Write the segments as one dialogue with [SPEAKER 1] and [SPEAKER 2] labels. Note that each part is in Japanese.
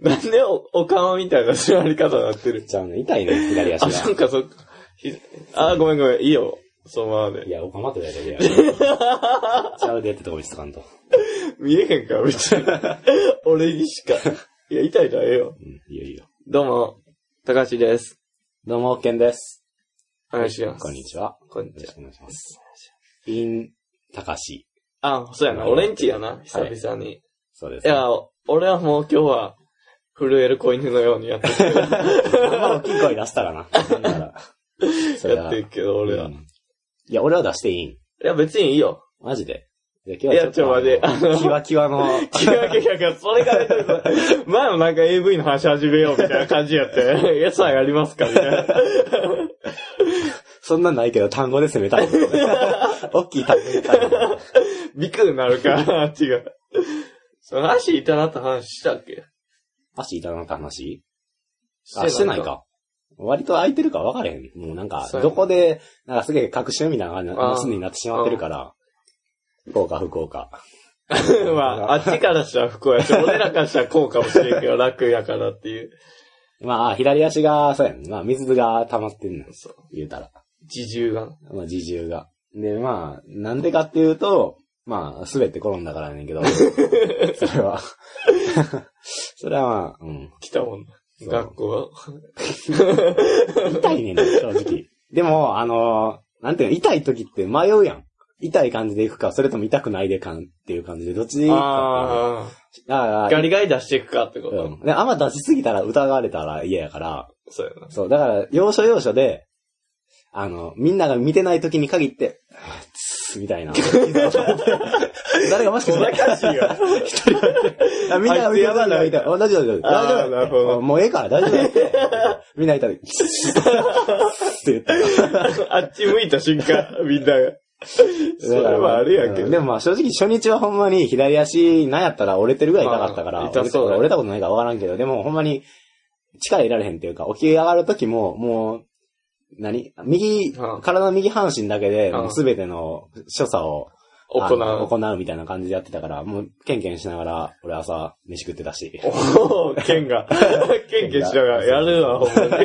[SPEAKER 1] なんでお、おかまみたいな座り方になってる
[SPEAKER 2] ちゃうね。痛いね、左
[SPEAKER 1] あ、
[SPEAKER 2] 足
[SPEAKER 1] なん
[SPEAKER 2] が。
[SPEAKER 1] かそ、ひあ、ごめんごめん、いいよ。そのまま
[SPEAKER 2] い
[SPEAKER 1] で。
[SPEAKER 2] や、おかまって大丈夫や。ちゃうでってとこ見せとかんと。
[SPEAKER 1] 見えへんから、別に。 俺にしか。いや、痛いのはええよ。
[SPEAKER 2] うん、いいよいいよ。
[SPEAKER 1] どうも、高橋です。
[SPEAKER 2] どうも、ケンです。
[SPEAKER 1] お願いします。
[SPEAKER 2] こんにちは。
[SPEAKER 1] こんに
[SPEAKER 2] よ
[SPEAKER 1] ち
[SPEAKER 2] ろ
[SPEAKER 1] は
[SPEAKER 2] しくお願いします。イン、たかし。
[SPEAKER 1] あ、そうやな。俺んちやな、久々に。
[SPEAKER 2] そうです。
[SPEAKER 1] い、や、俺はもう今日は、震える子犬のようにやってる
[SPEAKER 2] あんま大きい声出したらな。なんなら それ
[SPEAKER 1] や
[SPEAKER 2] は
[SPEAKER 1] ってるけど、俺は。
[SPEAKER 2] う
[SPEAKER 1] い
[SPEAKER 2] んいや、俺は出していいん。
[SPEAKER 1] や、別にいいよ。
[SPEAKER 2] マジで。いや、今日はちょっと。
[SPEAKER 1] いやちょっと待ってあの
[SPEAKER 2] キワキワの。
[SPEAKER 1] 違う違う違う、それが出てくる。前もなんか AV の話始めようみたいな感じやって、い や、さあやりますかみたいな。
[SPEAKER 2] そんなんないけど、単語で攻めた い。大きい単語で攻めたい。
[SPEAKER 1] ビクになる から、違う。その足痛なった話したっけ
[SPEAKER 2] 足痛なった話あ、してない。か。割と空いてるか分からへん。もうなんか、
[SPEAKER 1] そうや
[SPEAKER 2] ど
[SPEAKER 1] な
[SPEAKER 2] こで、なんかすげえ隠し読みながら
[SPEAKER 1] あー
[SPEAKER 2] 盗みになってしまってるから、福岡、福岡。
[SPEAKER 1] まあ、 あっちからしたら不幸やし、俺らからしたらこうかもしれんけど、楽やからっていう。
[SPEAKER 2] まあ、左足が、そうやね。まあ、水が溜まってんの。
[SPEAKER 1] そう。
[SPEAKER 2] 言うたら。
[SPEAKER 1] 自重が。
[SPEAKER 2] まあ、自重が。で、まあ、なんでかっていうと、まあ、すべて転んだからやねんけど、それは。 それはまあ、うん。
[SPEAKER 1] 来たもんな。
[SPEAKER 2] そう
[SPEAKER 1] 学校は。
[SPEAKER 2] 痛いねんな、正直。でも、あのーなんていうの、痛い時って迷うやん。痛い感じでいくか、それとも痛くないでかんっていう感じで、どっちでいくか
[SPEAKER 1] あ
[SPEAKER 2] っていう。あ
[SPEAKER 1] あ、
[SPEAKER 2] あ
[SPEAKER 1] ガリガリ出していくかってこ
[SPEAKER 2] う
[SPEAKER 1] と。
[SPEAKER 2] ん。で、あんま出しすぎたら疑われたら嫌やから、
[SPEAKER 1] そうやな。
[SPEAKER 2] そう、だから、要所要所で、あの、みんなが見てない時に限って、あーつーみたいな。 誰がもしかして、
[SPEAKER 1] かしいよ。
[SPEAKER 2] あみんなが見てる時に限って、あ大丈夫大丈夫。大丈
[SPEAKER 1] あー
[SPEAKER 2] 夫
[SPEAKER 1] なるほど
[SPEAKER 2] もうええから大丈夫 って。みん ないた時、つーって言った。
[SPEAKER 1] あっち向いた瞬間、みんなが。それはあるやんけ
[SPEAKER 2] う
[SPEAKER 1] ど。
[SPEAKER 2] んでもまあ正直初日はほんまに左足なんやったら折れてるぐらい痛かったから、
[SPEAKER 1] まあ痛そうだね
[SPEAKER 2] 折れたことないからわからんけど、でもほんまに力入れられへんっていうか、起き上がる時ももう、何右、
[SPEAKER 1] うん
[SPEAKER 2] 体の右半身だけで、
[SPEAKER 1] うん
[SPEAKER 2] もうすべての所作をあ
[SPEAKER 1] 行
[SPEAKER 2] の
[SPEAKER 1] う。
[SPEAKER 2] 行うみたいな感じでやってたから、もう、ケンケンしながら、俺朝、飯食ってたし。
[SPEAKER 1] おお、剣 が。剣剣しながら、やるわ、ほんま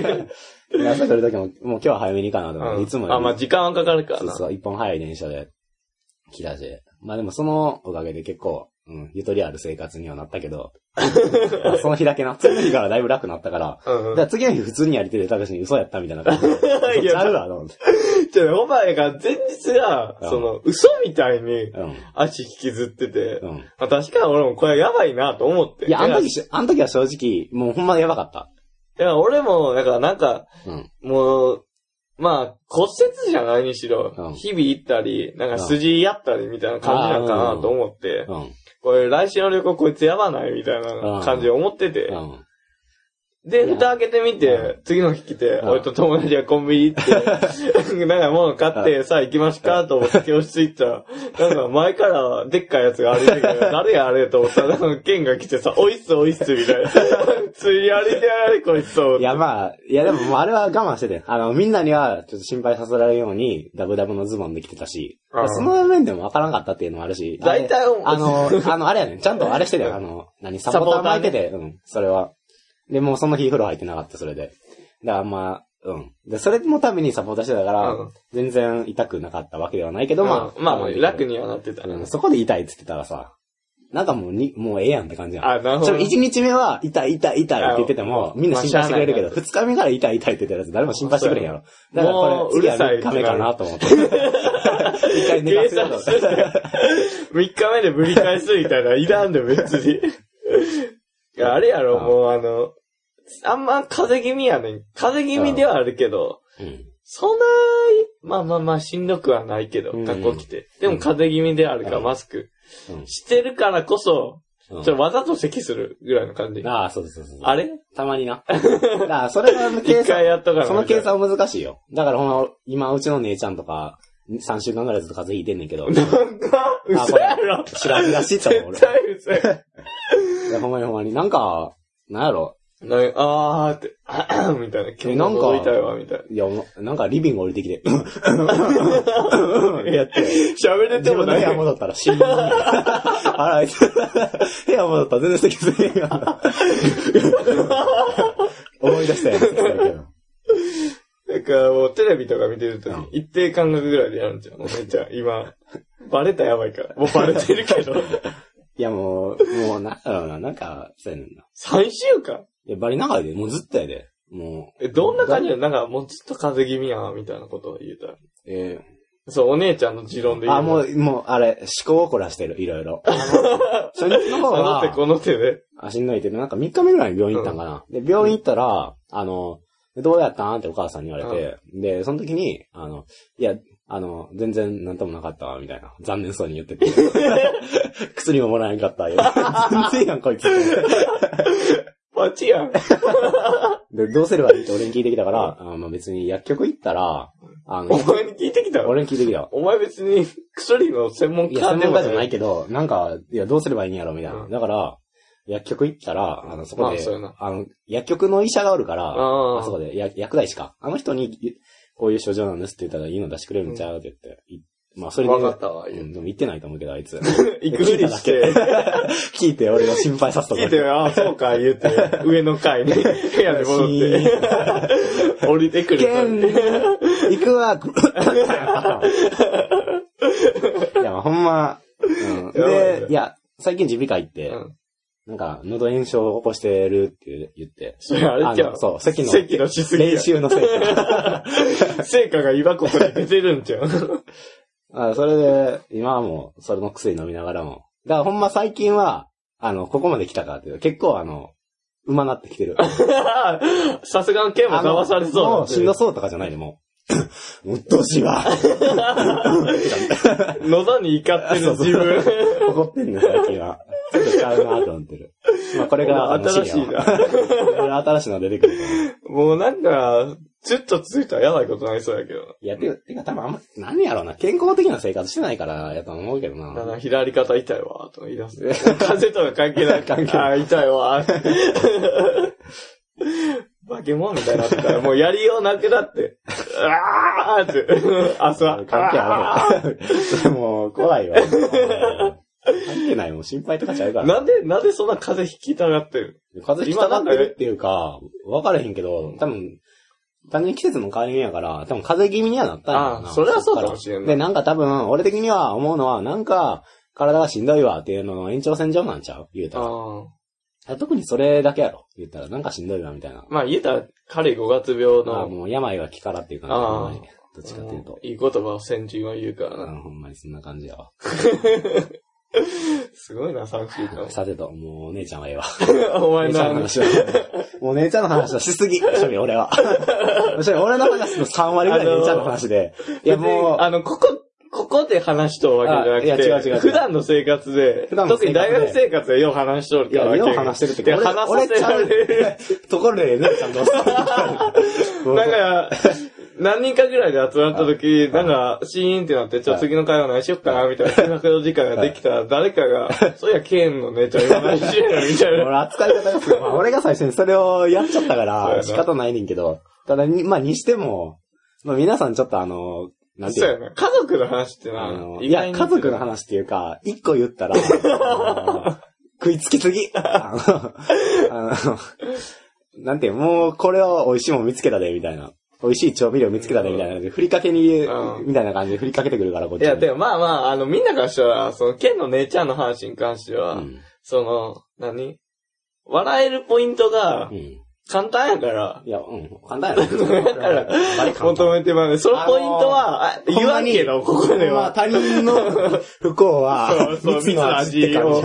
[SPEAKER 1] に。
[SPEAKER 2] 朝来る時も、もう今日は早めに行かなと思って、いつもより
[SPEAKER 1] あ、まあ時間はかかるから
[SPEAKER 2] そう
[SPEAKER 1] な。
[SPEAKER 2] そう、一本早い電車で来たし。まあでもそのおかげで結構、うん、ゆとりある生活にはなったけ ど、まあその日だけな、次の日からだいぶ楽になったから、
[SPEAKER 1] うんう
[SPEAKER 2] だ
[SPEAKER 1] ん
[SPEAKER 2] から次の日普通にやりてて、たかしに嘘や ったみたいな感じで。
[SPEAKER 1] いや
[SPEAKER 2] ちゃうわ、と思って。
[SPEAKER 1] ちょ、お前が前日が、
[SPEAKER 2] うん
[SPEAKER 1] その、嘘みたいに
[SPEAKER 2] うん。
[SPEAKER 1] 足引きずってて、
[SPEAKER 2] うん。
[SPEAKER 1] あ確かに俺もこれやばいなと思って。
[SPEAKER 2] いや、あの時
[SPEAKER 1] い
[SPEAKER 2] し、あの時は正直、もうほんまやばかった。
[SPEAKER 1] や、俺も、だからなんか、
[SPEAKER 2] うん。
[SPEAKER 1] もう、まあ、骨折じゃないにしろ、
[SPEAKER 2] うん
[SPEAKER 1] 日々行ったり、なんか筋やったりみたいな感じなんかなと思って、
[SPEAKER 2] うん。
[SPEAKER 1] これ来週の旅行こいつやばないみたいな感じで思ってて、
[SPEAKER 2] うん。
[SPEAKER 1] で、蓋開けてみ
[SPEAKER 2] う
[SPEAKER 1] て、次の日来て、
[SPEAKER 2] うん
[SPEAKER 1] 俺と友達がコンビニ行って、 なんか物買って、さあ行きますかと思って教室行ったら、なんか前からでっかいやつが歩いてきて、 誰やあれと思ったら、なんか剣が来てさ、おいっすおいっすみたいな。 普通にやりてやれ、こいつと思っ
[SPEAKER 2] い
[SPEAKER 1] て。
[SPEAKER 2] や、まあ、いや、でも、もうあれは我慢してて。あの、みんなには、ちょっと心配させられるように、ダブダブのズボンできてたし、
[SPEAKER 1] うん
[SPEAKER 2] その面でもわからんかったっていうのもあるし、
[SPEAKER 1] 大体、
[SPEAKER 2] あの、あの、あれやねん。ちゃんとあれしてたよ。あの、何、サポーター巻いてて、うん、それは。で、もうその日風呂入ってなかった、それで。だからまあ、うん。で、それのためにサポーターしてたから、
[SPEAKER 1] うん
[SPEAKER 2] 全然痛くなかったわけではないけど、まあ、
[SPEAKER 1] まあまあ
[SPEAKER 2] 我慢できる
[SPEAKER 1] 楽にはなってた。
[SPEAKER 2] うん、そこで痛いって言ってたらさ、なんかもうに、もうええやんって感じやん。
[SPEAKER 1] あ、なるほ
[SPEAKER 2] ちょ、
[SPEAKER 1] ど。
[SPEAKER 2] 1日目は、痛い痛い痛いって言ってても
[SPEAKER 1] あ、
[SPEAKER 2] みんな心配してくれるけど、
[SPEAKER 1] まあ
[SPEAKER 2] 2日目から痛い痛いって言ってるやつ誰も心配してくれへんやろ。だから
[SPEAKER 1] も
[SPEAKER 2] こ
[SPEAKER 1] う
[SPEAKER 2] れ、次は
[SPEAKER 1] うるさい
[SPEAKER 2] 3日目かなと思って。一回寝かせようと思って。
[SPEAKER 1] 3日目でぶり返すみたいな、いらんで別に。いや、あれやろ、
[SPEAKER 2] あ
[SPEAKER 1] もうあの、あんま風邪気味やねん。風邪気味ではあるけど、
[SPEAKER 2] うん
[SPEAKER 1] そんな、まあまあまあしんどくはないけど、
[SPEAKER 2] うん
[SPEAKER 1] 学校来て。でも風邪気味であるから、
[SPEAKER 2] うん
[SPEAKER 1] マスク
[SPEAKER 2] うん
[SPEAKER 1] してるからこそ、
[SPEAKER 2] うん
[SPEAKER 1] ちょ、わざと咳するぐらいの感じ。
[SPEAKER 2] ああ、そうそうそうそう。
[SPEAKER 1] あれ
[SPEAKER 2] たまにな。だから、それは
[SPEAKER 1] 一
[SPEAKER 2] 計算、
[SPEAKER 1] 回やったから。
[SPEAKER 2] その計算は難しいよ。だから、ほんま、今、うちの姉ちゃんとか、3週間ぐらいずっと風邪ひいてんねんけど、
[SPEAKER 1] なんか、嘘やろ。
[SPEAKER 2] 白らしいと思う、俺
[SPEAKER 1] 絶。対嘘や。
[SPEAKER 2] いやほんまにほんまに。なんか、なんやろ。
[SPEAKER 1] なんあーって、 あーみたいな。今日も喉痛いわ、みたい
[SPEAKER 2] いや、もうなんかリビング降りてきて、うん
[SPEAKER 1] な。やって。喋れて
[SPEAKER 2] 自
[SPEAKER 1] も
[SPEAKER 2] 分の
[SPEAKER 1] な
[SPEAKER 2] 部
[SPEAKER 1] い
[SPEAKER 2] 屋戻ったら死ぬ。腹空いた。部屋戻ったら全然席すぎへんやん。思い出したやんそうや
[SPEAKER 1] だ
[SPEAKER 2] けど。
[SPEAKER 1] からもうテレビとか見てると
[SPEAKER 2] うん
[SPEAKER 1] 一定感覚ぐらいでやるんじゃん。めっちゃ今。バレたらやばいから。もうバレてるけ ど。
[SPEAKER 2] いやもう、もうなんだろうな、なんか、そうやねんな。
[SPEAKER 1] 3週間
[SPEAKER 2] いや、バリ長いで、もうずっとやで。もう、
[SPEAKER 1] え、どんな感じなのなんかもうずっと風邪気味やなみたいなことを言うたら。
[SPEAKER 2] え
[SPEAKER 1] そう、お姉ちゃんの持論で
[SPEAKER 2] ー、
[SPEAKER 1] 言
[SPEAKER 2] あ、も
[SPEAKER 1] う。
[SPEAKER 2] う、もう、あれ、思考を凝らしてる、いろいろ。あの初日の方
[SPEAKER 1] あ
[SPEAKER 2] は
[SPEAKER 1] の手、この手で。
[SPEAKER 2] あ、しんどいって、なんか3日目ぐらいに病院行ったんかな。で、病院行ったら、あの、どうやったんってお母さんに言われて、で、その時に、あの、いや、あの、全然なんともなかったわ、みたいな。残念そうに言 ってて。薬ももらえんかった。いや全然やん、こいつ。
[SPEAKER 1] パチ やん。
[SPEAKER 2] で、どうすればいいって俺に聞いてきたから、あまあ別に薬局行ったら、あ
[SPEAKER 1] お
[SPEAKER 2] の、
[SPEAKER 1] 前に聞いてきたの
[SPEAKER 2] 俺に聞いてきたわ。
[SPEAKER 1] お前別に薬の専門
[SPEAKER 2] いや、
[SPEAKER 1] 家
[SPEAKER 2] 専
[SPEAKER 1] で
[SPEAKER 2] 門
[SPEAKER 1] も
[SPEAKER 2] 家じゃない。けど、なんか、いや、どうすればいいんやろ、みたいな。
[SPEAKER 1] うん
[SPEAKER 2] だから、薬局行ったら、あの、そこ
[SPEAKER 1] まあ
[SPEAKER 2] で
[SPEAKER 1] そうやな、
[SPEAKER 2] あの、薬局の医者がおるから、
[SPEAKER 1] ああ
[SPEAKER 2] あそこで、や薬剤師か。あの人に、いこういう症状なんですって言ったらいいの出してくれるんちゃうって言って。いまあ、それで。
[SPEAKER 1] わかったわ
[SPEAKER 2] う、
[SPEAKER 1] 言うん
[SPEAKER 2] でも言ってないと思うけど、あいつ。
[SPEAKER 1] 行くふり して。
[SPEAKER 2] 聞いて、俺が心配させた
[SPEAKER 1] 聞いて、ああ、そうか、言うて、上の階 に、部屋に戻って、降りてくる。
[SPEAKER 2] 剣行 くわいや、まあほんま、うん。
[SPEAKER 1] やばい
[SPEAKER 2] で
[SPEAKER 1] ね、
[SPEAKER 2] いや、最近耳鼻科行って、
[SPEAKER 1] うん
[SPEAKER 2] なんか、喉炎症を起こしてるって言って。
[SPEAKER 1] それあれじゃ
[SPEAKER 2] あ
[SPEAKER 1] ん。
[SPEAKER 2] のそう席の
[SPEAKER 1] 席のしすぎ
[SPEAKER 2] 練
[SPEAKER 1] や。
[SPEAKER 2] 習のせいで。
[SPEAKER 1] 成果が今ここで出てるんじゃ ん。
[SPEAKER 2] あそれで、今はもう、それの薬飲みながらも。だからほんま最近は、あの、ここまで来たかっていう、結構あの、馬なってきてる。
[SPEAKER 1] さすがの剣も 騙されそう
[SPEAKER 2] あのもうしんど
[SPEAKER 1] 野
[SPEAKER 2] そうとかじゃないで、も う。うっとうしいわ。
[SPEAKER 1] 田に怒ってる自分。
[SPEAKER 2] 怒ってんね、最近は。ちょっとちゃうなと思ってる。まあこれが
[SPEAKER 1] お前新しいな。
[SPEAKER 2] な。新しいの出てくると思う。
[SPEAKER 1] もうなんか、ずっとついたらやばいことなりそうやけど。
[SPEAKER 2] いや、てか、てか多分あんま、何やろうな。健康的な生活してないから、やと思うけどな。
[SPEAKER 1] だから左肩痛いわ、とか言い出す。 風邪とか関係ない。
[SPEAKER 2] 関係な
[SPEAKER 1] あー痛いわ。 化け物みたいになってたら、もうやりようなくなって、ああって、朝
[SPEAKER 2] 関、係ある。 それもう、怖いわ。関係ない、もう心配とかちゃうから。
[SPEAKER 1] なんで、なんでそんな風邪引きたがってる
[SPEAKER 2] 風邪ひたがってるっていうか、分からへんけど、多分、単純に季節の変わり目やから、多分風邪気味にはなったんやろな。
[SPEAKER 1] あそれはそうかも
[SPEAKER 2] っら
[SPEAKER 1] しれんな
[SPEAKER 2] で、なんか多分、俺的には思うのは、なんか、体がしんどいわっていうのの延長線上なんちゃう言うたら。
[SPEAKER 1] あ
[SPEAKER 2] 特にそれだけやろ言ったら、なんかしんどいわみたいな。
[SPEAKER 1] まあ言えたら、軽い5月病
[SPEAKER 2] あ
[SPEAKER 1] の、
[SPEAKER 2] もう病は気からっていう感じ
[SPEAKER 1] あー
[SPEAKER 2] ほんまにどっちかっていうと。
[SPEAKER 1] いい言葉を先人は言うから
[SPEAKER 2] う
[SPEAKER 1] な。
[SPEAKER 2] ん、ほんまにそんな感じやわ。。
[SPEAKER 1] すごいな、3週間
[SPEAKER 2] さてと、もうお姉ちゃんはええわ。
[SPEAKER 1] お
[SPEAKER 2] お
[SPEAKER 1] 前
[SPEAKER 2] 姉ちゃんの
[SPEAKER 1] な、
[SPEAKER 2] 話は。もう姉ちゃんの話はしすぎ。しょみ、俺は。しょみ、俺の話の3割ぐらい姉ちゃんの話で。いや、もう
[SPEAKER 1] 別に、あの、ここ、ここで話しとるわけじゃなくて、
[SPEAKER 2] あいや違う違う違う
[SPEAKER 1] 普段の生活で、
[SPEAKER 2] 普段の
[SPEAKER 1] 特
[SPEAKER 2] 生活で
[SPEAKER 1] に大学生活でよう話しとる
[SPEAKER 2] い
[SPEAKER 1] から
[SPEAKER 2] や、
[SPEAKER 1] わけ
[SPEAKER 2] よう話してるって
[SPEAKER 1] で話させられる。
[SPEAKER 2] ところで、なんかちゃん と。
[SPEAKER 1] なんか、何人かぐらいで集まった時、なんか、シーンってなって、ちょ、
[SPEAKER 2] はい
[SPEAKER 1] 次の会話何しよっかな、みたいな、空白の時間ができたら、誰かが、そういや、ケンのね、ちょ、今何してるのみたいな。
[SPEAKER 2] 俺扱い方がすごい。まあ俺が最初にそれをやっちゃったか
[SPEAKER 1] そうや
[SPEAKER 2] ら、
[SPEAKER 1] な
[SPEAKER 2] 仕方ないねんけど。ただ、にまあ、にしても、まあ、皆さんちょっとあの、なんてい
[SPEAKER 1] そう
[SPEAKER 2] う
[SPEAKER 1] やな。家族の話って
[SPEAKER 2] あ
[SPEAKER 1] な
[SPEAKER 2] の、
[SPEAKER 1] 意
[SPEAKER 2] いや、
[SPEAKER 1] 外に
[SPEAKER 2] 家族の話っていうか、一個言った ら、あの食いつきすぎ。あの、あのなんて、もうこれは美味しいもん見つけたで、みたいな。美味しい調味料見つけたで、みたいな感じで。ふりかけに
[SPEAKER 1] う、ん
[SPEAKER 2] みたいな感じで振りかけてくるから、こっち
[SPEAKER 1] い
[SPEAKER 2] に。
[SPEAKER 1] や、でもまあまあ、あの、みんなからしたら、その、ケンの姉ちゃんの話に関して
[SPEAKER 2] う
[SPEAKER 1] は、
[SPEAKER 2] ん。
[SPEAKER 1] その、何笑えるポイントが
[SPEAKER 2] う、ん。
[SPEAKER 1] 簡単やから、
[SPEAKER 2] いや、うん、簡単や な。
[SPEAKER 1] だから
[SPEAKER 2] バリ簡
[SPEAKER 1] 求
[SPEAKER 2] 単。
[SPEAKER 1] めてまうね。そのポイントは、あ言わんけど、ここで
[SPEAKER 2] まあ、
[SPEAKER 1] は。
[SPEAKER 2] 他 人の不幸は、
[SPEAKER 1] そうそう、
[SPEAKER 2] 蜜
[SPEAKER 1] 水の
[SPEAKER 2] の味って
[SPEAKER 1] 味
[SPEAKER 2] 感
[SPEAKER 1] を
[SPEAKER 2] じ。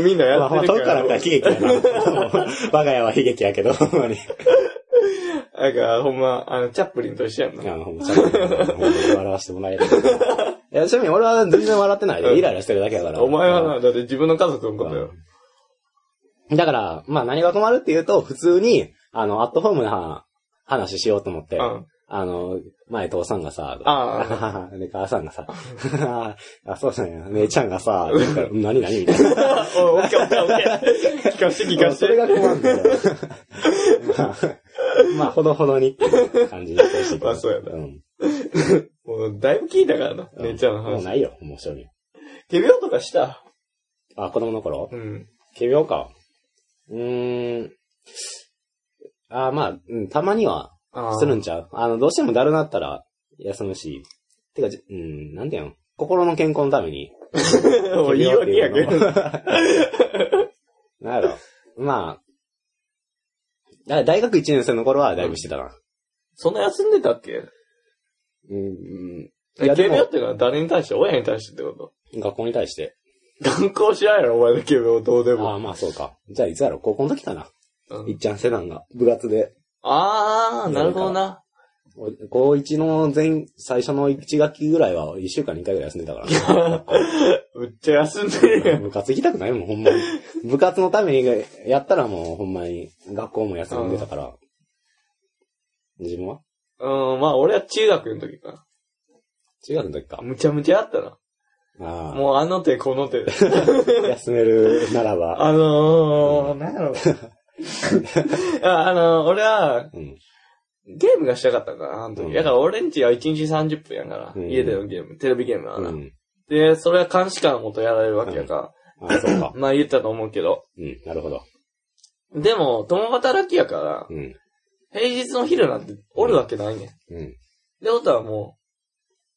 [SPEAKER 2] ま、
[SPEAKER 1] みんなや
[SPEAKER 2] あ、
[SPEAKER 1] って
[SPEAKER 2] まあ、
[SPEAKER 1] る
[SPEAKER 2] 遠く
[SPEAKER 1] か
[SPEAKER 2] か
[SPEAKER 1] ら
[SPEAKER 2] ら見たら。悲劇やな。 我が家は悲劇やけど、ほんまに。
[SPEAKER 1] なんか、ほんま、あの、チャップリンと一緒やん
[SPEAKER 2] いや、
[SPEAKER 1] な。
[SPEAKER 2] ほんまちゃんとほんまに笑わせてもらえる。い や、ちなみに俺は全然笑ってないで、イライラしてるだけだから。
[SPEAKER 1] お前はな、だって自分の家族のことよ。
[SPEAKER 2] だから、まあ何が困るっていうと、普通に、あの、アットホームな話しようと思って、
[SPEAKER 1] うん
[SPEAKER 2] あの、前父さんがさ、
[SPEAKER 1] あ
[SPEAKER 2] で、母さんがさ、あ、そうなんや、姉ちゃんがさ、だ から何何みたいな。
[SPEAKER 1] おい、オッケーオッケーオッケー。聞かして聞かし
[SPEAKER 2] それ
[SPEAKER 1] て。
[SPEAKER 2] が困るんだよ。 まあ、まあ、ほどほどにっていう感じにしてほしいけど。
[SPEAKER 1] ま あそうやなんもう、だいぶ聞いたからな、
[SPEAKER 2] うん
[SPEAKER 1] 姉ちゃんの
[SPEAKER 2] もう
[SPEAKER 1] 話。
[SPEAKER 2] ないよ、もう正味。
[SPEAKER 1] 手拍子とかした。
[SPEAKER 2] あ、子供の頃
[SPEAKER 1] うん。
[SPEAKER 2] 仮病か。うーん。あ、まあ、うん、たまには
[SPEAKER 1] あー
[SPEAKER 2] するんちゃうあの、どうしてもだるなったら休むし。てか、じうん、なんていうの心の健康のために。
[SPEAKER 1] もういいよりやけど。
[SPEAKER 2] なんやろ。まあ、だ大学1年生の頃はだいぶしてたな。
[SPEAKER 1] そんな休んでたっけ
[SPEAKER 2] うん、うんい
[SPEAKER 1] い
[SPEAKER 2] や
[SPEAKER 1] や、
[SPEAKER 2] で
[SPEAKER 1] 軽
[SPEAKER 2] も
[SPEAKER 1] 病ってのは誰に対して親に対してってこと
[SPEAKER 2] 学校に対して。
[SPEAKER 1] 学校知らんやろ、お前の軽病どうで
[SPEAKER 2] ああ、
[SPEAKER 1] も。
[SPEAKER 2] まあそうか。じゃあいつやろ高校の時かな。
[SPEAKER 1] うん
[SPEAKER 2] いっちゃんセナンが部活で
[SPEAKER 1] あー、なるほどな。
[SPEAKER 2] お高1の前、最初の1学期ぐらいは1週間に1回ぐらい休んでたからね。
[SPEAKER 1] めっちゃ休んでるやん。
[SPEAKER 2] 部活行きたくないもん、ほんまに。部活のためにやったらもうほんまに学校も休んでたから。自分は
[SPEAKER 1] うん、まあ俺は中学の時か
[SPEAKER 2] 中学の時か
[SPEAKER 1] な。。むちゃむちゃあったな。
[SPEAKER 2] あ
[SPEAKER 1] もうあの手この手で。
[SPEAKER 2] あ。休めるならば。
[SPEAKER 1] あのー、なんやろ。 ああのー、俺は、
[SPEAKER 2] うん。
[SPEAKER 1] ゲームがしたかったから、あの
[SPEAKER 2] うん
[SPEAKER 1] 時。だから俺んちは1日30分やから、
[SPEAKER 2] うん
[SPEAKER 1] 家でのゲーム、テレビゲームは
[SPEAKER 2] う
[SPEAKER 1] な。
[SPEAKER 2] ん。
[SPEAKER 1] で、それは監視官のもとやられるわけやか。。
[SPEAKER 2] ああ、そうから
[SPEAKER 1] まあ言ったと思うけど。
[SPEAKER 2] うん。なるほど。
[SPEAKER 1] でも、共働きやから、
[SPEAKER 2] うん。
[SPEAKER 1] 平日の昼なんておるわけないねん。
[SPEAKER 2] うん。
[SPEAKER 1] で、ことはも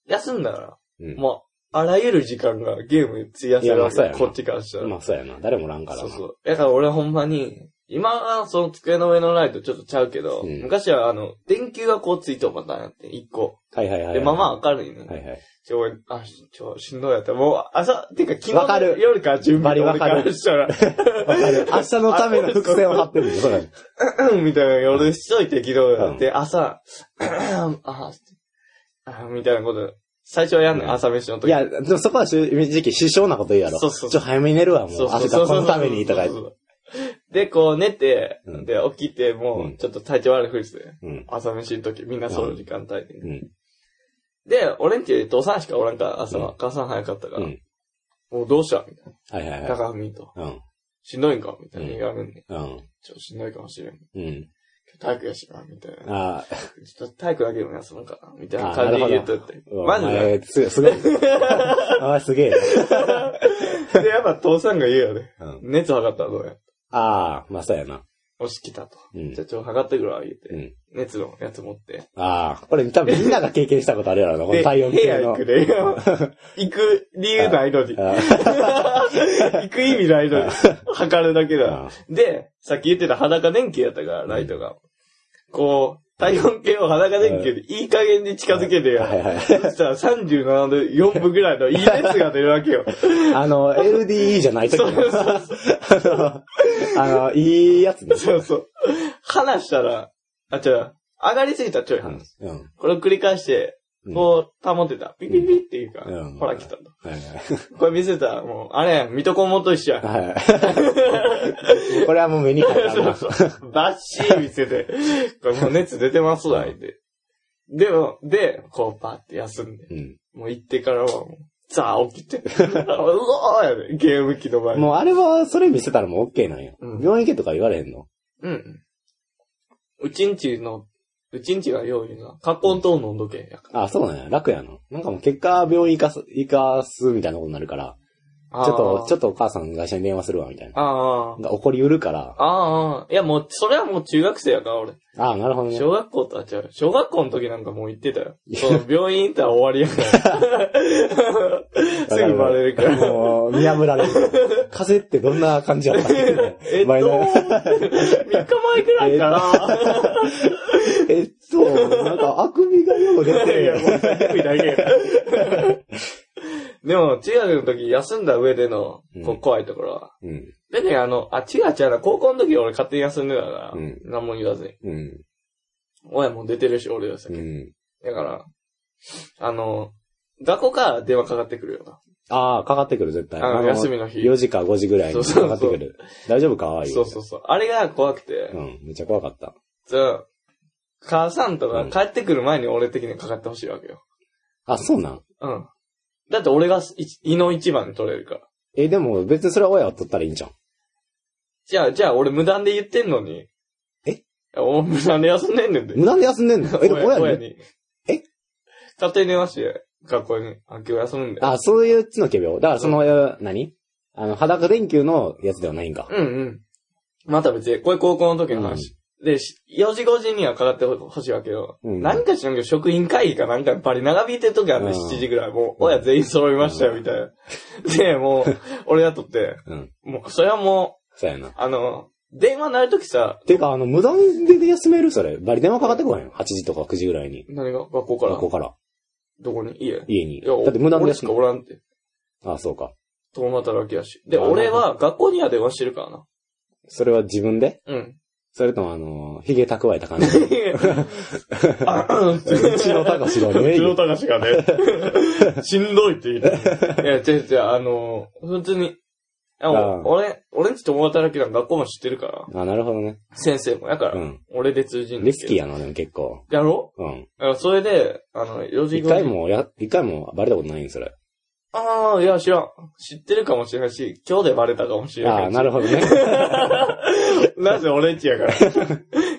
[SPEAKER 1] う、休んだら、
[SPEAKER 2] うん。
[SPEAKER 1] もう、あらゆる時間がゲームに費やせ
[SPEAKER 2] いや
[SPEAKER 1] る
[SPEAKER 2] まあ
[SPEAKER 1] わ
[SPEAKER 2] そう
[SPEAKER 1] け
[SPEAKER 2] やな
[SPEAKER 1] こっちからしたら。
[SPEAKER 2] まあそうやな。誰もおらんから
[SPEAKER 1] そう
[SPEAKER 2] な。
[SPEAKER 1] そう。だから俺ほんまに、今はその机の上のライトちょっとちゃうけど、
[SPEAKER 2] うん
[SPEAKER 1] 昔はあの、電球がこうついとうパターンやって、一個。
[SPEAKER 2] はいはいはい。
[SPEAKER 1] で、まあまあ明るいね。
[SPEAKER 2] はいはい。
[SPEAKER 1] ちょ、俺あ、しちょ、しんどいやった。もう、朝、てか昨日
[SPEAKER 2] わか
[SPEAKER 1] の
[SPEAKER 2] る
[SPEAKER 1] 夜から準備
[SPEAKER 2] バリわかる
[SPEAKER 1] 俺からしたら、
[SPEAKER 2] わかる明日のための伏線を張ってるんだよ、それ。
[SPEAKER 1] うんみたいな夜しといて昨日やって、朝、 うんあ、あ、みたいなこと、最初はやんの、
[SPEAKER 2] うん
[SPEAKER 1] 朝飯の
[SPEAKER 2] い
[SPEAKER 1] 時。
[SPEAKER 2] や、でもそこは正直、支障なこと言うやろ。
[SPEAKER 1] そうそうそう
[SPEAKER 2] ちょ、早めに寝るわ、もう。明日このために、とか言って。
[SPEAKER 1] って。で、こう寝て、
[SPEAKER 2] うん
[SPEAKER 1] で、起きて、も
[SPEAKER 2] う
[SPEAKER 1] う、
[SPEAKER 2] ん
[SPEAKER 1] ちょっと体調悪いふりして、
[SPEAKER 2] うん。
[SPEAKER 1] 朝飯の時、みんなその時間帯で。
[SPEAKER 2] うん。
[SPEAKER 1] で、俺んち父さんしかおらんから、朝は、母さん早かったか
[SPEAKER 2] う
[SPEAKER 1] ら、
[SPEAKER 2] ん。
[SPEAKER 1] もうどうしたみたい
[SPEAKER 2] はいはい
[SPEAKER 1] な。
[SPEAKER 2] は
[SPEAKER 1] 高文と、
[SPEAKER 2] い。うん。
[SPEAKER 1] しんどいんかみたいな言われんねん。
[SPEAKER 2] うん。
[SPEAKER 1] ちょっとしんどいかもしれん。
[SPEAKER 2] うん。
[SPEAKER 1] 体育やしな、みたいな。
[SPEAKER 2] あ
[SPEAKER 1] ちょっと体育だけでも休むから、みたいな
[SPEAKER 2] あ
[SPEAKER 1] 感じ
[SPEAKER 2] な
[SPEAKER 1] で言っ
[SPEAKER 2] るほど
[SPEAKER 1] とって。
[SPEAKER 2] あ、
[SPEAKER 1] マジ
[SPEAKER 2] お
[SPEAKER 1] で。
[SPEAKER 2] 前す、すごい。 ああ、すげえ。
[SPEAKER 1] で、やっぱ父さんが言うよね。
[SPEAKER 2] うん。
[SPEAKER 1] 熱測ったらどうや。
[SPEAKER 2] ああ、まあそうやな。
[SPEAKER 1] 押し来たと。
[SPEAKER 2] うん
[SPEAKER 1] じゃ。あちょ、測ってくるわ、言って。
[SPEAKER 2] うん
[SPEAKER 1] 熱のやつ持って。
[SPEAKER 2] ああ、これ多分みんなが経験したことある やろな、この
[SPEAKER 1] で
[SPEAKER 2] 体温
[SPEAKER 1] 部
[SPEAKER 2] 計
[SPEAKER 1] 屋行
[SPEAKER 2] の
[SPEAKER 1] く。で。 行く理由ないのに。 行く意味ないのに。測るだけだ。
[SPEAKER 2] あ
[SPEAKER 1] で、さっき言ってた裸電球やったから、ライトが。こう、体温計を裸電球でいい加減に近づけてよ。
[SPEAKER 2] はいはい
[SPEAKER 1] そしたら37度4分ぐらいのいい熱が出るわけよ。
[SPEAKER 2] あの、LDE じゃないとき
[SPEAKER 1] そうそう
[SPEAKER 2] の。
[SPEAKER 1] そう。
[SPEAKER 2] あの あの、いいやつね。
[SPEAKER 1] そうそう。離したら、あ、違う。上がりすぎたらちょい離す。
[SPEAKER 2] うん。うん
[SPEAKER 1] これを繰り返して、
[SPEAKER 2] うん
[SPEAKER 1] こう保てた。ピピピっていうか
[SPEAKER 2] う、ん
[SPEAKER 1] ほら来たと。
[SPEAKER 2] はい
[SPEAKER 1] これ見せたら、もう、あれやん、水戸黄門と一緒やん。
[SPEAKER 2] はい。はい。これはもう目に 入ったな。
[SPEAKER 1] バッシー見せて、これもう熱出てますわ、言うて。でも、で、こうパーって休んで、
[SPEAKER 2] うん。
[SPEAKER 1] もう行ってからはもう、ザー起きて、 うおーやで、ゲーム機の前に。
[SPEAKER 2] もうあれは、それ見せたらもう OK なんよ。
[SPEAKER 1] うん
[SPEAKER 2] 病院行けとか言われへんの
[SPEAKER 1] うん。うちんちの、うちんちが用意が、カコン糖飲んどけやか
[SPEAKER 2] ああ、そうなんや。楽やの。なんかもう結果、病院行かす、行かすみたいなことになるから、
[SPEAKER 1] ら。
[SPEAKER 2] ちょっと、ちょ
[SPEAKER 1] っと。
[SPEAKER 2] っとお母さん会社に電話するわ、みたいな。
[SPEAKER 1] あー
[SPEAKER 2] が起こりうるから。
[SPEAKER 1] あー。いやもう、それはもう中学生やから、俺。
[SPEAKER 2] ああ、なるほどね。
[SPEAKER 1] 小学校とは違う。小学校の時なんかもう行ってたよ。その病院行ったら終わりや から。すぐバレるから。
[SPEAKER 2] もう、見破られる。 風ってどんな感じやったっけ
[SPEAKER 1] えっと、
[SPEAKER 2] 前の
[SPEAKER 1] 3日前くらいかな。
[SPEAKER 2] えっと、なんかあくびがよう出
[SPEAKER 1] いや、
[SPEAKER 2] て、
[SPEAKER 1] もうテレビだけや。でも、中学の時休んだ上での
[SPEAKER 2] うん
[SPEAKER 1] こう怖いところは。
[SPEAKER 2] うん、
[SPEAKER 1] 別にあの、あ、違う違うな、高校の時俺勝手に休んでたから、
[SPEAKER 2] うん
[SPEAKER 1] 何も言わずに。
[SPEAKER 2] うん、
[SPEAKER 1] 親も出てるし、俺よ、先。
[SPEAKER 2] うん。
[SPEAKER 1] だから、あの、学校から電話かかってくるよな。
[SPEAKER 2] ああ、かかってくる、絶対。
[SPEAKER 1] あの休みの日
[SPEAKER 2] 4時か5時ぐらいにかかってくる。大丈夫かわいい。
[SPEAKER 1] そうそうそう。あれが怖くて、
[SPEAKER 2] うん、めっちゃ怖かった。
[SPEAKER 1] じゃあ母さんとか帰ってくる前に俺的にかかってほしいわけよ。
[SPEAKER 2] あ、そうなん
[SPEAKER 1] うん。だって俺が一胃の一番に取れるから。
[SPEAKER 2] え、でも別にそれは親を取ったらいいんじゃん。
[SPEAKER 1] じゃあ、じゃあ俺無断で言ってんのに。
[SPEAKER 2] え
[SPEAKER 1] いや俺無断で休んでんねんで。
[SPEAKER 2] 無断で休んでんのえ、でも
[SPEAKER 1] 親
[SPEAKER 2] 親
[SPEAKER 1] 親
[SPEAKER 2] に。
[SPEAKER 1] に。
[SPEAKER 2] え
[SPEAKER 1] 勝手に電話して、学校に、あ、今日休むんだよ。
[SPEAKER 2] あ、そういうつの仮病。だからその、何あの、裸電球のやつではないんか。
[SPEAKER 1] うんうん。また別に、これ高校の時の話。で、し4時5時にはかかってほしいわけよ。
[SPEAKER 2] うん
[SPEAKER 1] 何かしらんけど、職員会議かなんかバリ長引いてる時あって、
[SPEAKER 2] うん
[SPEAKER 1] 7時ぐらい。もう、親全員揃いましたよ、みたいな。で、もう、俺やっとって、
[SPEAKER 2] うん。
[SPEAKER 1] もう、それはも
[SPEAKER 2] そうやな
[SPEAKER 1] う。、あの、電話鳴る時さ、
[SPEAKER 2] てか、あの、無断で休めるそれ。バリ電話かかってこないの ?8 時とか9時ぐらいに。
[SPEAKER 1] 何が学校から
[SPEAKER 2] 学校から、
[SPEAKER 1] どこに家い
[SPEAKER 2] 家に。
[SPEAKER 1] や、
[SPEAKER 2] だって無断で
[SPEAKER 1] 俺し
[SPEAKER 2] 休
[SPEAKER 1] か
[SPEAKER 2] む。
[SPEAKER 1] おらんって。
[SPEAKER 2] あそうか。
[SPEAKER 1] 共働きやし。で、
[SPEAKER 2] あー
[SPEAKER 1] 俺は学校には電話してるからな。
[SPEAKER 2] それは自分で
[SPEAKER 1] うん。。
[SPEAKER 2] それとも、あの、髭蓄えた感じ
[SPEAKER 1] あう
[SPEAKER 2] ちの高しの名
[SPEAKER 1] うちの
[SPEAKER 2] 義。
[SPEAKER 1] 高しが ね、しんどいって言って。いや、違う違う、あの、普通に、あ
[SPEAKER 2] ああ
[SPEAKER 1] 俺、俺んち友働きなんか学校も知ってるから、
[SPEAKER 2] あ、なるほどね。
[SPEAKER 1] 先生も。やから、
[SPEAKER 2] うん。
[SPEAKER 1] 俺で通じん
[SPEAKER 2] リスキー
[SPEAKER 1] や。
[SPEAKER 2] やな、でも結構。
[SPEAKER 1] やろ
[SPEAKER 2] うん。
[SPEAKER 1] だからそれで、あの、4時
[SPEAKER 2] 一
[SPEAKER 1] ぐ
[SPEAKER 2] 回も、や、一回もバレたことないんそれ。
[SPEAKER 1] ああ、いや、知らん。知ってるかもしれないし、今日でバレたかもしれないし。
[SPEAKER 2] ああ、なるほどね。
[SPEAKER 1] なぜ俺んちやから。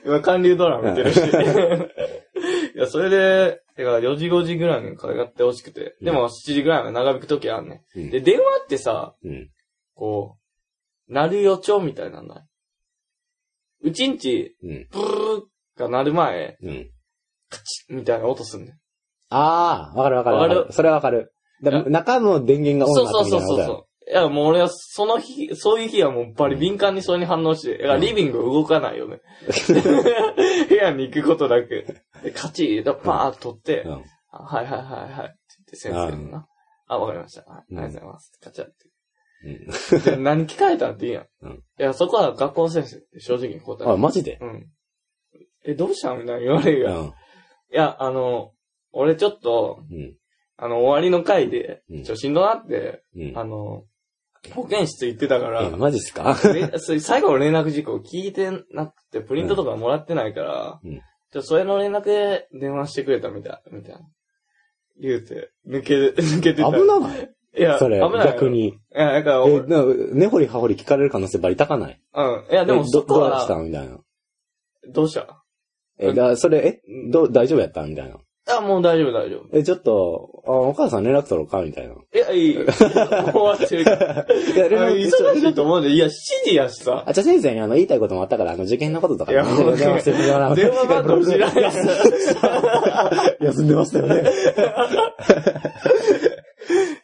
[SPEAKER 1] 今、韓流ドラマ見てるし。いや、それで、だから4時5時ぐらいにかかってほしくて。でも7時ぐらいまで長引くときあんね。
[SPEAKER 2] うんん
[SPEAKER 1] で、電話ってさ、
[SPEAKER 2] うん。
[SPEAKER 1] こう、鳴る予兆みたいなんだ。うちんち、
[SPEAKER 2] うん。
[SPEAKER 1] ブルーが鳴る前、
[SPEAKER 2] うん。
[SPEAKER 1] カチッみたいな音すんねん。
[SPEAKER 2] ああ、わかるわかるわか
[SPEAKER 1] わか
[SPEAKER 2] る。それはわかる。だ
[SPEAKER 1] いや
[SPEAKER 2] 中の電源がオン
[SPEAKER 1] そう
[SPEAKER 2] に
[SPEAKER 1] そ
[SPEAKER 2] なっ
[SPEAKER 1] う
[SPEAKER 2] て
[SPEAKER 1] そう
[SPEAKER 2] みた
[SPEAKER 1] そう
[SPEAKER 2] いなことや
[SPEAKER 1] そ
[SPEAKER 2] ろ。
[SPEAKER 1] う。いや、もう俺はその日、そういう日はもうやっぱり敏感にそれに反応して、いやリビング動かないよ ね。部屋に行くことなく、でカチッとパーッと取って、
[SPEAKER 2] うん。
[SPEAKER 1] あはいはいはいはい。って言って先生にな。あ、わかりました。はいありがとうございます。カチャっ
[SPEAKER 2] うん。
[SPEAKER 1] て。で 何聞かれたんっていいやん。
[SPEAKER 2] うん
[SPEAKER 1] いや、そこは学校の先生って正直に答え
[SPEAKER 2] あ、マジで
[SPEAKER 1] る。うん。え、どうしたみたいな言われる
[SPEAKER 2] う
[SPEAKER 1] やん。い
[SPEAKER 2] ん。
[SPEAKER 1] や、あの、俺ちょっと、
[SPEAKER 2] うん。
[SPEAKER 1] あの、終わりの回で
[SPEAKER 2] う、ん
[SPEAKER 1] ちょ、しんどなって、
[SPEAKER 2] うん。
[SPEAKER 1] あの、保健室行ってたから
[SPEAKER 2] え、マジっす か
[SPEAKER 1] れ それ最後の連絡事項聞いてなくて、プリントとかもらってないから、
[SPEAKER 2] うん
[SPEAKER 1] じゃあそれの連絡で電話してくれたみたい、みたいな。言うて、抜け、 抜けて
[SPEAKER 2] 危
[SPEAKER 1] た。
[SPEAKER 2] ない
[SPEAKER 1] いや、
[SPEAKER 2] それ、
[SPEAKER 1] 危ないよ
[SPEAKER 2] 逆。に。
[SPEAKER 1] いや、だから俺、
[SPEAKER 2] え、
[SPEAKER 1] う
[SPEAKER 2] な根掘り葉掘り聞かれる可能性バリ高ない。
[SPEAKER 1] ん。いや、で
[SPEAKER 2] え
[SPEAKER 1] も
[SPEAKER 2] ど、
[SPEAKER 1] そこ
[SPEAKER 2] どうした
[SPEAKER 1] は、
[SPEAKER 2] みたいな。
[SPEAKER 1] どうした
[SPEAKER 2] え、だ、それ、え、どう、大丈夫やったみたいな。
[SPEAKER 1] あ、もう大丈夫、大丈夫。
[SPEAKER 2] え、ちょっと、あお母さん連絡取ろうかみたいな。
[SPEAKER 1] いや、 いい。終わってるから。
[SPEAKER 2] いや、連
[SPEAKER 1] あの
[SPEAKER 2] 絡
[SPEAKER 1] 忙しいと思うんで、いや、7時やしさ。
[SPEAKER 2] あ、じゃあ先生にあの、言いたいこともあったから、あの、受験のこととか、
[SPEAKER 1] いや もうね
[SPEAKER 2] 電話してもらう
[SPEAKER 1] 電話番号知らない。
[SPEAKER 2] 休んでましたよね。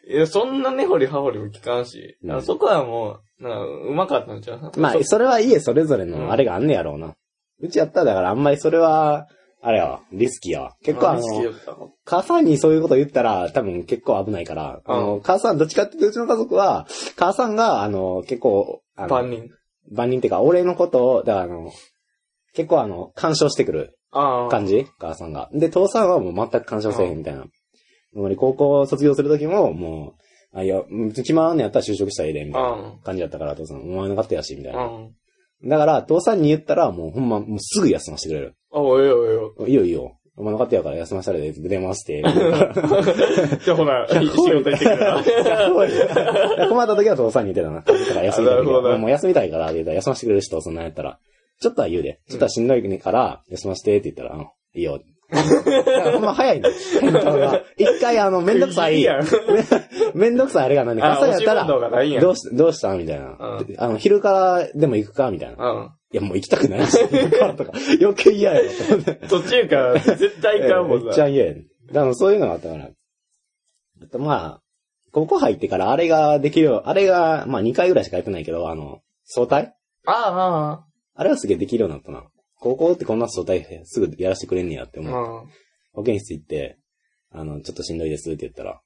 [SPEAKER 1] いや、そんなね掘り葉掘りも聞かんし。だからそこはもう、なんか、うまかったんちゃう
[SPEAKER 2] まあ、それは家それぞれ
[SPEAKER 1] うん
[SPEAKER 2] のあれがあんねやろうな。うちやったらだから、あんまりそれは、あれやわ、リスキーやわ。結構あ
[SPEAKER 1] 好き
[SPEAKER 2] の、
[SPEAKER 1] だった
[SPEAKER 2] 母さんにそういうこと言ったら、多分結構危ないから、あ
[SPEAKER 1] う
[SPEAKER 2] の、母さん、どっちかっていうとうちの家族は、母さんが、あの、結構、あ
[SPEAKER 1] 万
[SPEAKER 2] の、
[SPEAKER 1] 人。
[SPEAKER 2] 万人っていうか、俺のことを、だからあの、結構あの、干渉してくる。
[SPEAKER 1] ああ。
[SPEAKER 2] 感じ母さんが。で、父さんはもう全く干渉せえへんみたいな。俺、高校卒業するときも、もう、あ、いや、うん決まらんのやったら就職したらええで、みたいな
[SPEAKER 1] う
[SPEAKER 2] 感じだったから、父さん、お前の勝手やし、みたい
[SPEAKER 1] ん。う
[SPEAKER 2] な。
[SPEAKER 1] ん。
[SPEAKER 2] だから、父さんに言ったら、もうほんま、もうすぐ休ませてくれる。
[SPEAKER 1] あ、おいおいお
[SPEAKER 2] いいよいいよ。お前の勝手やから休ませたらええで、出ますって。
[SPEAKER 1] い。じゃあほ な、仕事行ってくるから。
[SPEAKER 2] 困った時は父さんに言ってたな。だから休みた
[SPEAKER 1] あないるほどね
[SPEAKER 2] もう休みたいから、って言ったら、休ませてくれる人、そんなんやったら。ちょっとは言うで。ちょっとはしんどいから、休ませてって言ったら、うん、い いよ。だからほんま早いね。 返答が一回あの、 めんどくさ
[SPEAKER 1] いい
[SPEAKER 2] い、
[SPEAKER 1] やん。
[SPEAKER 2] めんどくさいあれが何
[SPEAKER 1] あ
[SPEAKER 2] 朝やった
[SPEAKER 1] お仕事がないんや
[SPEAKER 2] ら、どうし、どうしたみたいな。
[SPEAKER 1] う
[SPEAKER 2] あの、昼からでも行くかみたいな。
[SPEAKER 1] う
[SPEAKER 2] いや、もう行きたくな いし、行くかとか、余計嫌やろと思って。
[SPEAKER 1] ん。途中から絶対行か んもん
[SPEAKER 2] めっちゃ
[SPEAKER 1] な。
[SPEAKER 2] 嫌やねん。だからそういうのがあったから。あとまあ、高校入ってからあれができるよう、あれが、まあ2回ぐらいしかやってないけど、あの、相対
[SPEAKER 1] ああ、
[SPEAKER 2] あれはすげえできるようになったな。高校ってこんな相対すぐやらせてくれんねやって
[SPEAKER 1] う
[SPEAKER 2] 思う。
[SPEAKER 1] ん。
[SPEAKER 2] 保健室行って、あの、ちょっとしんどいですって言ったら、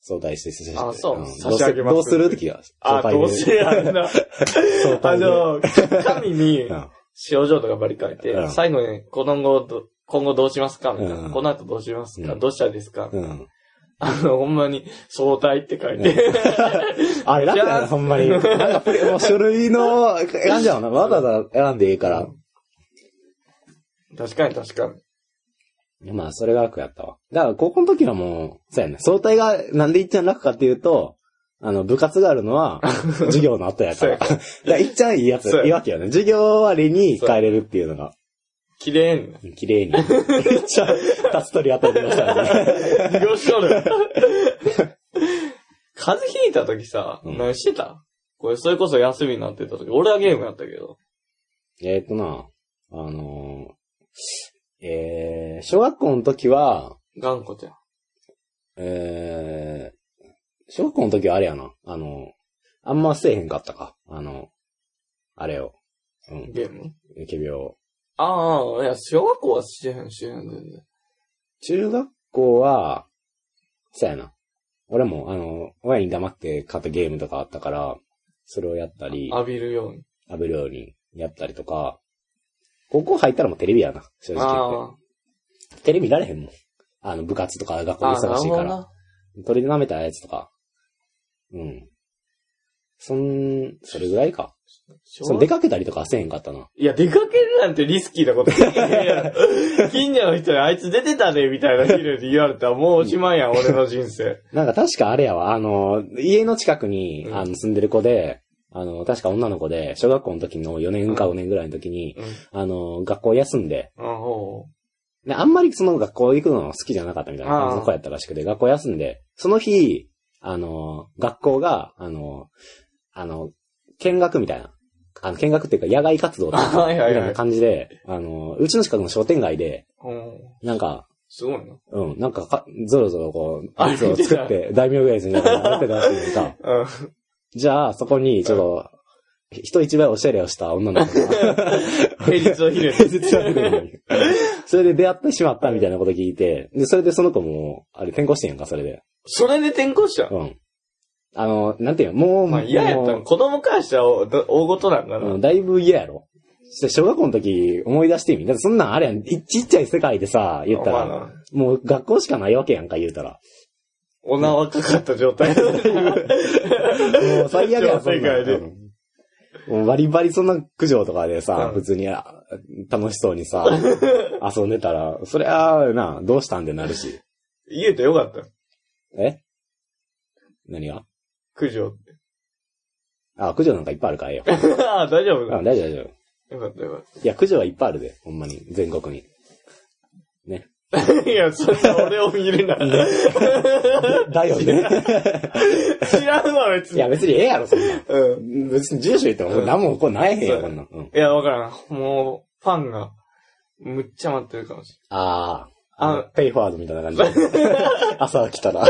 [SPEAKER 2] 相対して、して
[SPEAKER 1] あそう
[SPEAKER 2] どう
[SPEAKER 1] 差し上
[SPEAKER 2] す
[SPEAKER 1] げ
[SPEAKER 2] る
[SPEAKER 1] ます
[SPEAKER 2] どうするって気が
[SPEAKER 1] ああ、どうせやんな。
[SPEAKER 2] 相
[SPEAKER 1] あ
[SPEAKER 2] 対で。
[SPEAKER 1] の、紙に
[SPEAKER 2] うん
[SPEAKER 1] 症状とかばり書いて
[SPEAKER 2] う、ん
[SPEAKER 1] 最後に、この後ど、今後どうしますかみたいな。
[SPEAKER 2] うん
[SPEAKER 1] この後どうしますか
[SPEAKER 2] うん
[SPEAKER 1] どうしたらいいですか
[SPEAKER 2] うん。
[SPEAKER 1] あの、ほんまに、相対って書いて。
[SPEAKER 2] あれ楽だな、ほんま に。なんかプレ、もう書類の、選んじゃうな。わざわざ選んでいいから。
[SPEAKER 1] 確かに確かに。
[SPEAKER 2] まあ、それが楽やったわ。だから、高校の時はもう、そうやね。相対が、なんでいっちゃん楽かっていうと、あの、部活がある のは、授業の後や から。だ
[SPEAKER 1] そ
[SPEAKER 2] から、いっちゃんいいやつ
[SPEAKER 1] そう、や
[SPEAKER 2] いいわけよね。授業終わりに帰れるっていうのが、
[SPEAKER 1] 綺麗に。
[SPEAKER 2] 綺麗に。いっちゃん、タストリ当たりまし たね。
[SPEAKER 1] よしとる。風邪ひいた時さ、
[SPEAKER 2] うん
[SPEAKER 1] 何してたこれ、それこそ休みになってた時、俺はゲームやったけど。
[SPEAKER 2] えーっとな、あのー、えー、小学校の時は、
[SPEAKER 1] 頑固ちゃん。
[SPEAKER 2] えー、小学校の時はあれやな、あの、あんませえへんかったか。あの、あれを。うん、
[SPEAKER 1] ゲーム
[SPEAKER 2] 疫病。
[SPEAKER 1] ああ、いや、小学校はしてへん、してへん、全然。
[SPEAKER 2] 中学校は、そうやな。俺も、あの、親に黙って買ったゲームとかあったから、それをやったり、
[SPEAKER 1] 浴びるように。
[SPEAKER 2] 食べるようにやったりとか、高校入ったらもうテレビやな、正直言って
[SPEAKER 1] あ
[SPEAKER 2] テレビ見られへんもん。あの、部活とか学
[SPEAKER 1] あ、
[SPEAKER 2] 校
[SPEAKER 1] ああ、
[SPEAKER 2] 忙
[SPEAKER 1] な
[SPEAKER 2] し
[SPEAKER 1] る
[SPEAKER 2] い
[SPEAKER 1] ほ
[SPEAKER 2] か
[SPEAKER 1] ど
[SPEAKER 2] ら。
[SPEAKER 1] な。
[SPEAKER 2] 鳥で舐めたやつとか。うん。そん、それぐらいか。その出かけたりとかはせえへんかったな。
[SPEAKER 1] いや、出かけるなんてリスキーなことできへんやん近所の人にあいつ出てたね、みたいな昼に言われたらもうおしまいやん、俺の人生。
[SPEAKER 2] なんか確かあれやわ、あの、家の近くに、
[SPEAKER 1] うん
[SPEAKER 2] あの、住んでる子で、あの、確か女の子で、小学校の時の4年か
[SPEAKER 1] うん
[SPEAKER 2] 5年ぐらいの時に、
[SPEAKER 1] うん。
[SPEAKER 2] あの、学校休んで、
[SPEAKER 1] あほ
[SPEAKER 2] であんまりその学校行くの好きじゃなかったみたいな感じの子やったらしくて、学校休んで、その日、あの、学校が、あの、あの、見学みたいな、あの、見学っていうか野外活動っていうか
[SPEAKER 1] あ はいはいはい
[SPEAKER 2] みたいな感じで、あの、うちの近くの商店街で、
[SPEAKER 1] う。うん。
[SPEAKER 2] なんか、
[SPEAKER 1] すごいな。
[SPEAKER 2] うん、なんかか、ゾロゾロこう、
[SPEAKER 1] あ
[SPEAKER 2] アイスを作って、大名ぐらいですね、やってたらしいねんか。
[SPEAKER 1] うん。
[SPEAKER 2] じゃあ、そこに、ちょっと、人一倍おしゃれをした女の子が、
[SPEAKER 1] 平日の昼
[SPEAKER 2] 平日やってくるのに それで出会ってしまったみたいなこと聞いて、で、それでその子も、あれ、転校してんやんか、それで。
[SPEAKER 1] それで転校したん
[SPEAKER 2] うん。あの、なんていうの、もう、
[SPEAKER 1] まあ嫌やった
[SPEAKER 2] も
[SPEAKER 1] ん。子供からしたらおど大事なんか
[SPEAKER 2] う
[SPEAKER 1] な。
[SPEAKER 2] うん、だいぶ嫌やろ。して小学校の時、思い出してみ。だってそんなんあれやん、いちっちゃい世界でさ、言った
[SPEAKER 1] まあ
[SPEAKER 2] ら、
[SPEAKER 1] な
[SPEAKER 2] もう学校しかないわけやんか、言うたら。
[SPEAKER 1] お縄かかった状 態。
[SPEAKER 2] もう最悪やん、そん
[SPEAKER 1] 世
[SPEAKER 2] な
[SPEAKER 1] 界
[SPEAKER 2] ん
[SPEAKER 1] で。
[SPEAKER 2] うんもうバリバリそんな苦情とかで
[SPEAKER 1] う
[SPEAKER 2] さ、
[SPEAKER 1] ん
[SPEAKER 2] 普通にあ楽しそう にさ、遊んでたら、そりゃあ、な、どうしたんでなるし。
[SPEAKER 1] 言えてよかった。
[SPEAKER 2] え何が
[SPEAKER 1] 九条 って。
[SPEAKER 2] あ、苦情なんかいっぱいあるからええ よ。
[SPEAKER 1] ああ、大丈夫
[SPEAKER 2] うん
[SPEAKER 1] だ。
[SPEAKER 2] 大丈夫大丈夫。
[SPEAKER 1] よかったよ
[SPEAKER 2] いや、苦情はいっぱいあるで、ほんまに、全国に。
[SPEAKER 1] かった。いや、そんな俺を見るな。
[SPEAKER 2] だよね。
[SPEAKER 1] 知らんわ、別
[SPEAKER 2] い
[SPEAKER 1] に。
[SPEAKER 2] や、別にええやろ、そんなん
[SPEAKER 1] うん。
[SPEAKER 2] 別に住所言っても、何もこうないへん
[SPEAKER 1] う
[SPEAKER 2] よ、
[SPEAKER 1] ん
[SPEAKER 2] こんなん。うん。
[SPEAKER 1] いや、わからん。もう、ファンが、むっちゃ待ってるかもし
[SPEAKER 2] ああ。
[SPEAKER 1] あ
[SPEAKER 2] あのペイフォワードみたいな感じ で。朝来たら、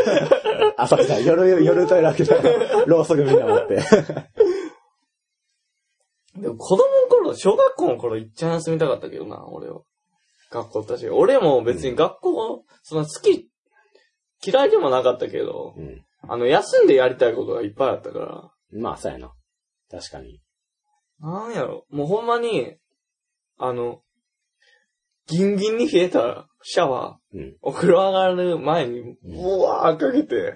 [SPEAKER 2] 朝来たら、夜、夜トイレ開けたら、ろうそくみんな持って。
[SPEAKER 1] れん。でも、子供の頃、小学校の頃、いっちゃ休みたかったけどな、俺は。学校確かに。俺も別に学校、その好き、嫌いでもなかったけど、
[SPEAKER 2] うん。
[SPEAKER 1] あの、休んでやりたいことがいっぱいあったから、
[SPEAKER 2] まあ、そうやな。確かに。
[SPEAKER 1] なんやろ。もうほんまに、あの、ギンギンに冷えたシャワー、
[SPEAKER 2] うん
[SPEAKER 1] お風呂上がる前に、ブワーかけて、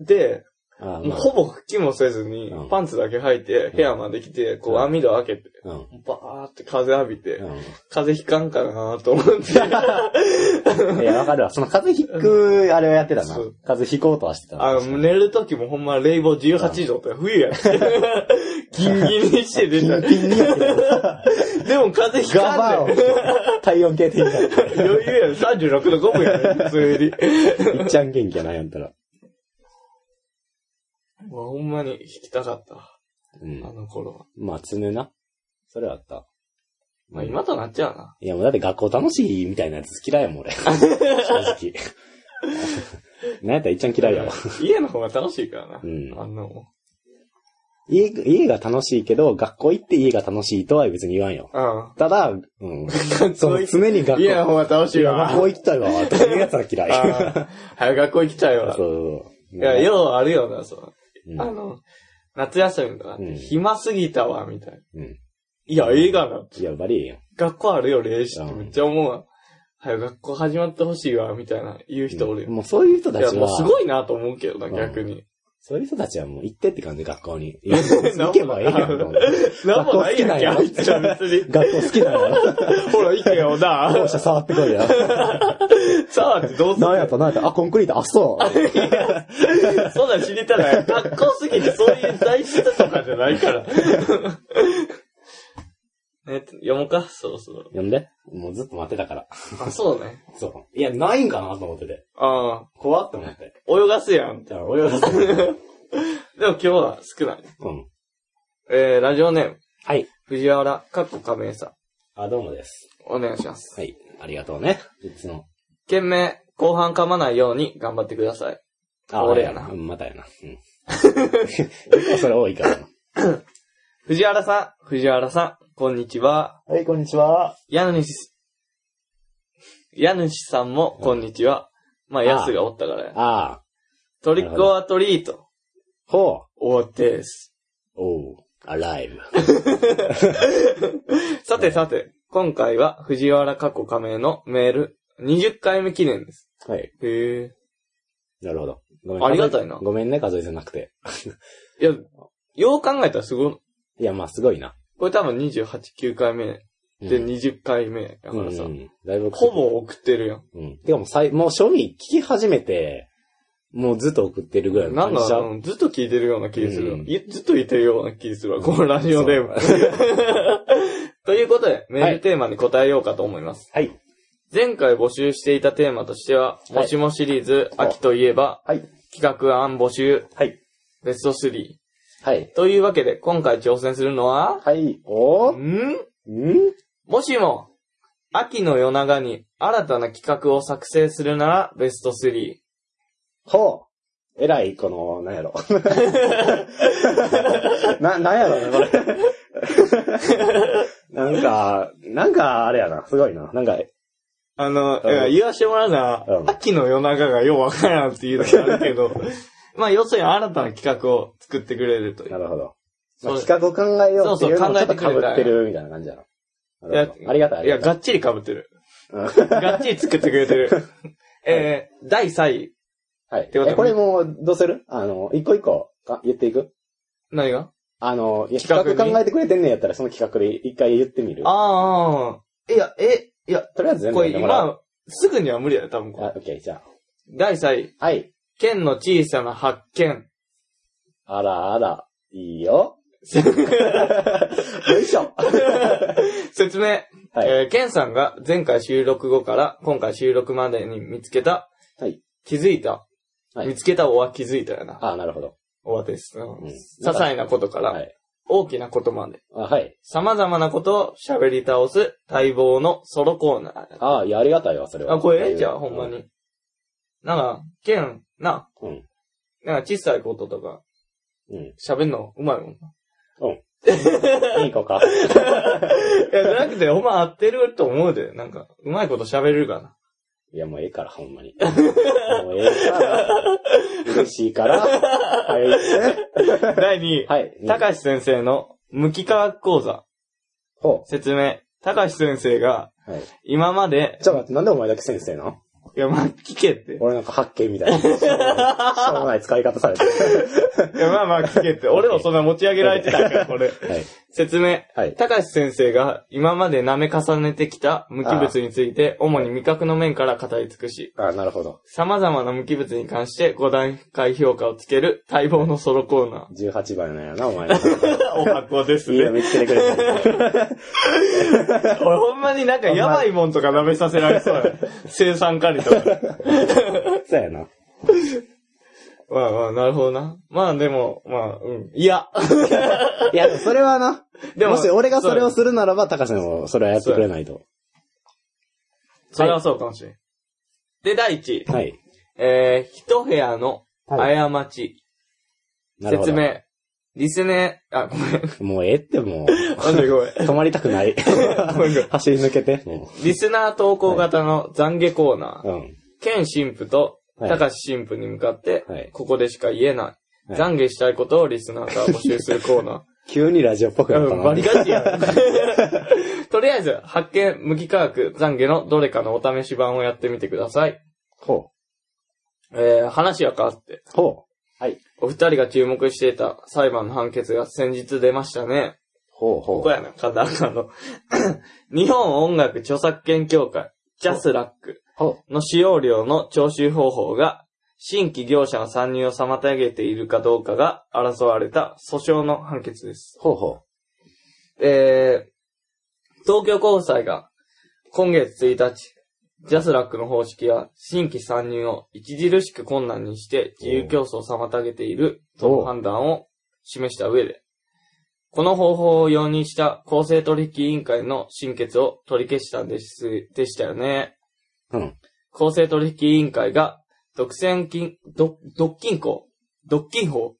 [SPEAKER 2] うん。
[SPEAKER 1] で、
[SPEAKER 2] あ
[SPEAKER 1] も
[SPEAKER 2] ー
[SPEAKER 1] う
[SPEAKER 2] ま
[SPEAKER 1] ほぼ拭きもせずに
[SPEAKER 2] うん、
[SPEAKER 1] パンツだけ履いて、部屋まで来て、こう網戸開けて、
[SPEAKER 2] あ、うん。
[SPEAKER 1] バーって風浴びて、
[SPEAKER 2] う
[SPEAKER 1] 風邪ひかんかなと思って。
[SPEAKER 2] ん。 いや、わかるわ。その風邪ひく、あれをやってたな
[SPEAKER 1] そう。
[SPEAKER 2] 風邪ひこうとはしてたな。
[SPEAKER 1] あの、
[SPEAKER 2] 確かに
[SPEAKER 1] 寝る時もほんま冷房18度って冬やって。 ギンギンにして出た。
[SPEAKER 2] ピンピンにやってた。
[SPEAKER 1] でも風邪ひ
[SPEAKER 2] ガ
[SPEAKER 1] か
[SPEAKER 2] バ
[SPEAKER 1] んねん。
[SPEAKER 2] ーを、体温計定みたいな。
[SPEAKER 1] 余裕やん。36度5分やねん、普通に。
[SPEAKER 2] いっちゃん元気やな、やんたら。
[SPEAKER 1] もうほんまに引きたかった。
[SPEAKER 2] うん
[SPEAKER 1] あ。の頃は。
[SPEAKER 2] まあ、常な。それはあった。
[SPEAKER 1] まあ今となっちゃうな。
[SPEAKER 2] いや、もうだって学校楽しいみたいなやつ嫌いやもん、 俺。正直。 なんやったらいっちゃん嫌いやわ。
[SPEAKER 1] 家の方が楽しいからな。
[SPEAKER 2] うん
[SPEAKER 1] あんなもん。
[SPEAKER 2] 家、家が楽しいけど、学校行って家が楽しいとは別に言わんよ。
[SPEAKER 1] うん。
[SPEAKER 2] ただ、 うん。
[SPEAKER 1] 学
[SPEAKER 2] そ
[SPEAKER 1] 校
[SPEAKER 2] の
[SPEAKER 1] 行
[SPEAKER 2] 常に学校、
[SPEAKER 1] 家の方が楽し
[SPEAKER 2] い
[SPEAKER 1] い
[SPEAKER 2] や
[SPEAKER 1] わな。
[SPEAKER 2] 学校行きたいわ、とかいうやつは嫌い。
[SPEAKER 1] ああ、早く学校行きたいわ。
[SPEAKER 2] そう。
[SPEAKER 1] いや、ようあるよな、そうう。あの、夏休みとかって
[SPEAKER 2] うん
[SPEAKER 1] 暇すぎたわ、みたいな。
[SPEAKER 2] ん。うん。
[SPEAKER 1] いや、映画な。
[SPEAKER 2] いや、バリええやん。
[SPEAKER 1] 学校あるよ、0時って
[SPEAKER 2] うん
[SPEAKER 1] めっちゃ思うわ。早く学校始まってほしいわ、みたいな言う人おるよ。
[SPEAKER 2] もうそういう人
[SPEAKER 1] い
[SPEAKER 2] た
[SPEAKER 1] や、
[SPEAKER 2] ち
[SPEAKER 1] もう
[SPEAKER 2] は、
[SPEAKER 1] すごいなと思うけどな、
[SPEAKER 2] うん
[SPEAKER 1] 逆に。
[SPEAKER 2] そういう人たちはもう行ってって感じ、学校に。いや行けばええやん。もう
[SPEAKER 1] なんもないやんけ、あ
[SPEAKER 2] 学校好
[SPEAKER 1] い
[SPEAKER 2] き
[SPEAKER 1] つ
[SPEAKER 2] な
[SPEAKER 1] ら
[SPEAKER 2] んや
[SPEAKER 1] 別に。
[SPEAKER 2] 学校好きなの
[SPEAKER 1] ほら、行けよ
[SPEAKER 2] 校
[SPEAKER 1] な。
[SPEAKER 2] 舎触ってこ いや。
[SPEAKER 1] さあってどうす
[SPEAKER 2] なんや
[SPEAKER 1] る
[SPEAKER 2] ったなんやったあ、コンクリート、あ、そう。
[SPEAKER 1] そんなん知りたない。学校すぎてそういう大事とかじゃない から。えっと、読もうか、そろそろ。
[SPEAKER 2] 呼んで。もうずっと待ってたから。
[SPEAKER 1] あ、そうね。
[SPEAKER 2] そう。いや、ないんかなと思ってて。
[SPEAKER 1] ああ、
[SPEAKER 2] 怖って思って。
[SPEAKER 1] 泳がすやん。
[SPEAKER 2] じゃあ、泳がせて。
[SPEAKER 1] でも今日は少ない。
[SPEAKER 2] うん。
[SPEAKER 1] えー、ラジオネーム、
[SPEAKER 2] はい。
[SPEAKER 1] 藤原、かっこ亀井さん。
[SPEAKER 2] あ、どうもです。
[SPEAKER 1] お願いします。
[SPEAKER 2] はい。ありがとうね。いつも。
[SPEAKER 1] 懸命、後半噛まないように頑張ってください。
[SPEAKER 2] あ、
[SPEAKER 1] 俺やな
[SPEAKER 2] うん、またやな。 うん。結構それ多いからな。
[SPEAKER 1] 藤原さん、藤原さん、こんにちは。
[SPEAKER 2] はい、こんにちは。
[SPEAKER 1] 家主、家主さんも、こんにちは。まあ、
[SPEAKER 2] あ
[SPEAKER 1] やすがおったからや。
[SPEAKER 2] ああ、
[SPEAKER 1] トリックオアトリート、
[SPEAKER 2] ほ
[SPEAKER 1] 終わってです。
[SPEAKER 2] う。おう、アライブ。
[SPEAKER 1] さてさて、今回は藤原過去加盟のメール、20回目記念です。
[SPEAKER 2] はい。
[SPEAKER 1] へえ。
[SPEAKER 2] なるほど。ご
[SPEAKER 1] ありがたいな
[SPEAKER 2] ごめんね、数えてなくて。
[SPEAKER 1] いや、よう考えたらすごい。
[SPEAKER 2] いや、まあ、すごいな。
[SPEAKER 1] これ多分28、9回目
[SPEAKER 2] うん
[SPEAKER 1] で20回目や
[SPEAKER 2] う
[SPEAKER 1] から
[SPEAKER 2] ん
[SPEAKER 1] さ、
[SPEAKER 2] うんだいぶ
[SPEAKER 1] ほぼ送ってるやん。
[SPEAKER 2] うん。てかもうさい、もう正味聞き始めて、もうずっと送ってるぐらいの
[SPEAKER 1] なん
[SPEAKER 2] 感じ
[SPEAKER 1] だ
[SPEAKER 2] じゃ
[SPEAKER 1] ろう、ずっと聞いてるような気がするわ、
[SPEAKER 2] うん
[SPEAKER 1] いやずっといてるような気がするわ、このラジオネーム。 ということで、メールテーマに答えようかと思います。
[SPEAKER 2] はい。
[SPEAKER 1] 前回募集していたテーマとしては、
[SPEAKER 2] い
[SPEAKER 1] もしもシリーズ、秋といえば、
[SPEAKER 2] はい。
[SPEAKER 1] 企画案募集、
[SPEAKER 2] はい。
[SPEAKER 1] ベスト3。
[SPEAKER 2] はい。
[SPEAKER 1] というわけで、今回挑戦するのは、
[SPEAKER 2] はい。おー
[SPEAKER 1] ん
[SPEAKER 2] ん
[SPEAKER 1] もしも、秋の夜長に新たな企画を作成するなら、ベスト3。
[SPEAKER 2] ほう。えらい、この、なんやろ。 な、なんやろね、これ。 なんか、なんか、あれやな。すごいな。なんか、
[SPEAKER 1] あの、
[SPEAKER 2] うん
[SPEAKER 1] いや言わしてもらうな、
[SPEAKER 2] うん
[SPEAKER 1] 秋の夜長がようわからんっていうのがあるけ ど、まあ要するに新たな企画を作ってくれるとい
[SPEAKER 2] な
[SPEAKER 1] う。
[SPEAKER 2] るほど。ま
[SPEAKER 1] そ
[SPEAKER 2] あ、
[SPEAKER 1] う
[SPEAKER 2] 企画を考えようっていうのもち
[SPEAKER 1] そ
[SPEAKER 2] ょ
[SPEAKER 1] う
[SPEAKER 2] っ
[SPEAKER 1] そう
[SPEAKER 2] と
[SPEAKER 1] 考えて
[SPEAKER 2] 被
[SPEAKER 1] くれた
[SPEAKER 2] ってるみたいな感じやな。なるほどありがたい。あ
[SPEAKER 1] い
[SPEAKER 2] り
[SPEAKER 1] や、
[SPEAKER 2] がた
[SPEAKER 1] が
[SPEAKER 2] い
[SPEAKER 1] っちり被ってる。
[SPEAKER 2] うん
[SPEAKER 1] がっちり作ってくれてる。えー、第3位。
[SPEAKER 2] はい。
[SPEAKER 1] てことは
[SPEAKER 2] えこれもう、どうするあの、一個一個か言っていく
[SPEAKER 1] 何が
[SPEAKER 2] あの、いや
[SPEAKER 1] 企画
[SPEAKER 2] 企
[SPEAKER 1] に
[SPEAKER 2] 画考えてくれてんねんやったら、その企画で一回言ってみる。
[SPEAKER 1] ああ、いや、え、いや、
[SPEAKER 2] とりあえず全部
[SPEAKER 1] こ
[SPEAKER 2] 言
[SPEAKER 1] れ
[SPEAKER 2] ってもらう。
[SPEAKER 1] 今、すぐには無理だよ、多分これ。
[SPEAKER 2] あ、オッケー、じゃ
[SPEAKER 1] 第3位。
[SPEAKER 2] あ。はい。
[SPEAKER 1] 県の小さな発見。
[SPEAKER 2] あらあら、いいよ。 よい しょ。
[SPEAKER 1] 説明。
[SPEAKER 2] はい。
[SPEAKER 1] えー、ケンさんが前回収録後から今回収録までに見つけた、
[SPEAKER 2] はい。
[SPEAKER 1] 気づいた、
[SPEAKER 2] はい
[SPEAKER 1] 見つけたおは気づいたよな。
[SPEAKER 2] あ、なるほど。
[SPEAKER 1] おはです。うん
[SPEAKER 2] うん
[SPEAKER 1] 些細なことから、
[SPEAKER 2] はい。
[SPEAKER 1] 大きなことまで、
[SPEAKER 2] あ、はい。
[SPEAKER 1] 様々なことを喋り倒す待望のソロコーナー。
[SPEAKER 2] あ、いや、ありがたいわ、それは。
[SPEAKER 1] あ、これええ
[SPEAKER 2] うん
[SPEAKER 1] じゃん、ほんま。に。なんか、ケン、な、
[SPEAKER 2] うん。
[SPEAKER 1] なんか小さいこととか
[SPEAKER 2] うん。
[SPEAKER 1] 喋んのうまいもんな。
[SPEAKER 2] いい 子か。
[SPEAKER 1] いや、じゃなくて、ほんま合ってると思うで。なんか、うまいこと喋れるかな。
[SPEAKER 2] いや、もうええから、ほんまに。もうええから。嬉しいから。はい。
[SPEAKER 1] 第2位、
[SPEAKER 2] はい。い。
[SPEAKER 1] 高橋先生の無機化学講座。
[SPEAKER 2] ほ
[SPEAKER 1] 説明。高橋先生が、
[SPEAKER 2] う。はい。
[SPEAKER 1] 今まで、
[SPEAKER 2] ちょっと待って、なんでお前だけ先生なの
[SPEAKER 1] いや、まあ、聞け って。い
[SPEAKER 2] 俺なんか発見 みたいな。しょうもない使い方されてる。
[SPEAKER 1] や、まあまあ、聞けって。俺もそんな持ち上げられてたから、これ。
[SPEAKER 2] はい。
[SPEAKER 1] 説明。
[SPEAKER 2] はい。
[SPEAKER 1] 高橋先生が今まで舐め重ねてきた無機物について、主に味覚の面から語り尽くし、
[SPEAKER 2] あ、なるほど。
[SPEAKER 1] 様々な無機物に関して5段階評価をつける待望のソロコーナ
[SPEAKER 2] 18番なんやな、お 前の。
[SPEAKER 1] ー。お箱です
[SPEAKER 2] いいよ、見つけて くれてる。
[SPEAKER 1] 俺ほんまになんかやばいもんとか舐めさせられそう や。生産管理とか。
[SPEAKER 2] そうやな。
[SPEAKER 1] まあまあ、なるほどな。まあでも、まあ、うん。いや。
[SPEAKER 2] いや、でもそれはな。
[SPEAKER 1] でも
[SPEAKER 2] もし俺がそれをするならば、高瀬もそれはやってくれないと。
[SPEAKER 1] それはそうかもしれん。で、第一位。
[SPEAKER 2] はい。
[SPEAKER 1] えー、一部屋の過ち。
[SPEAKER 2] なるほど
[SPEAKER 1] 説。明。リスネー、あ、ごめん。
[SPEAKER 2] もうええって、も
[SPEAKER 1] なんでごめん。
[SPEAKER 2] う。止まりたく ない。
[SPEAKER 1] ごめんごめん
[SPEAKER 2] 走り抜けて。も
[SPEAKER 1] リスナー投稿型の懺悔コーナー。
[SPEAKER 2] う。うん。
[SPEAKER 1] ケン神父と
[SPEAKER 2] はい
[SPEAKER 1] 高橋神父に向かって、
[SPEAKER 2] はい
[SPEAKER 1] ここでしか言えない。
[SPEAKER 2] はい
[SPEAKER 1] 懺悔したいことをリスナーが募集するコー ナ
[SPEAKER 2] 急にラジオっぽく
[SPEAKER 1] ー。
[SPEAKER 2] なっ
[SPEAKER 1] う
[SPEAKER 2] た
[SPEAKER 1] ん、
[SPEAKER 2] な。
[SPEAKER 1] バリガチやん。 とりあえず、発見、無機化学、懺悔のどれかのお試し版をやってみてください。
[SPEAKER 2] ほ
[SPEAKER 1] えー、話は変わって。
[SPEAKER 2] う。ほう。はい。
[SPEAKER 1] お二人が注目していた裁判の判決が先日出ましたね。
[SPEAKER 2] ほうほ
[SPEAKER 1] ここ
[SPEAKER 2] う。
[SPEAKER 1] やな、カタカナの。 日本音楽著作権協会、ジャスラック
[SPEAKER 2] ほ
[SPEAKER 1] の使用料の徴収方法が、新規業者の参入を妨げているかどうかが争われた訴訟の判決です
[SPEAKER 2] う。。ほうほ
[SPEAKER 1] えー、東京高裁が今月1日、ジャスラックの方式や新規参入を著しく困難にして自由競争を妨げているとの判断を示した上で、この方法を容認した公正取引委員会の審決を取り消したんです、でしたよね。
[SPEAKER 2] うん。
[SPEAKER 1] 公正取引委員会が、独占禁、ど、独禁法独禁法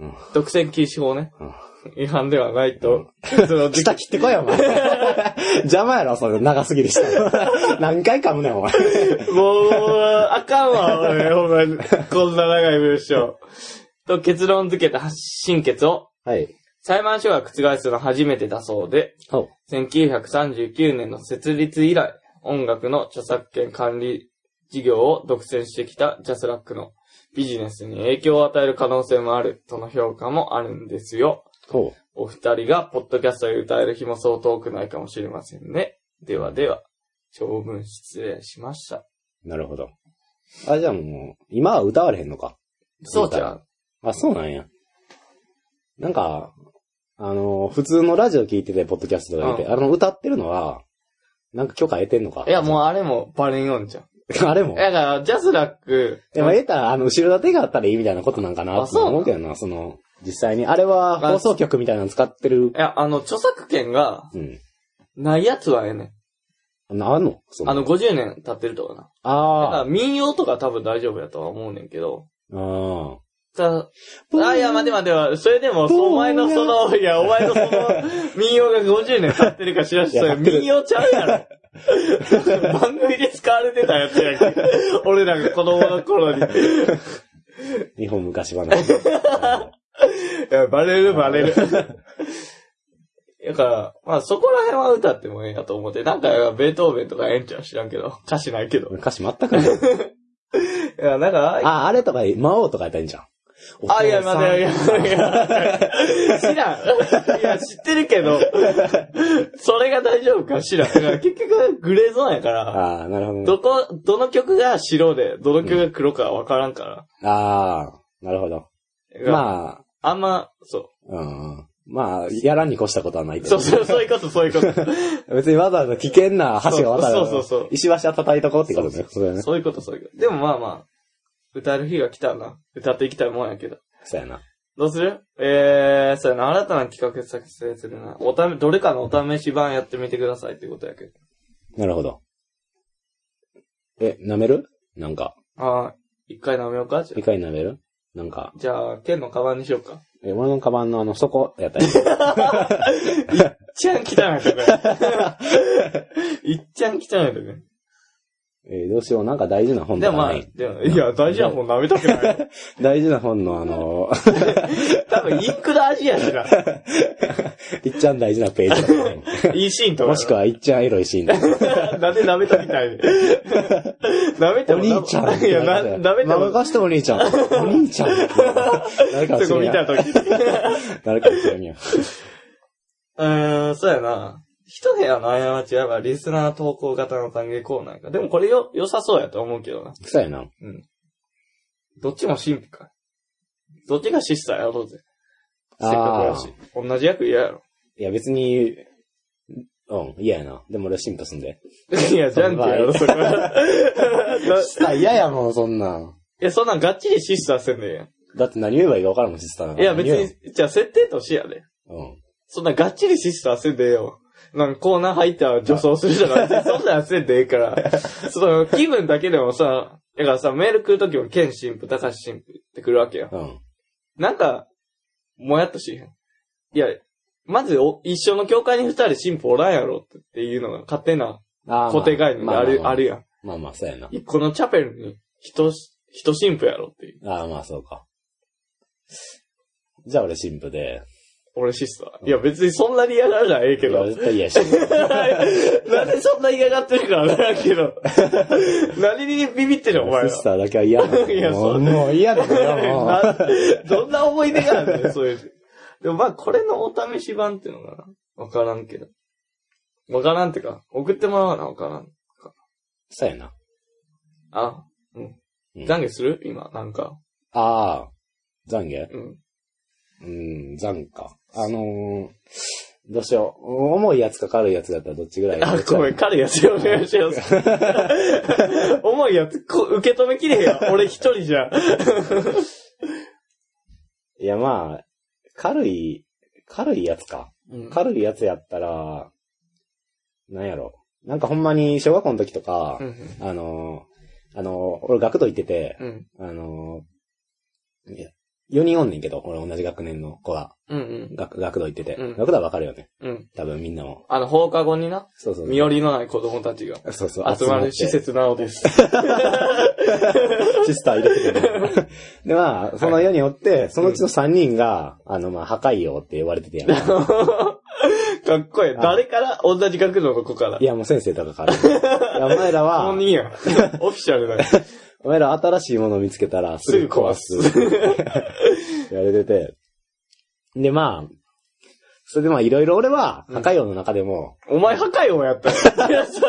[SPEAKER 2] うん
[SPEAKER 1] 独占禁止法ね。
[SPEAKER 2] うん
[SPEAKER 1] 違反ではないと。その
[SPEAKER 2] 下切ってこい よ、お前。邪魔やろ、それ。長すぎるし。何回噛むねん、お前。
[SPEAKER 1] もう、あかんわ、俺、ほんまに。こんな長い文章。と結論付けた審決を、
[SPEAKER 2] はい。
[SPEAKER 1] 裁判所が覆すのは初めてだそうで、
[SPEAKER 2] ほう。
[SPEAKER 1] 1939年の設立以来、音楽の著作権管理事業を独占してきたジャスラックのビジネスに影響を与える可能性もあるとの評価もあるんですよ。
[SPEAKER 2] ほ
[SPEAKER 1] お二人がポッドキャストで歌える日もそう遠くないかもしれませんね。ではでは、長文失礼しました。
[SPEAKER 2] う。なるほど。あ、じゃあもう、今は歌われへんのか。
[SPEAKER 1] そうじゃん。
[SPEAKER 2] あ、そうなんや。なんか、あの、普通のラジオ聞いてて、ポッドキャストがいて、あの、歌ってるのは、なんか許可得てんのか。
[SPEAKER 1] いや、もうあれもバレンヨンじゃん。
[SPEAKER 2] う。 あれも。
[SPEAKER 1] だから、ジャスラック、
[SPEAKER 2] でも、得たら、あの、後ろ盾があったらいいみたいなことなんかな、
[SPEAKER 1] あそう
[SPEAKER 2] 思うけどな、その、実際に。あれは、
[SPEAKER 1] あ
[SPEAKER 2] 放送局みたいなの使ってる
[SPEAKER 1] い。や、あの、著作権が
[SPEAKER 2] うん。
[SPEAKER 1] ないやつはええねん。
[SPEAKER 2] なあんのそ
[SPEAKER 1] あの、、50年経ってるとかな。だから
[SPEAKER 2] あ
[SPEAKER 1] 民謡とか多分大丈夫やとは思うねんけど。
[SPEAKER 2] ーあ
[SPEAKER 1] た
[SPEAKER 2] ー。
[SPEAKER 1] あ、いや、待て待て待て、それでも、
[SPEAKER 2] どう
[SPEAKER 1] お前のその、いや、お前の その、民謡が50年経ってるか知らんし、
[SPEAKER 2] いや
[SPEAKER 1] それ
[SPEAKER 2] 経ってる
[SPEAKER 1] 民謡ちゃうや ろ。番組で使われてたやつやんけ。俺らが子供の頃に。い
[SPEAKER 2] 日本昔話。
[SPEAKER 1] や、バレるバレる。だから、まあそこら辺は歌ってもええやと思って、なんかベートーベンとかエンちゃん知らんけど、歌詞ないけど。
[SPEAKER 2] 歌詞全くない。
[SPEAKER 1] いや、なんか、
[SPEAKER 2] あ、あれとか、魔王とかやったらいいんじゃん。
[SPEAKER 1] あ、いや、まだ、いや、
[SPEAKER 2] お父
[SPEAKER 1] いや、知らん。いや、知ってるけど、それが大丈夫か知らん。だから結局、グレーゾーンやか
[SPEAKER 2] さん
[SPEAKER 1] ら、
[SPEAKER 2] ああ、なるほどね。
[SPEAKER 1] どこ、どの曲が白で、どの曲が黒かわからんか
[SPEAKER 2] ああ、なるほど。
[SPEAKER 1] ら。あ、
[SPEAKER 2] まあ、
[SPEAKER 1] あんま、そ。
[SPEAKER 2] うん。まあ、やらんに越したことはないうけ
[SPEAKER 1] そ
[SPEAKER 2] ど
[SPEAKER 1] うそう、そういうこと、そういうこと。
[SPEAKER 2] 別にわざわざ危険な橋が渡る。
[SPEAKER 1] そうそうそうそう
[SPEAKER 2] 石橋は叩いとこうってことね。そうだね。
[SPEAKER 1] そういうこと、そういうこと。でもまあまあ、歌える日が来たらな。歌っていきたいもんやけど。
[SPEAKER 2] そうやな。
[SPEAKER 1] どうするえー、そうやな、新たな企画作成するな。おため、どれかのお試し版やってみてくださいってことやけど。
[SPEAKER 2] なるほど。え、舐めるなんか、
[SPEAKER 1] あー、一回舐めようかじゃあ
[SPEAKER 2] 理回舐めるなんか、
[SPEAKER 1] じゃあ、剣のカバンにしようか。
[SPEAKER 2] え、俺のカバンのあの、底やった り。
[SPEAKER 1] いっちゃん汚いとか。 いっちゃん汚いとか。
[SPEAKER 2] えーどうしよう。なんか大事な本
[SPEAKER 1] で
[SPEAKER 2] と
[SPEAKER 1] も
[SPEAKER 2] か
[SPEAKER 1] ま
[SPEAKER 2] な
[SPEAKER 1] あ
[SPEAKER 2] い、
[SPEAKER 1] でもいや、大事なもん舐めたくない。
[SPEAKER 2] 大事な本のあの、
[SPEAKER 1] 多分、インクの味やしな。
[SPEAKER 2] いっちゃん大事なページと かね。
[SPEAKER 1] いいシーンとか。
[SPEAKER 2] もしくは、いっちゃんエロいシーンとか。
[SPEAKER 1] なんで舐めたみたいに。舐めて
[SPEAKER 2] お
[SPEAKER 1] も。
[SPEAKER 2] 兄ちゃん。
[SPEAKER 1] いや、な、舐めて
[SPEAKER 2] ま
[SPEAKER 1] も。
[SPEAKER 2] かしてお兄ちゃん。お兄ちゃん。 誰かを
[SPEAKER 1] そ
[SPEAKER 2] 知
[SPEAKER 1] こ
[SPEAKER 2] る
[SPEAKER 1] 見
[SPEAKER 2] や
[SPEAKER 1] た
[SPEAKER 2] ん。
[SPEAKER 1] とき。う
[SPEAKER 2] 誰かを知るやん。
[SPEAKER 1] ーん、そうやな。一部屋の過ちやばリスナー投稿型の歓迎コーナーか。でもこれよ、良さそうやと思うけどな。
[SPEAKER 2] そうやな。
[SPEAKER 1] どっちも神父か。どっちがシスターやろうぜ。せ
[SPEAKER 2] あ
[SPEAKER 1] っ
[SPEAKER 2] ー
[SPEAKER 1] かくやし。同じ役嫌やろ。
[SPEAKER 2] いや、別に、うん、嫌やな。でも俺は進歩すんで。
[SPEAKER 1] いや、ジャンクやろ、それは。 ない
[SPEAKER 2] あ、嫌やもん、そんなん。
[SPEAKER 1] や、そんなんがっちりシスターせんねんや。
[SPEAKER 2] だって何言えばいいか分からんもん、実際。
[SPEAKER 1] いや、別に、じゃあ設定としてやで。
[SPEAKER 2] 何言えん。うん。
[SPEAKER 1] そんなんがっちりシスターせんでええよ。なんかコーナー入ったら女装するじゃない そんなんせんでええから。その気分だけでもさ、だからさ、メール来るときも、ケン神父、高橋神父って来るわけよ。
[SPEAKER 2] うん。
[SPEAKER 1] なんか、もやっとしへん。いや、まずお、一緒の教会に二人神父おらんやろっていうのが勝手な
[SPEAKER 2] あー
[SPEAKER 1] 固定概念である、
[SPEAKER 2] ま
[SPEAKER 1] あるやん。
[SPEAKER 2] まあまあ、そうやな。
[SPEAKER 1] このチャペルに人、人神父やろっていう。
[SPEAKER 2] ああ、まあ、そうか。じゃあ俺神父で。
[SPEAKER 1] 俺シスター。いや別にそんなに嫌がらないええけ
[SPEAKER 2] いや
[SPEAKER 1] ど。
[SPEAKER 2] 絶対嫌やし。
[SPEAKER 1] なんでそんな嫌がってるかわからんけ ど。何にビビってるお前
[SPEAKER 2] シ
[SPEAKER 1] は
[SPEAKER 2] ス。ターだけは嫌なの
[SPEAKER 1] いや
[SPEAKER 2] も
[SPEAKER 1] そう
[SPEAKER 2] うもう嫌だよ、 もう。
[SPEAKER 1] などんな思い出があるのそういう。でもまあこれのお試し版っていうのかなわからんけど。わからんってか、送ってもらわなわからん。
[SPEAKER 2] そうやな。
[SPEAKER 1] あ、
[SPEAKER 2] うん
[SPEAKER 1] 懺悔する今、なんか。
[SPEAKER 2] ああ、懺悔
[SPEAKER 1] うん。
[SPEAKER 2] うん、残か。あのー、どうしよう。重いやつか軽いやつだったらどっちぐらい
[SPEAKER 1] あ、ごめん、軽いやつよ、お願いし ます。重いやつ、こ受け止めきれへんわ。俺一人じゃ。
[SPEAKER 2] いや、まあ、軽い、軽いやつか。
[SPEAKER 1] うん。
[SPEAKER 2] 軽いやつやったら、なんやろ。なんかほんまに小学校の時とか、
[SPEAKER 1] うん。
[SPEAKER 2] あの、あの、俺学童行ってて、
[SPEAKER 1] うん。
[SPEAKER 2] あの、いや4人おんねんけど、俺同じ学年の子が、
[SPEAKER 1] うんうん。
[SPEAKER 2] 学、学童行ってて、
[SPEAKER 1] うん
[SPEAKER 2] 学童はわかるよね。
[SPEAKER 1] うん。
[SPEAKER 2] 多分みんなも。
[SPEAKER 1] あの、放課後にな、
[SPEAKER 2] そうそう
[SPEAKER 1] 身寄りのない子供たちが
[SPEAKER 2] そうそう。
[SPEAKER 1] 集ま
[SPEAKER 2] っ
[SPEAKER 1] る
[SPEAKER 2] て
[SPEAKER 1] 施。設なのです。
[SPEAKER 2] シスター入れて て、ね。で、まあ、その世におって、そのうちの3人が、あの、まあ、破壊王って呼ばれててやん。
[SPEAKER 1] かっこいい。
[SPEAKER 2] あ
[SPEAKER 1] 誰から同じ学童の子から
[SPEAKER 2] い。や、もう先生とかから。いや、お前らは
[SPEAKER 1] 本、人 や。オフィシャルだよ。
[SPEAKER 2] お前ら新しいものを見つけたらすぐ壊す。 やれてて。で、まあ、それでまあいろいろ俺は、破壊王の中でも、
[SPEAKER 1] お前破壊王やった よ。いやそ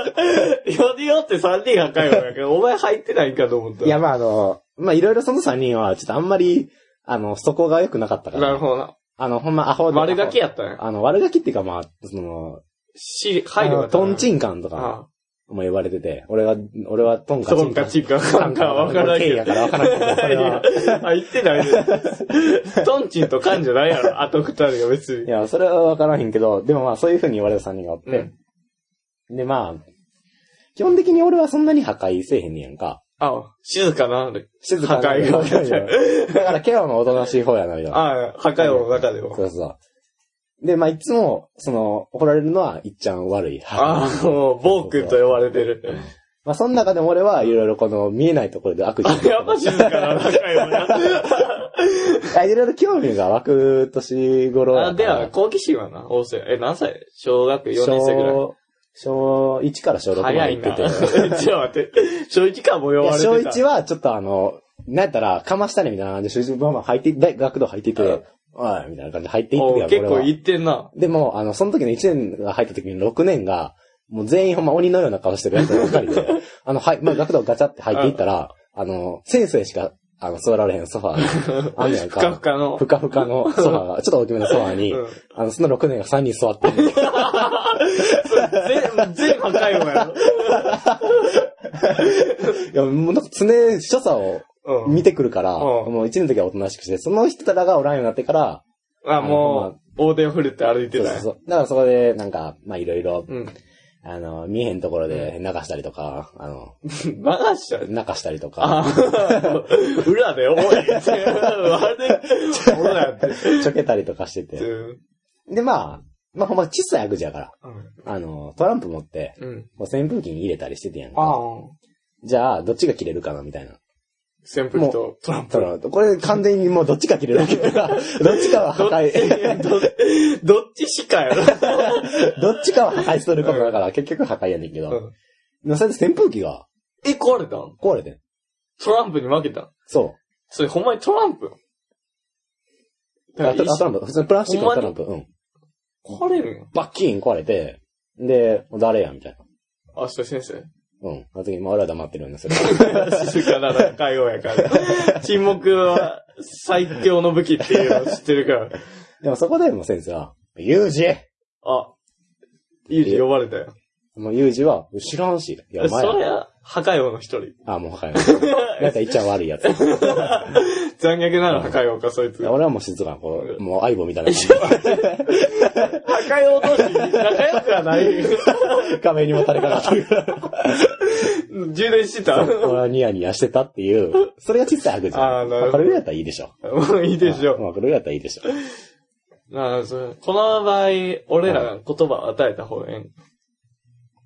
[SPEAKER 1] 4人おって3人破壊王やけど、お前入ってないんかと思った。
[SPEAKER 2] いやまああの、まあいろいろその3人は、ちょっとあんまり、あの、そこが良くなかったから。
[SPEAKER 1] なるほどな。
[SPEAKER 2] あの、ほんまアホで。
[SPEAKER 1] 丸書きやったね。
[SPEAKER 2] あの、悪ガキっていうかまあ、その、
[SPEAKER 1] し、
[SPEAKER 2] あ
[SPEAKER 1] 配慮
[SPEAKER 2] の
[SPEAKER 1] が。
[SPEAKER 2] トンチ
[SPEAKER 1] ン。
[SPEAKER 2] ンカンとか
[SPEAKER 1] あ
[SPEAKER 2] も呼ばれてて、俺は、俺はトン
[SPEAKER 1] あ。
[SPEAKER 2] カチン
[SPEAKER 1] ト
[SPEAKER 2] カ
[SPEAKER 1] ンか
[SPEAKER 2] ン。
[SPEAKER 1] チンかなんかわからん
[SPEAKER 2] 俺
[SPEAKER 1] け
[SPEAKER 2] 経緯
[SPEAKER 1] ど
[SPEAKER 2] や。からわからんけど、それ は。
[SPEAKER 1] あ、言ってないね。トンチンとカンじゃないやろ。あと二人が別
[SPEAKER 2] い
[SPEAKER 1] に。
[SPEAKER 2] や、それはわからへんけど、でもまあそういう風に言われる3人がおって、でまあ、基本的に俺はそんなに破壊せえへんねやんか。
[SPEAKER 1] あ、静かな。
[SPEAKER 2] 静か
[SPEAKER 1] 破
[SPEAKER 2] な
[SPEAKER 1] 壊が
[SPEAKER 2] わかるよ だからケロのおとなしい方やな、みたいな。
[SPEAKER 1] ああ、破壊王の中でも。
[SPEAKER 2] そうそう。で、まあいつも、その、怒られるのは、いっちゃん悪い。
[SPEAKER 1] ああ、もう、暴君と呼ばれてる。
[SPEAKER 2] まあその中でも俺はいろいろこの見えないところで悪事
[SPEAKER 1] あ、やっぱ静かな、破壊王
[SPEAKER 2] あいろいろ興味が湧く年頃
[SPEAKER 1] な。あ、
[SPEAKER 2] やか
[SPEAKER 1] で
[SPEAKER 2] ら
[SPEAKER 1] は、好奇心はな、旺盛。え、何歳小学4年生ぐらい。
[SPEAKER 2] 小、小1から小6ま
[SPEAKER 1] 早
[SPEAKER 2] で
[SPEAKER 1] い
[SPEAKER 2] 行って
[SPEAKER 1] な。
[SPEAKER 2] て。
[SPEAKER 1] ちょっと待って。小1かも呼
[SPEAKER 2] い
[SPEAKER 1] ば
[SPEAKER 2] や
[SPEAKER 1] れて
[SPEAKER 2] 小
[SPEAKER 1] た。
[SPEAKER 2] 一は、ちょっとあの、なんやったら、かましたねみたいな感じで、小一バンバン入って、大学堂入っていって、
[SPEAKER 1] うん
[SPEAKER 2] おい、みたいな感じで入っていって
[SPEAKER 1] お
[SPEAKER 2] や
[SPEAKER 1] う結構
[SPEAKER 2] 俺は
[SPEAKER 1] 言ってんな。
[SPEAKER 2] でも、あの、その時の1年が入った時に6年が、もう全員ほんま鬼のような顔してるやつばっかりで、 あの、はい、まあ、学童ガチャって入っていったら、あの、先生しか、あの、座られへんソファーが、あんねやん
[SPEAKER 1] ふかふ
[SPEAKER 2] か。
[SPEAKER 1] かの
[SPEAKER 2] ふ。かふかのソファーが、ちょっと大きめのソファーに、
[SPEAKER 1] うん
[SPEAKER 2] あの、その6年が3人座ってん の
[SPEAKER 1] 全、全破壊王や
[SPEAKER 2] いや、もうなんか常、所作を
[SPEAKER 1] ろ。うん
[SPEAKER 2] 見。てくるから、
[SPEAKER 1] うん
[SPEAKER 2] もう1年の時はおとなしくして、その人らがおらんようになってから、
[SPEAKER 1] あ、もう、大手を振るって歩いてない。
[SPEAKER 2] そうそうそう。だからそこで、なんか、まあいろいろ、
[SPEAKER 1] うん。
[SPEAKER 2] あの、見えへんところで流したりとか、あ の、
[SPEAKER 1] 流しちゃう。
[SPEAKER 2] 泣かしたりとか、
[SPEAKER 1] あ 裏で、おい、あれ、ほらやって。
[SPEAKER 2] ちょけたりとかしてて。で、まあ、まあほんま小さい悪事やから、
[SPEAKER 1] うん。
[SPEAKER 2] あの、トランプ持って、
[SPEAKER 1] うん。
[SPEAKER 2] こう扇風機に入れたりしててやん
[SPEAKER 1] ああ
[SPEAKER 2] か。。じゃあ、どっちが切れるかな、みたいな。
[SPEAKER 1] 扇風機とトランプ。
[SPEAKER 2] トランプこれ完全にもうどっちが切れるわけだから、どっちかは破
[SPEAKER 1] どっ
[SPEAKER 2] 壊、
[SPEAKER 1] ち、どどっちしかやろ。
[SPEAKER 2] どっちかは破壊することだから、結局破壊やねんけど。
[SPEAKER 1] うん
[SPEAKER 2] でもそれで扇風機が
[SPEAKER 1] え、壊れたん
[SPEAKER 2] 壊れてん。
[SPEAKER 1] トランプに負けたん
[SPEAKER 2] そ
[SPEAKER 1] それほんまにトランプよ
[SPEAKER 2] う。あトあトランプ、普通のプラスチックのトランプ。うん。
[SPEAKER 1] 壊れるんよ
[SPEAKER 2] バッキーン壊れて、で、誰やみたい
[SPEAKER 1] あ、それ先生。
[SPEAKER 2] な。うん。あの時、まあ、俺は黙ってる んですよ。
[SPEAKER 1] 静かなら会話やから。沈黙は最強の武器っていうのを知ってるから。
[SPEAKER 2] でもそこでもう先生は、ユージ
[SPEAKER 1] あ、ユージ呼ばれたよ。
[SPEAKER 2] もうユージは、知らんし。いや、お前
[SPEAKER 1] それ
[SPEAKER 2] ら。
[SPEAKER 1] は破壊王の一人。
[SPEAKER 2] あ、もう分かりまなんか一番悪い やつ。い
[SPEAKER 1] 残虐なら破壊王か、そいつ。
[SPEAKER 2] や
[SPEAKER 1] 破
[SPEAKER 2] 俺はもう静かな、こう、もう相棒みたいな感
[SPEAKER 1] 壊王同士仲良くは ない。
[SPEAKER 2] じ。壁にもたれかかって るから。
[SPEAKER 1] 充電してた。
[SPEAKER 2] 俺はニヤニヤしてたっていう、それが小さい悪じゃん。
[SPEAKER 1] あーなるほど
[SPEAKER 2] これぐらいやったらいいでしょ。
[SPEAKER 1] もういいでしょ。
[SPEAKER 2] まあ、これぐらいやったらいいでしょ。
[SPEAKER 1] ああそうこの場合、俺らが言葉を与えた方がええん。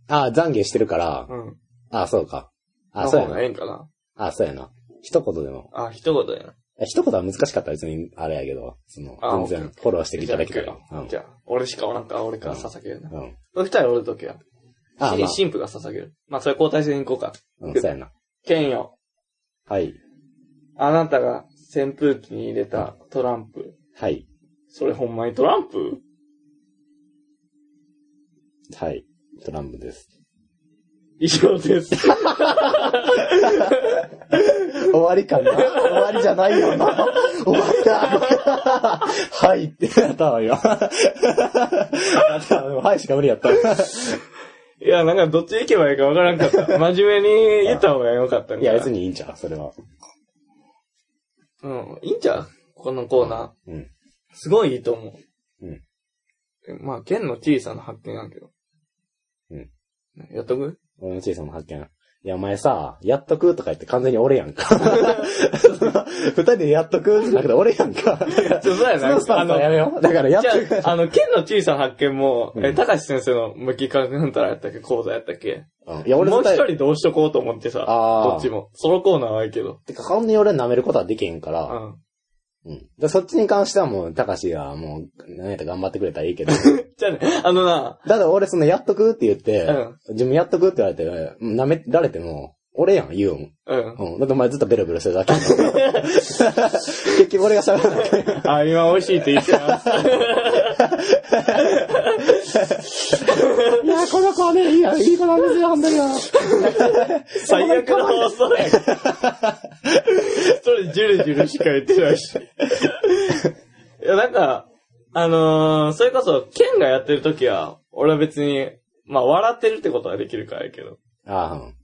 [SPEAKER 2] あー、懺悔してるから、
[SPEAKER 1] うん。
[SPEAKER 2] あー、そうか。あー、
[SPEAKER 1] の
[SPEAKER 2] そうや
[SPEAKER 1] 方
[SPEAKER 2] な
[SPEAKER 1] が。ええんかな。
[SPEAKER 2] あー、そうやな。一言でも。
[SPEAKER 1] あ、一言やな。
[SPEAKER 2] 一言は難しかったら別にあれやけど、その
[SPEAKER 1] あ、
[SPEAKER 2] 全然フォローしていただけたら。うん
[SPEAKER 1] じ。ゃあ、俺しかおらんから、俺から捧げるな。
[SPEAKER 2] うん。
[SPEAKER 1] 俺二人おるときは。
[SPEAKER 2] あ、まあ、
[SPEAKER 1] し神父が捧げる。まあ、それ交代制に行こうか。
[SPEAKER 2] うん、そうやな。
[SPEAKER 1] 剣よ。
[SPEAKER 2] はい。
[SPEAKER 1] あなたが扇風機に入れたトランプ。
[SPEAKER 2] はい。
[SPEAKER 1] それほんまにトランプ
[SPEAKER 2] はい。トランプです。
[SPEAKER 1] 以上です。
[SPEAKER 2] 終わりかな終わりじゃないよな。終わりだ。はいってなったわよ。はいしか無理やった。い
[SPEAKER 1] いや、なんかどっち行けばいいかわからんかっ た。真面目に言った方がよかったんか
[SPEAKER 2] や、別。にいいんちゃうそれは。
[SPEAKER 1] うん。いいんちゃうこのコーナー。
[SPEAKER 2] うん。
[SPEAKER 1] すごいいいと思う。
[SPEAKER 2] うん
[SPEAKER 1] うん。まあ、剣の小さな発見なんけど。
[SPEAKER 2] うん。
[SPEAKER 1] やっとく
[SPEAKER 2] 俺の小さな発見。いや、お前さ、やっとくとか言って完全に俺やんか。 二人でやっとくじゃなくて俺やんか。だから
[SPEAKER 1] そうや
[SPEAKER 2] そのスタ
[SPEAKER 1] あ
[SPEAKER 2] ンス
[SPEAKER 1] の、
[SPEAKER 2] はやめよう。だからやっ
[SPEAKER 1] じ
[SPEAKER 2] と
[SPEAKER 1] ゃ
[SPEAKER 2] く。
[SPEAKER 1] あ、あの、剣の小さな発見も、
[SPEAKER 2] うん
[SPEAKER 1] え、高橋先生の向き科学なんたらやったっけ講座やったっけ
[SPEAKER 2] うんいや、俺
[SPEAKER 1] もう
[SPEAKER 2] 絶
[SPEAKER 1] 一
[SPEAKER 2] 対、
[SPEAKER 1] 人どうしとこうと思ってさ、
[SPEAKER 2] あー
[SPEAKER 1] どっちも。ソロコーナーはいいけど。
[SPEAKER 2] てか、顔に俺舐めることはできへんか
[SPEAKER 1] う
[SPEAKER 2] ら、
[SPEAKER 1] ん。
[SPEAKER 2] うん。でそっちに関してはもう、たかしがもう、なんやったら頑張ってくれたらいい けど。
[SPEAKER 1] じゃあね、あのな、
[SPEAKER 2] だって俺その、やっとくって言って、自分やっとくって言われて、うん舐められても、俺やん、言うん。
[SPEAKER 1] うん。
[SPEAKER 2] うん。だってお前ずっとベロベロしてるだけ。 結局俺が喋らなきゃいけない。
[SPEAKER 1] あ、今美味しいって言ってます。
[SPEAKER 2] いや、この子はね、いいや、いい子なんですよ、本当によ。
[SPEAKER 1] 最悪の放送やん。一人ジュルジュルしか言ってないし。いや、なんか、あのー、それこそ、ケンがやってる時は、俺は別に、まあ、笑ってるってことはできるからやけど。
[SPEAKER 2] ああ、うん。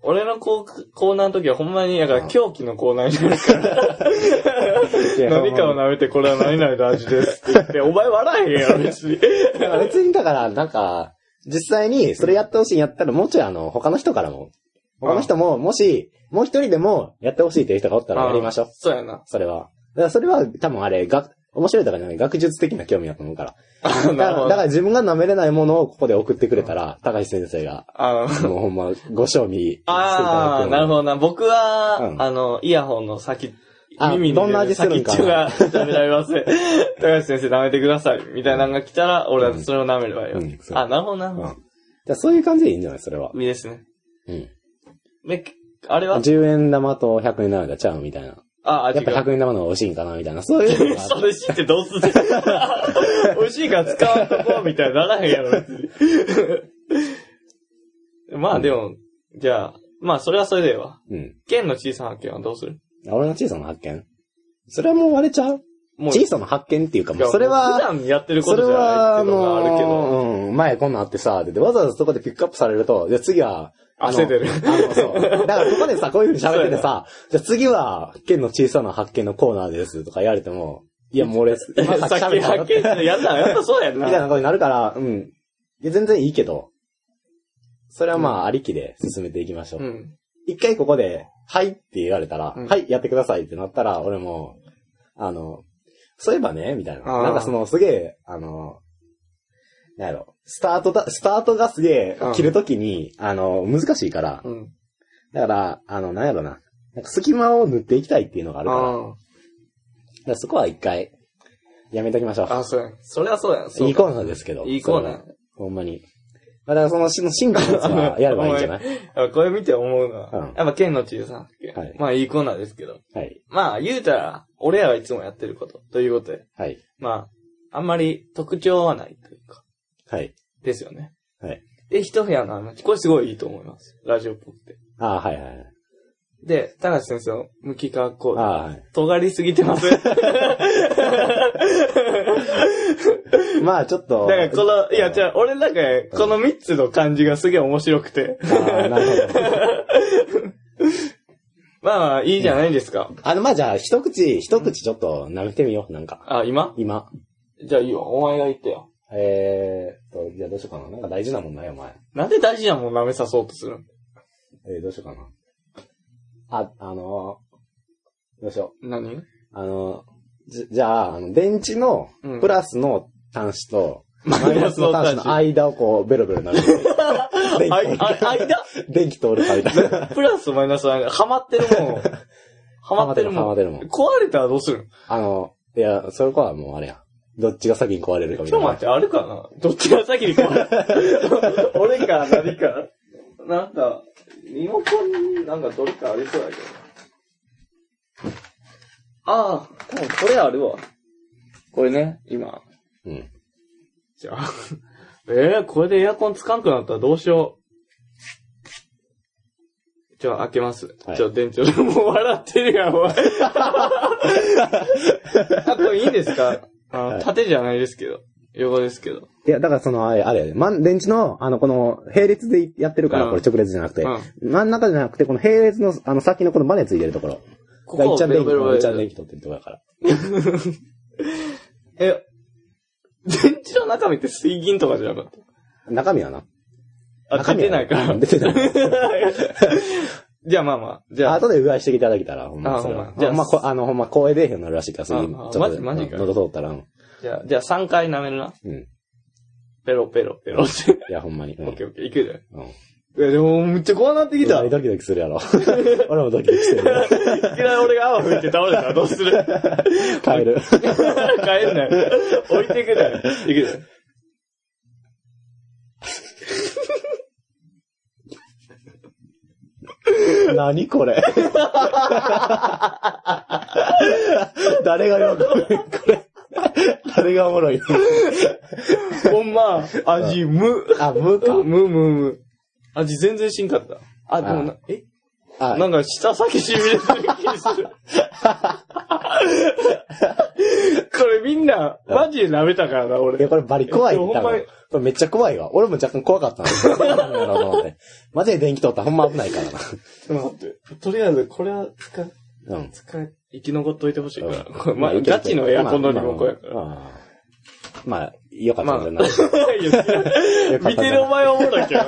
[SPEAKER 1] 俺のコーコーナーの時はほんまに、だから
[SPEAKER 2] うん
[SPEAKER 1] 狂気のコーナーになるから、何かを舐めてこれは何々の味ですって言って、お前笑えへんやろ、別に。
[SPEAKER 2] だから別にだから、なんか、実際にそれやってほしいんやったら、もうちょいあの、他の人からも、 他の人も、もし、もう一人でもやってほしいっていう人がおったらやりましょう。
[SPEAKER 1] そうやな。
[SPEAKER 2] それは。だからそれは多分あれ、が、面白いとかじゃない、学術的な興味だと思うから。だ
[SPEAKER 1] な
[SPEAKER 2] か
[SPEAKER 1] る
[SPEAKER 2] ら
[SPEAKER 1] ほ
[SPEAKER 2] だか
[SPEAKER 1] ど。
[SPEAKER 2] ら自分が舐めれないものをここで送ってくれたら、高橋先 生が、
[SPEAKER 1] あの
[SPEAKER 2] もうほんま、ご賞味していただ
[SPEAKER 1] あ
[SPEAKER 2] く
[SPEAKER 1] あ、なる
[SPEAKER 2] ほ
[SPEAKER 1] ほどな。僕は、
[SPEAKER 2] うん
[SPEAKER 1] あの、イヤホンの先、
[SPEAKER 2] あ
[SPEAKER 1] 耳
[SPEAKER 2] どんな
[SPEAKER 1] の
[SPEAKER 2] 味する
[SPEAKER 1] 先
[SPEAKER 2] ん
[SPEAKER 1] っ
[SPEAKER 2] か
[SPEAKER 1] ちょが舐められ ます。高橋先生舐めてください。みたいなのが来たら、俺はそれを舐めればよ
[SPEAKER 2] うんうん。そう
[SPEAKER 1] あ、なるほどなるほ
[SPEAKER 2] うん。
[SPEAKER 1] ど。
[SPEAKER 2] じゃあそういう感じでいいんじゃないそれは。
[SPEAKER 1] いいですね。
[SPEAKER 2] うん。
[SPEAKER 1] で、あれは
[SPEAKER 2] 10円玉と100円玉がちゃうみたいな。
[SPEAKER 1] あ、味
[SPEAKER 2] やっぱ
[SPEAKER 1] が。
[SPEAKER 2] 100円玉の方が美味しいんかなみたいな。そういう のが
[SPEAKER 1] それ知ってどうする 美味しいから使わんとこうみたいにならへんやろ、別に まあでも、じゃあ、まあそれはそれでええわ。
[SPEAKER 2] うん。
[SPEAKER 1] 剣の小さな発見はどうする
[SPEAKER 2] 俺の小さな発見それはもう割れちゃう
[SPEAKER 1] も
[SPEAKER 2] 小さな発見っていうか、
[SPEAKER 1] い
[SPEAKER 2] も
[SPEAKER 1] や
[SPEAKER 2] うそれ
[SPEAKER 1] 普
[SPEAKER 2] は、
[SPEAKER 1] 段やってるこ
[SPEAKER 2] それ
[SPEAKER 1] とじゃない
[SPEAKER 2] は、
[SPEAKER 1] っていうのがあるけど、
[SPEAKER 2] もう、うん、前こんなんあってさ、で、わざわざそこでピックアップされると、じゃあ次は、あの
[SPEAKER 1] 焦ってる。
[SPEAKER 2] あの、そう。だからここでさ、こういう風に喋っててさ、じゃあ次は、県の小さな発見のコーナーですとか言われても、いや、もう俺、今
[SPEAKER 1] さ
[SPEAKER 2] さ
[SPEAKER 1] っ
[SPEAKER 2] っ
[SPEAKER 1] き
[SPEAKER 2] き喋っ
[SPEAKER 1] 発
[SPEAKER 2] たよ
[SPEAKER 1] 見
[SPEAKER 2] って、
[SPEAKER 1] し
[SPEAKER 2] み
[SPEAKER 1] たやったやっぱそうやん
[SPEAKER 2] たいな
[SPEAKER 1] な。
[SPEAKER 2] ことになるから、うん。いや全然いいけど、それはまあ、ありきで進めていきましょ
[SPEAKER 1] う
[SPEAKER 2] う。
[SPEAKER 1] ん。
[SPEAKER 2] 一回ここで、はいって言われたら、
[SPEAKER 1] うん
[SPEAKER 2] はい、やってくださいってなったら、俺も、あの、そういえばね、みたいな。
[SPEAKER 1] あー
[SPEAKER 2] なんかその、すげえ、あの、なんやろ、スタートだ、スタートがすげえ
[SPEAKER 1] うん、
[SPEAKER 2] 切るときに、あの、難しいから、
[SPEAKER 1] うん。
[SPEAKER 2] だから、あの、なんやろな。なんか隙間を塗っていきたいっていうのがあるから、だか
[SPEAKER 1] あ
[SPEAKER 2] らそこは一回、やめときましょ
[SPEAKER 1] あ、
[SPEAKER 2] う。
[SPEAKER 1] そうやん。それはそうやん。そう
[SPEAKER 2] いいコーナーですけど。
[SPEAKER 1] いいコーナ
[SPEAKER 2] それはほんまに。まあだからその、し進化のやつはやればいいんじゃない
[SPEAKER 1] ー。これ見て思うのは、
[SPEAKER 2] うん
[SPEAKER 1] やっぱ剣の小さな発見。
[SPEAKER 2] はい
[SPEAKER 1] まあいいコーナーですけど。
[SPEAKER 2] はい。
[SPEAKER 1] まあ言うたら、俺らはいつもやってること。ということで。
[SPEAKER 2] はい。
[SPEAKER 1] まあ、あんまり特徴はないというか、
[SPEAKER 2] はい。
[SPEAKER 1] ですよね。
[SPEAKER 2] はい。
[SPEAKER 1] で、一部屋の話。これすごいいいと思います。ラジオっぽくて。
[SPEAKER 2] ああ、はいはいはい。
[SPEAKER 1] で、高橋先生の向き科学講
[SPEAKER 2] あ
[SPEAKER 1] 座。
[SPEAKER 2] あ、はい。
[SPEAKER 1] 尖りすぎてます。
[SPEAKER 2] まあ、ちょっと。
[SPEAKER 1] だからこの、いや、じ
[SPEAKER 2] あ
[SPEAKER 1] ゃあ、俺なんか、この3つの漢字がすげえ面白くて。
[SPEAKER 2] あ、なるほど。
[SPEAKER 1] まあまあ、いいじゃないですか。
[SPEAKER 2] あの、まあじゃあ、一口、一口ちょっと舐めてみよう、なんか。
[SPEAKER 1] あ、今
[SPEAKER 2] 今。
[SPEAKER 1] じゃあいいよ。お前が言ってよ。
[SPEAKER 2] えーと、じゃあどうしようかな。なんか大事なもんないよ、お前。
[SPEAKER 1] なんで大事なもん舐めさそうとする
[SPEAKER 2] えー、どうしようかな。あ、あのー、どうしよう。
[SPEAKER 1] の何
[SPEAKER 2] あの、じじゃあ、あの電池の
[SPEAKER 1] うん、
[SPEAKER 2] プラスの端子と、マ
[SPEAKER 1] マ
[SPEAKER 2] イナスの端子の間をこう、ベロベロなる。 電
[SPEAKER 1] あ
[SPEAKER 2] 気
[SPEAKER 1] い、あ、間
[SPEAKER 2] 電気通る 間。
[SPEAKER 1] プラスとマイナスの間。ハマってる もん。ハマってるもん。
[SPEAKER 2] ハマってるもん
[SPEAKER 1] 壊れたらどうする
[SPEAKER 2] あの、いや、それこはもうあれや。どっちが先に壊れるか
[SPEAKER 1] の
[SPEAKER 2] み
[SPEAKER 1] ちょ
[SPEAKER 2] たい
[SPEAKER 1] っと
[SPEAKER 2] な。
[SPEAKER 1] 待って、あるかなどっちが先に壊れる 俺か何か。なんか、リモコン、なんかどれかありそうだけどな。ああ、多分これあるわ。これね、今。
[SPEAKER 2] うん。
[SPEAKER 1] じゃあ。 えー、これでエアコンつかんくなったらどうしよう。じゃあ、開けます。
[SPEAKER 2] はい
[SPEAKER 1] じゃあ、店長、もう笑ってるやん、お 前。あ、これいいんですかあの、
[SPEAKER 2] はい
[SPEAKER 1] 縦じゃないですけど。横ですけど。
[SPEAKER 2] いや、だからその、あれ、あれやで、まん、電池の、あの、この、並列でやってるから、
[SPEAKER 1] うん
[SPEAKER 2] これ直列じゃなくて、
[SPEAKER 1] う
[SPEAKER 2] 真ん中じゃなくて、この並列の、あの、先のこのバネついてるところ。
[SPEAKER 1] こ
[SPEAKER 2] が
[SPEAKER 1] こ
[SPEAKER 2] 一ちゃん
[SPEAKER 1] ベ
[SPEAKER 2] 電
[SPEAKER 1] ロ
[SPEAKER 2] 気、
[SPEAKER 1] ベロベロ
[SPEAKER 2] 一ちゃん電気取ってるところだから。
[SPEAKER 1] え、電池の中身って水銀とかじゃなかっ
[SPEAKER 2] 中身はな。
[SPEAKER 1] た。あ、
[SPEAKER 2] 中
[SPEAKER 1] 出
[SPEAKER 2] 身
[SPEAKER 1] て
[SPEAKER 2] は
[SPEAKER 1] ないから。
[SPEAKER 2] 出てない。
[SPEAKER 1] じゃあまあまあ。じ
[SPEAKER 2] じゃ
[SPEAKER 1] ゃ
[SPEAKER 2] あ、
[SPEAKER 1] あ、
[SPEAKER 2] 後でうがいしていただけたら、ほんま
[SPEAKER 1] あ
[SPEAKER 2] それ
[SPEAKER 1] ほん
[SPEAKER 2] は。
[SPEAKER 1] ま
[SPEAKER 2] じゃあ、まあ、
[SPEAKER 1] じゃあ
[SPEAKER 2] こあの、ほんま、声出えへんようになるらしいから、次、
[SPEAKER 1] あ
[SPEAKER 2] ちょっ
[SPEAKER 1] マ
[SPEAKER 2] と、
[SPEAKER 1] ジ
[SPEAKER 2] うん
[SPEAKER 1] マジか
[SPEAKER 2] 喉通ったら、うん。
[SPEAKER 1] じゃあ、じゃあ3回舐めるな。
[SPEAKER 2] うん
[SPEAKER 1] ペロペロペロって。
[SPEAKER 2] いや、ほんまに。うん
[SPEAKER 1] オッケーオッケー、いくで。
[SPEAKER 2] うん。
[SPEAKER 1] いや、でも、めっちゃ怖なってき
[SPEAKER 2] ほん
[SPEAKER 1] た。
[SPEAKER 2] まに
[SPEAKER 1] い
[SPEAKER 2] ドキドキす るやろ。俺もドキドキしてるよ。
[SPEAKER 1] きなり俺が泡吹いて倒れたらどうす る
[SPEAKER 2] 帰る。
[SPEAKER 1] 帰んなよ。置いてくだよ。いくで。
[SPEAKER 2] 何これ誰が喜ぶこれ。誰がおもろい
[SPEAKER 1] ほんま、味、無。
[SPEAKER 2] あ、無か。
[SPEAKER 1] 無無無。味全然しんかった。あ、でもな、え
[SPEAKER 2] あ、
[SPEAKER 1] なんか舌先しびれてる気がする。これみんな、マジで舐めたからな、
[SPEAKER 2] いや、
[SPEAKER 1] 俺。
[SPEAKER 2] これバリ怖い。
[SPEAKER 1] いやほんま
[SPEAKER 2] 多分これめっちゃ怖いわ。俺も若干怖かったの。どうなんやろうと 思ってマジで電気通ったらほんま危ないからな。
[SPEAKER 1] 待って。とりあえず、これは使、
[SPEAKER 2] うん。
[SPEAKER 1] 使え、生き残っといてほしいから。これ
[SPEAKER 2] ま
[SPEAKER 1] ま
[SPEAKER 2] あ
[SPEAKER 1] あ、
[SPEAKER 2] いける
[SPEAKER 1] ガチのエアコンのリモコンやから。
[SPEAKER 2] まあまあまあまあ、よかったんじゃない
[SPEAKER 1] いや
[SPEAKER 2] よかったん
[SPEAKER 1] 見
[SPEAKER 2] じ
[SPEAKER 1] て
[SPEAKER 2] ゃな
[SPEAKER 1] るお前は思うだ けど。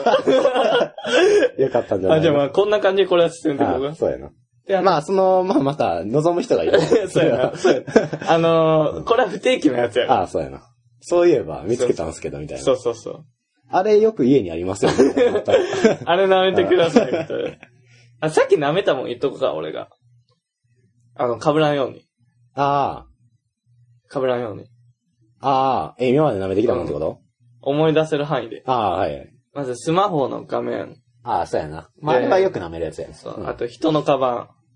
[SPEAKER 2] いよかったんじゃない
[SPEAKER 1] あ、じゃあまあ、こんな感じでこれは進んでいこう
[SPEAKER 2] あそうやな。
[SPEAKER 1] であの
[SPEAKER 2] まあ、その、まあ、また、望む人がいる。
[SPEAKER 1] か。 そうやな。そうやなあのー、これは不定期のやつやから。
[SPEAKER 2] ああ、そうやな。そういえば、見つけたんですけど、みたい
[SPEAKER 1] そう。
[SPEAKER 2] な
[SPEAKER 1] そうそう。
[SPEAKER 2] あれよく家にありますよね。 また
[SPEAKER 1] あれ舐めてください、みたい な。あ、さっき舐めたもん言っとこうか、俺が。あの、被らんように。
[SPEAKER 2] あ
[SPEAKER 1] 被らんように。
[SPEAKER 2] あ、ああ、え、今まで舐めてきたもんってこと、
[SPEAKER 1] 思い出せる範囲で。
[SPEAKER 2] ああ、はい。
[SPEAKER 1] まず、スマホの画面。
[SPEAKER 2] ああ、そうやな。まあ、あ
[SPEAKER 1] で
[SPEAKER 2] れはよく舐めるやつやな。
[SPEAKER 1] そううんあと、人のカバ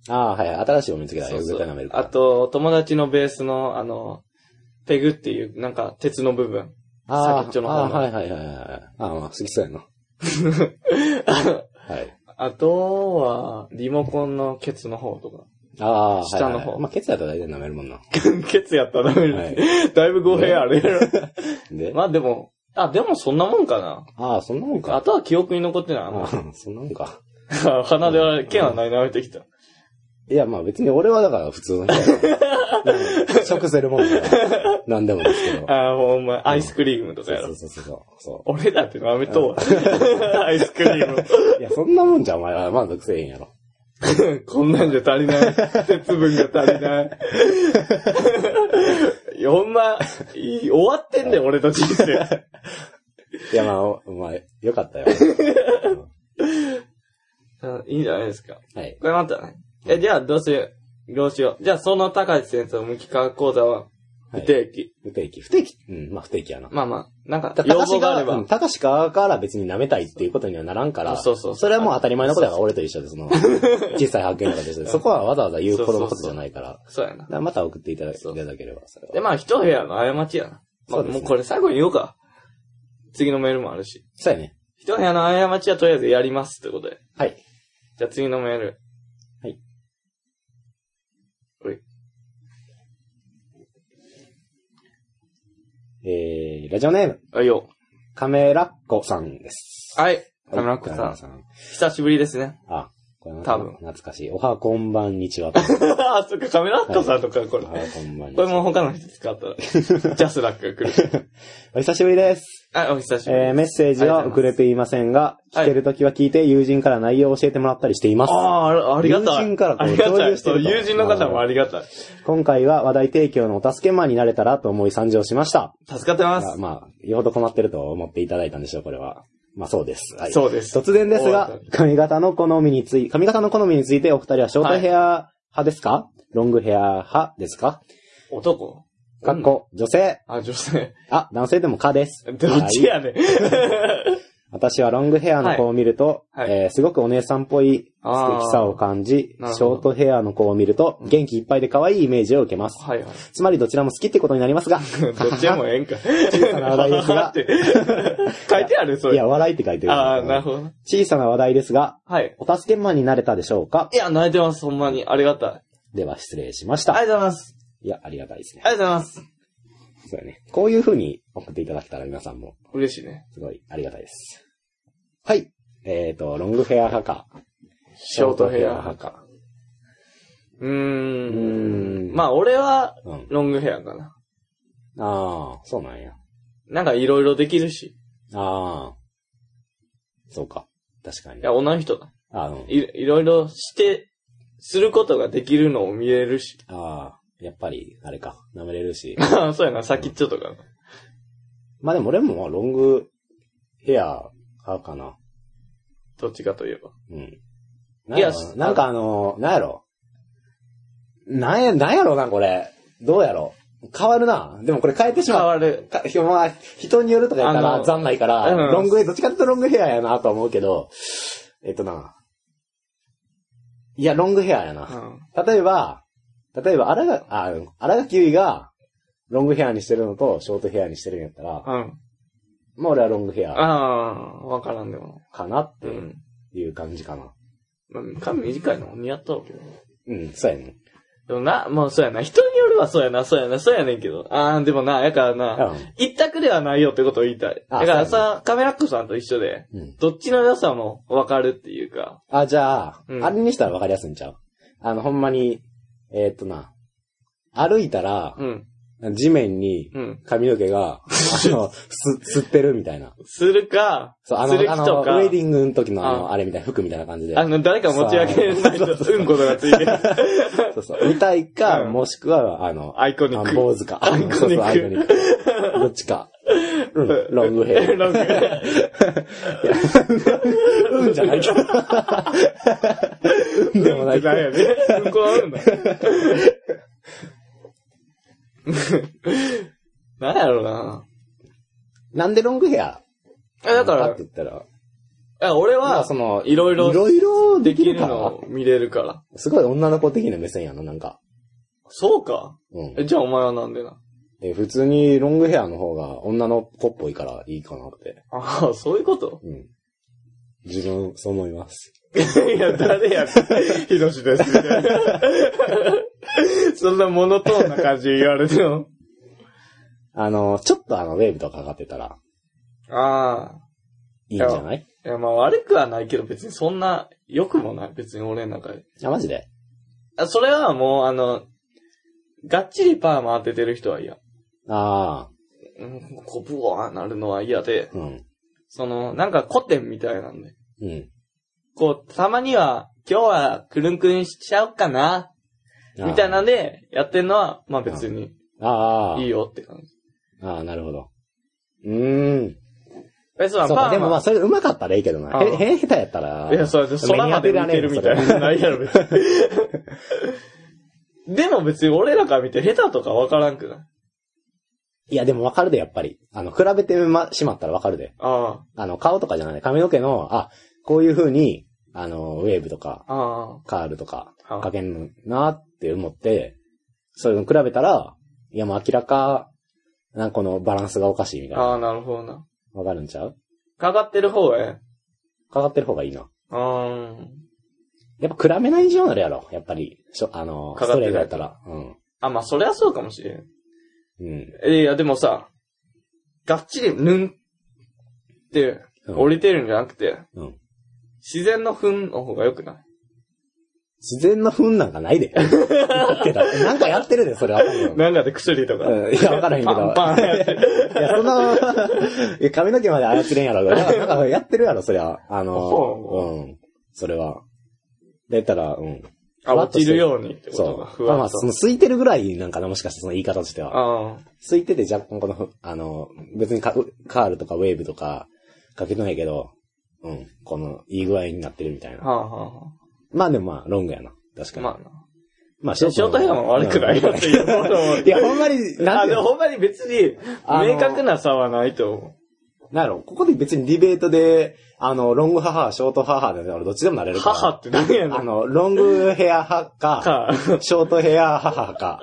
[SPEAKER 1] ン。
[SPEAKER 2] ああ、はい。新しいを見つけた
[SPEAKER 1] そ
[SPEAKER 2] らよ
[SPEAKER 1] う
[SPEAKER 2] く
[SPEAKER 1] そ
[SPEAKER 2] 絶対舐め
[SPEAKER 1] う
[SPEAKER 2] る。から。
[SPEAKER 1] あと、友達のベースの、あの、ペグっていう、なんか、鉄の部分。
[SPEAKER 2] ああ、
[SPEAKER 1] 先っちょの方
[SPEAKER 2] あ
[SPEAKER 1] の
[SPEAKER 2] あはいはいはいはい。ああ、まあ、好きそうやな。はい。
[SPEAKER 1] あとは、リモコンのケツの方とか。
[SPEAKER 2] ああ、はい
[SPEAKER 1] 下の
[SPEAKER 2] はいは
[SPEAKER 1] 方
[SPEAKER 2] いまあ、ケツやったら大体舐めるも んな。
[SPEAKER 1] ケツやったらダメ
[SPEAKER 2] はい
[SPEAKER 1] です。だいぶ語弊あるやろ。
[SPEAKER 2] で、
[SPEAKER 1] まあでも、あ、でもそんなもんかな。
[SPEAKER 2] ああ、そんなもん
[SPEAKER 1] あ
[SPEAKER 2] か。
[SPEAKER 1] とは記憶に残ってない。
[SPEAKER 2] ああ、そんなもんか。
[SPEAKER 1] 鼻では、剣はない舐めてきた。
[SPEAKER 2] いや、まあ別に俺はだから普通の人やから うん食せるもんだから。なんでもですけど。
[SPEAKER 1] ああ、ほんま、アイスクリームとか
[SPEAKER 2] そう
[SPEAKER 1] や
[SPEAKER 2] そ
[SPEAKER 1] ろ
[SPEAKER 2] う。そうそう。そ
[SPEAKER 1] 俺だって舐めとう わ。アイスクリーム。
[SPEAKER 2] う。いや、そんなもんじゃお前は満足せえへんやろ。
[SPEAKER 1] こんなんじゃ足りない。鉄分が足り ない。いや、ほんま、いい終わってんだよ、俺の人生。
[SPEAKER 2] いや、まあ、おお前、よ かったよ。うん
[SPEAKER 1] あいいんじゃないですか。
[SPEAKER 2] はい。
[SPEAKER 1] これまたね。え、じゃあ、どうしよう。どうしよう。じゃあ、その高橋先生の無機化学講座は、
[SPEAKER 2] はい
[SPEAKER 1] 不定期。
[SPEAKER 2] 不定期。不定期うん、まあ不定期やな。
[SPEAKER 1] まあまあ、なんか
[SPEAKER 2] だ、から
[SPEAKER 1] 要
[SPEAKER 2] 高志
[SPEAKER 1] 望があれば
[SPEAKER 2] うん。高志側から別に舐めたいっていうことにはならんから、
[SPEAKER 1] そうそうそう
[SPEAKER 2] れはもう当たり前のことだから俺と一緒で、その、小さい発見とかと一緒で、そこはわざわざ言うほどのことじゃないから、
[SPEAKER 1] そうやな
[SPEAKER 2] だ。からまた送っていただい
[SPEAKER 1] そう
[SPEAKER 2] ただければ、それは。
[SPEAKER 1] で、まあ、一部屋の過ちやな。ま
[SPEAKER 2] そ
[SPEAKER 1] あ、
[SPEAKER 2] うです
[SPEAKER 1] も
[SPEAKER 2] ね
[SPEAKER 1] うこれ最後に言おうか。次のメールもあるし。
[SPEAKER 2] そうやね。
[SPEAKER 1] 一部屋の過ちはとりあえずやりますってことで。
[SPEAKER 2] はい。
[SPEAKER 1] じゃあ次のメール。
[SPEAKER 2] はい。
[SPEAKER 1] おい。
[SPEAKER 2] えー、ラジオネーム、
[SPEAKER 1] あ、よ。
[SPEAKER 2] カメラッコさんです。
[SPEAKER 1] はい。
[SPEAKER 2] はい、
[SPEAKER 1] カメラックさん。
[SPEAKER 2] さん。
[SPEAKER 1] 久しぶりですね。
[SPEAKER 2] あ、これ
[SPEAKER 1] 多分
[SPEAKER 2] 懐かしい。おはこんばんにちは。
[SPEAKER 1] あ、そっか、カメラックさんとか、こ
[SPEAKER 2] お
[SPEAKER 1] れ。
[SPEAKER 2] はこんばんにち
[SPEAKER 1] これ
[SPEAKER 2] は。
[SPEAKER 1] も他の人使った ら、ジャスラックが来る。
[SPEAKER 2] お久しぶりです。
[SPEAKER 1] あ、お久しぶり。
[SPEAKER 2] えー、メッセージは送れていませんが、
[SPEAKER 1] は
[SPEAKER 2] 聞
[SPEAKER 1] い
[SPEAKER 2] けるときは聞いて、友人から内容を教えてもらったりしています。
[SPEAKER 1] ああ、ありがたい。
[SPEAKER 2] 友人からこう
[SPEAKER 1] ありが
[SPEAKER 2] 共
[SPEAKER 1] た
[SPEAKER 2] 有
[SPEAKER 1] い。
[SPEAKER 2] して
[SPEAKER 1] そう
[SPEAKER 2] ると
[SPEAKER 1] 友人の方もありがたい。
[SPEAKER 2] 今回は話題提供のお助けマンになれたらと思い参上しました。
[SPEAKER 1] 助かってま
[SPEAKER 2] まあ
[SPEAKER 1] す。
[SPEAKER 2] まあ、よほど困ってると思っていただいたんでしょう、これは。まあそうです。はい、
[SPEAKER 1] そうです。
[SPEAKER 2] 突然ですが、髪型の好みについ、髪型の好みについてお二人はショートヘア派ですか、ロングヘア派ですか
[SPEAKER 1] 男
[SPEAKER 2] かっこ、女性。
[SPEAKER 1] あ、女性。
[SPEAKER 2] あ、男性でもかです。
[SPEAKER 1] どっち
[SPEAKER 2] はい
[SPEAKER 1] やねん。
[SPEAKER 2] 私はロングヘアの子を見ると、
[SPEAKER 1] はいはい
[SPEAKER 2] えーすごくお姉さんっぽい
[SPEAKER 1] あー
[SPEAKER 2] 素敵さを感じ、シ
[SPEAKER 1] なるほど
[SPEAKER 2] ョートヘアの子を見ると、元気いっぱいで可愛いイメージを受けます。
[SPEAKER 1] はいはい。
[SPEAKER 2] つまりどちらも好きってことになりま すが、
[SPEAKER 1] どっちでもええんか。
[SPEAKER 2] 小さな話題です が
[SPEAKER 1] って書いてあるそ
[SPEAKER 2] い
[SPEAKER 1] れ。
[SPEAKER 2] や、笑いって書いてる。
[SPEAKER 1] ああ、なるほど。
[SPEAKER 2] 小さな話題ですが、
[SPEAKER 1] はい。
[SPEAKER 2] お助けマンになれたでしょうか
[SPEAKER 1] いや、泣いてます、ほんまに。ありがたい。
[SPEAKER 2] では失礼しまし
[SPEAKER 1] あ
[SPEAKER 2] た。
[SPEAKER 1] りがとうございます。
[SPEAKER 2] いや、ありがたいですね
[SPEAKER 1] あ。りがとうございます。
[SPEAKER 2] そうだね。こういう風に送っていただけたら皆さんも、
[SPEAKER 1] 嬉しいね。
[SPEAKER 2] すごいありがたいです。はい。えっ、ー、と、ロングヘア派か、
[SPEAKER 1] ショートヘア派。
[SPEAKER 2] 派か。
[SPEAKER 1] うー
[SPEAKER 2] うーん
[SPEAKER 1] ん。まあ、俺は、
[SPEAKER 2] うん。
[SPEAKER 1] ロングヘアかな。
[SPEAKER 2] ああ、そうなんや。
[SPEAKER 1] なんかいろいろできるし。
[SPEAKER 2] ああ。そうか。確かに
[SPEAKER 1] い。や、女の人だ。
[SPEAKER 2] あの、
[SPEAKER 1] いいろいろして、することができるのを見れるし。
[SPEAKER 2] ああ、やっぱり、あれか。舐めれるし。
[SPEAKER 1] あそうやな、先っちょとか。
[SPEAKER 2] まあでも俺もロングヘア派かな。
[SPEAKER 1] どっちかといえば。
[SPEAKER 2] うん。
[SPEAKER 1] いや
[SPEAKER 2] なんやろなんかあの、なんやろ。なんや、なんやろな、これ。どうやろ。変わるな。でもこれ変えてし
[SPEAKER 1] 変
[SPEAKER 2] まう。
[SPEAKER 1] わる。
[SPEAKER 2] かひょまあ、人によるとか言った
[SPEAKER 1] あ
[SPEAKER 2] ら、
[SPEAKER 1] の
[SPEAKER 2] 残ないから、
[SPEAKER 1] うん
[SPEAKER 2] ロング、どっちかっていうとロングヘアやなとは思うけど、えっとな。いや、ロングヘアや
[SPEAKER 1] う
[SPEAKER 2] な。
[SPEAKER 1] ん。
[SPEAKER 2] 例えば、例えば、荒が、あ、荒垣結衣が、ロングヘアにしてるのと、ショートヘアにしてるんやったら、
[SPEAKER 1] うん。
[SPEAKER 2] まあ俺はロングヘ
[SPEAKER 1] あ
[SPEAKER 2] ア
[SPEAKER 1] あ、わからんでも。
[SPEAKER 2] かなっ
[SPEAKER 1] う
[SPEAKER 2] て
[SPEAKER 1] ん。
[SPEAKER 2] いう感じかな。
[SPEAKER 1] まあ髪短いのも似合ったわけど。
[SPEAKER 2] うん、そうやね。
[SPEAKER 1] でもな、もうそうやな。人によるはそうやな、そうやな、そうやねんけど。ああ、でもな、やから
[SPEAKER 2] う
[SPEAKER 1] な、
[SPEAKER 2] ん。
[SPEAKER 1] 一択ではないよってことを言いたい。
[SPEAKER 2] あ
[SPEAKER 1] だから
[SPEAKER 2] そうや
[SPEAKER 1] さ、カメラックさんと一緒で、
[SPEAKER 2] うん。
[SPEAKER 1] どっちの良さもわかるっていうか。
[SPEAKER 2] あ、じゃあ、
[SPEAKER 1] うん
[SPEAKER 2] あれにしたらわかりやすいんちゃうあの、ほんまに、えーっとな、歩いたら、
[SPEAKER 1] うん。
[SPEAKER 2] 地面に、
[SPEAKER 1] うん。
[SPEAKER 2] 髪の毛が、あの、す、吸ってるみたいな。
[SPEAKER 1] するか、
[SPEAKER 2] そう、あ
[SPEAKER 1] する
[SPEAKER 2] の、
[SPEAKER 1] 人
[SPEAKER 2] あの、ウ
[SPEAKER 1] か。
[SPEAKER 2] ェディングの時のあの、
[SPEAKER 1] あ
[SPEAKER 2] あれみたいな、服みたいな感じで。
[SPEAKER 1] あの、誰か持ち上げないと、うんことがついてる。
[SPEAKER 2] そうそう。みたいか、
[SPEAKER 1] うん
[SPEAKER 2] もしくは、あの、
[SPEAKER 1] アイコニッ
[SPEAKER 2] あ
[SPEAKER 1] ク。
[SPEAKER 2] 坊主か。
[SPEAKER 1] アイコニック
[SPEAKER 2] そうそう、アイコニック。どっちか。うん、ロングヘア。
[SPEAKER 1] ロングヘ
[SPEAKER 2] うんじゃないけど。うんでも
[SPEAKER 1] ア。
[SPEAKER 2] ないけど
[SPEAKER 1] なんやね。うんこはうん だ。なんやろな。
[SPEAKER 2] なんでロングヘア
[SPEAKER 1] え、だか
[SPEAKER 2] っ
[SPEAKER 1] ら
[SPEAKER 2] て、言ったら、
[SPEAKER 1] え俺
[SPEAKER 2] まあ
[SPEAKER 1] は
[SPEAKER 2] そ、の、
[SPEAKER 1] いろい
[SPEAKER 2] いろい
[SPEAKER 1] ろ
[SPEAKER 2] ろ
[SPEAKER 1] で
[SPEAKER 2] で
[SPEAKER 1] き
[SPEAKER 2] き
[SPEAKER 1] る
[SPEAKER 2] るか
[SPEAKER 1] の
[SPEAKER 2] ら
[SPEAKER 1] を。見れるから。
[SPEAKER 2] すごい女の子的な目線やな、なんか。
[SPEAKER 1] そうか。
[SPEAKER 2] うん
[SPEAKER 1] え、。じゃあお前はなんでな。
[SPEAKER 2] え普通にロングヘアの方が女の子っぽいからいいかなって。
[SPEAKER 1] ああ、そういうこと
[SPEAKER 2] うん。自分、そう思います。
[SPEAKER 1] いや、誰やって、ひろしです、みたいな。そんなモノトーンな感じで言われても。
[SPEAKER 2] あの、ちょっとあの、ウェーブとかかかってたら
[SPEAKER 1] ああ。
[SPEAKER 2] いいんじゃない
[SPEAKER 1] いや、まあ悪くはないけど、別にそんな、良くもない。別に俺の中で。
[SPEAKER 2] あ、マジで
[SPEAKER 1] あ、それはもう、あの、がっちりパーマ当ててる人は嫌。
[SPEAKER 2] ああ、
[SPEAKER 1] うん、こう、ブワーなるのは嫌で、
[SPEAKER 2] うん。
[SPEAKER 1] その、なんか古典みたいなんで。
[SPEAKER 2] うん。
[SPEAKER 1] こう、たまには、今日はくるんくるんしちゃおうかな、
[SPEAKER 2] あー
[SPEAKER 1] みたいなんで、やってんのは、まあ別に
[SPEAKER 2] ああ、
[SPEAKER 1] いいよって感じ。
[SPEAKER 2] ああ、なるほど。うーん。
[SPEAKER 1] え、そうだ、
[SPEAKER 2] そう
[SPEAKER 1] パー
[SPEAKER 2] か、
[SPEAKER 1] マ。
[SPEAKER 2] でもまあ、それ上手かったらいいけどな。
[SPEAKER 1] あー
[SPEAKER 2] へ、へ、下手やったら。
[SPEAKER 1] いや、そうです。空まで見てるみたい
[SPEAKER 2] 目に当てられんよそ
[SPEAKER 1] な。
[SPEAKER 2] れ
[SPEAKER 1] ないやろ、別に。 でも別に俺らから見て下手とかわからんくない
[SPEAKER 2] いや、でもわかるで、やっぱり。あの、比べてま、しまったらわかるで。
[SPEAKER 1] あ
[SPEAKER 2] あの、顔とかじゃない。髪の毛の、あ、こういう風に、あの、ウェーブとか
[SPEAKER 1] あ、、あ
[SPEAKER 2] カールとか、
[SPEAKER 1] あ、
[SPEAKER 2] かけんのなって思って、それを比べたら、いや、もう明らか、なんかこのバランスがおかしいみたいな。
[SPEAKER 1] ああ、なるほどな。
[SPEAKER 2] わかるんちゃう
[SPEAKER 1] かかってる方がええ。
[SPEAKER 2] かかってる方がいいな。
[SPEAKER 1] うーん。
[SPEAKER 2] やっぱ比べない以上なるやろ。やっぱり、しょあの、
[SPEAKER 1] か
[SPEAKER 2] ス
[SPEAKER 1] かっ
[SPEAKER 2] ト
[SPEAKER 1] て
[SPEAKER 2] レ
[SPEAKER 1] る
[SPEAKER 2] ートやったら。うん。
[SPEAKER 1] あ、まあ、そりゃそうかもしれん。
[SPEAKER 2] うん。
[SPEAKER 1] えいや、でもさ、がっちり、ぬんって、
[SPEAKER 2] うん
[SPEAKER 1] 降りてるんじゃなくて、
[SPEAKER 2] うん
[SPEAKER 1] 自然の糞の方が良くない
[SPEAKER 2] 自然の糞なんかないで。だけどなんかやってるで、それは。
[SPEAKER 1] なんかで薬とか。
[SPEAKER 2] うんいやわからへんけど
[SPEAKER 1] パンパンやって
[SPEAKER 2] いや、そんな、いや髪の毛まで操れんやろ。なんかやってるやろ、そりゃ。あ
[SPEAKER 1] ほ
[SPEAKER 2] の、うん。それは。で、言ったら、うん。
[SPEAKER 1] あ、落ちるようにってこ
[SPEAKER 2] そ
[SPEAKER 1] とか。
[SPEAKER 2] う。まあまあ、その、空いてるぐらいなんかな、もしかしてその言い方としては。
[SPEAKER 1] あ
[SPEAKER 2] 空いてて若干この、あの、別にカカールとかウェーブとかかけてないけど、うん、この、いい具合になってるみたい
[SPEAKER 1] あ、
[SPEAKER 2] な。
[SPEAKER 1] はあ、は
[SPEAKER 2] まあでもまあ、ロングやな。
[SPEAKER 1] あ、
[SPEAKER 2] 確かに。
[SPEAKER 1] まあな。
[SPEAKER 2] まあ、
[SPEAKER 1] ショートヘアも悪くないよっていうものを
[SPEAKER 2] うんいや、ほんまに、な
[SPEAKER 1] あ、
[SPEAKER 2] ん
[SPEAKER 1] で
[SPEAKER 2] で
[SPEAKER 1] も、ほんまに別に、
[SPEAKER 2] あの
[SPEAKER 1] 明確な差はないと思
[SPEAKER 2] なんやろ、ここで別にディベートで、あの、ロング母、ショート母で、俺どっちでもなれ
[SPEAKER 1] う。
[SPEAKER 2] るから。
[SPEAKER 1] 母って何やねん。
[SPEAKER 2] あの、ロングヘア派か、
[SPEAKER 1] か。
[SPEAKER 2] ショートヘア母か、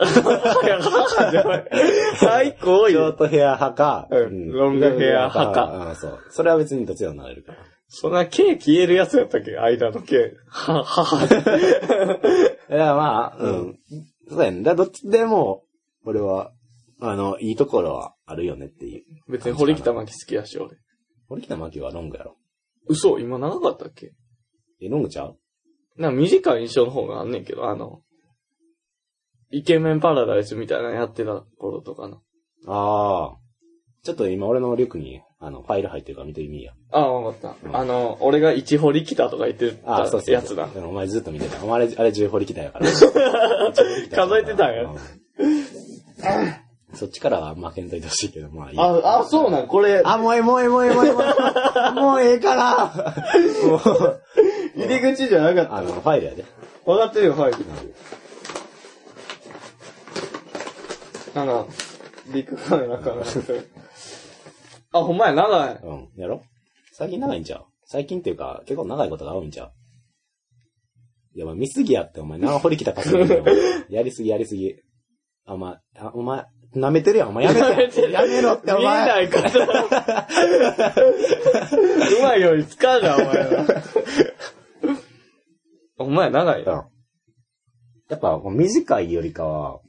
[SPEAKER 1] いや母じゃない。最高
[SPEAKER 2] シ
[SPEAKER 1] よ
[SPEAKER 2] ョー。トヘア派か、
[SPEAKER 1] うんロングヘア派か
[SPEAKER 2] うん、そう。それは別にどっちでもなれるから。
[SPEAKER 1] そんな、毛消えるやつやったっけ間の毛。は、母
[SPEAKER 2] いや、まあ、うん。そうやね。だどっちでも、俺は、あの、いいところはあるよねっていう。
[SPEAKER 1] 別に堀北真希好きやし、俺。
[SPEAKER 2] 俺北真希はロングやろ。
[SPEAKER 1] 嘘今長かったっけ
[SPEAKER 2] え、ロングちゃう
[SPEAKER 1] なんか短い印象の方があんねんけど、あの、イケメンパラダイスみたいなのやってた頃とかの。
[SPEAKER 2] ああ。ちょっと今俺のリュックに、あの、ファイル入ってるから見てみいや。
[SPEAKER 1] ああ、わかった。あの、俺が一堀来たとか言って
[SPEAKER 2] あ
[SPEAKER 1] た
[SPEAKER 2] あ、そうそう。
[SPEAKER 1] やつだ。
[SPEAKER 2] でもお前ずっと見てた。お前あれ、あれ10掘り来たやか ら。
[SPEAKER 1] 数えてたんや
[SPEAKER 2] う。そっちからは負けんといてほしいけど、まあいい。
[SPEAKER 1] あ、あ、そうなん、これ、
[SPEAKER 2] あ、もうええ、もうええ、もうええ、もうええもうええ、もうえ えからもう、
[SPEAKER 1] 入り口じゃなかった。
[SPEAKER 2] あの、ファイルやで。
[SPEAKER 1] 分かってるよ、はい。なんか、ビッグカメラ かな。あ、ほんまや、長い。
[SPEAKER 2] うん。やろ最近長いんちゃう最近っていうか、結構長いことが多いんちゃういや、お前見すぎやって、お前。何掘りきたかすぎ るやりすぎ、やりすぎ。あ、お前、あお前、舐めてるやん、お前やめて。やめろって、お
[SPEAKER 1] 見えな
[SPEAKER 2] 前。
[SPEAKER 1] いから。うまいように使うな、お前 は。お前長い
[SPEAKER 2] うん。。やっぱ、短いよりかは、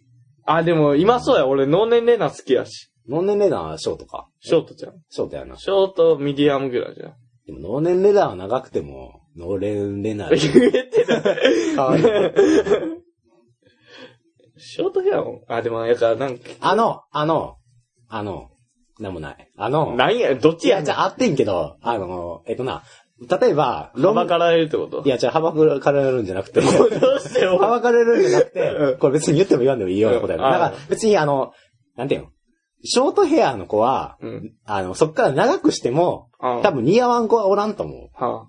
[SPEAKER 1] あ、でも、今そうや、俺、脳年齢な好きやし。
[SPEAKER 2] ノン年レダーはショートか。
[SPEAKER 1] ショートじゃん。
[SPEAKER 2] ショートやな。
[SPEAKER 1] ショート、ミディアムぐらいじゃん。
[SPEAKER 2] でも、ノン年レダーは長くても、ノーレンレナ ー
[SPEAKER 1] 言えてない。
[SPEAKER 2] で可愛い。
[SPEAKER 1] ショートヘアも、あ、でも、やから、なんか、
[SPEAKER 2] あの、あの、あの、なんもない。あの、
[SPEAKER 1] なんや、どっ
[SPEAKER 2] い
[SPEAKER 1] ちや
[SPEAKER 2] や、
[SPEAKER 1] ん
[SPEAKER 2] じ。ゃあ、あってんけど、あの、えっとな、例えば、ロ
[SPEAKER 1] バ
[SPEAKER 2] ン、
[SPEAKER 1] カられるってこと
[SPEAKER 2] いや、じゃあ、はばかられるんじゃなく て、は
[SPEAKER 1] どうしてよ。
[SPEAKER 2] ばかられるんじゃなく
[SPEAKER 1] う
[SPEAKER 2] て、これ別に言っても言わんでもいいようなことや
[SPEAKER 1] う
[SPEAKER 2] な。
[SPEAKER 1] ん
[SPEAKER 2] だから
[SPEAKER 1] あ、
[SPEAKER 2] 別にあの、なんていうの、ショートヘアの子は、
[SPEAKER 1] うん。
[SPEAKER 2] あの、そっから長くしても、
[SPEAKER 1] あ
[SPEAKER 2] 多分似合わん子はおらんと思う。
[SPEAKER 1] は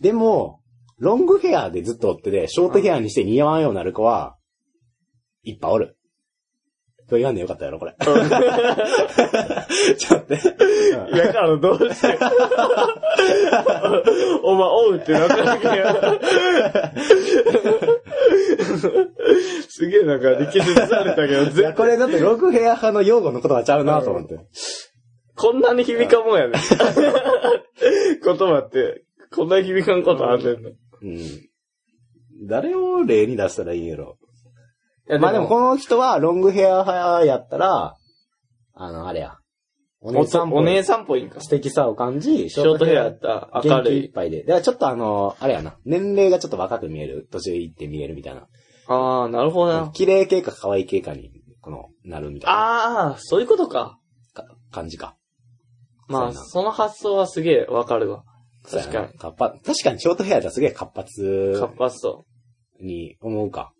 [SPEAKER 2] でも、ロングヘアでずっとおってて、ショートヘアにして似合わんようになる子は、いっぱいおる。と言わんでよかったやろ、これ。 ちょっと待って。
[SPEAKER 1] あ、いやからどうしてお前、おうってなかなかや。すげえなんか力説されたけど、
[SPEAKER 2] いや、
[SPEAKER 1] ぜ
[SPEAKER 2] これだってロングヘア派の用語のことはちゃうなと思って。
[SPEAKER 1] こんなに響かんもんやね 言葉って、こんなに響かんことあんねんの。い
[SPEAKER 2] うん。誰を例に出したらいいんやろ。
[SPEAKER 1] や
[SPEAKER 2] まあでも、この人はロングヘア派やったら、あの、あれや。お
[SPEAKER 1] お
[SPEAKER 2] 姉さんっぽい
[SPEAKER 1] お姉さんっぽいんか。
[SPEAKER 2] 素
[SPEAKER 1] シ
[SPEAKER 2] 敵さを感じ、シ
[SPEAKER 1] ョートヘアやったら明
[SPEAKER 2] 元気
[SPEAKER 1] る
[SPEAKER 2] い
[SPEAKER 1] い。
[SPEAKER 2] っぱいで。だからちょっとあの、あれやな。年齢がちょっと若く見える。年いって見えるみたいな。
[SPEAKER 1] ああ、なるほどな。
[SPEAKER 2] 綺麗系か可愛い系かに、この、なるみたいな
[SPEAKER 1] ああ、そういうことか。
[SPEAKER 2] か感じか。
[SPEAKER 1] まあ、
[SPEAKER 2] そうやな
[SPEAKER 1] その発想はすげえわかるわ。確
[SPEAKER 2] そうや
[SPEAKER 1] か
[SPEAKER 2] な
[SPEAKER 1] に。
[SPEAKER 2] 活発。確かにショートヘアじゃすげえ活発
[SPEAKER 1] 活発と。
[SPEAKER 2] に思うか。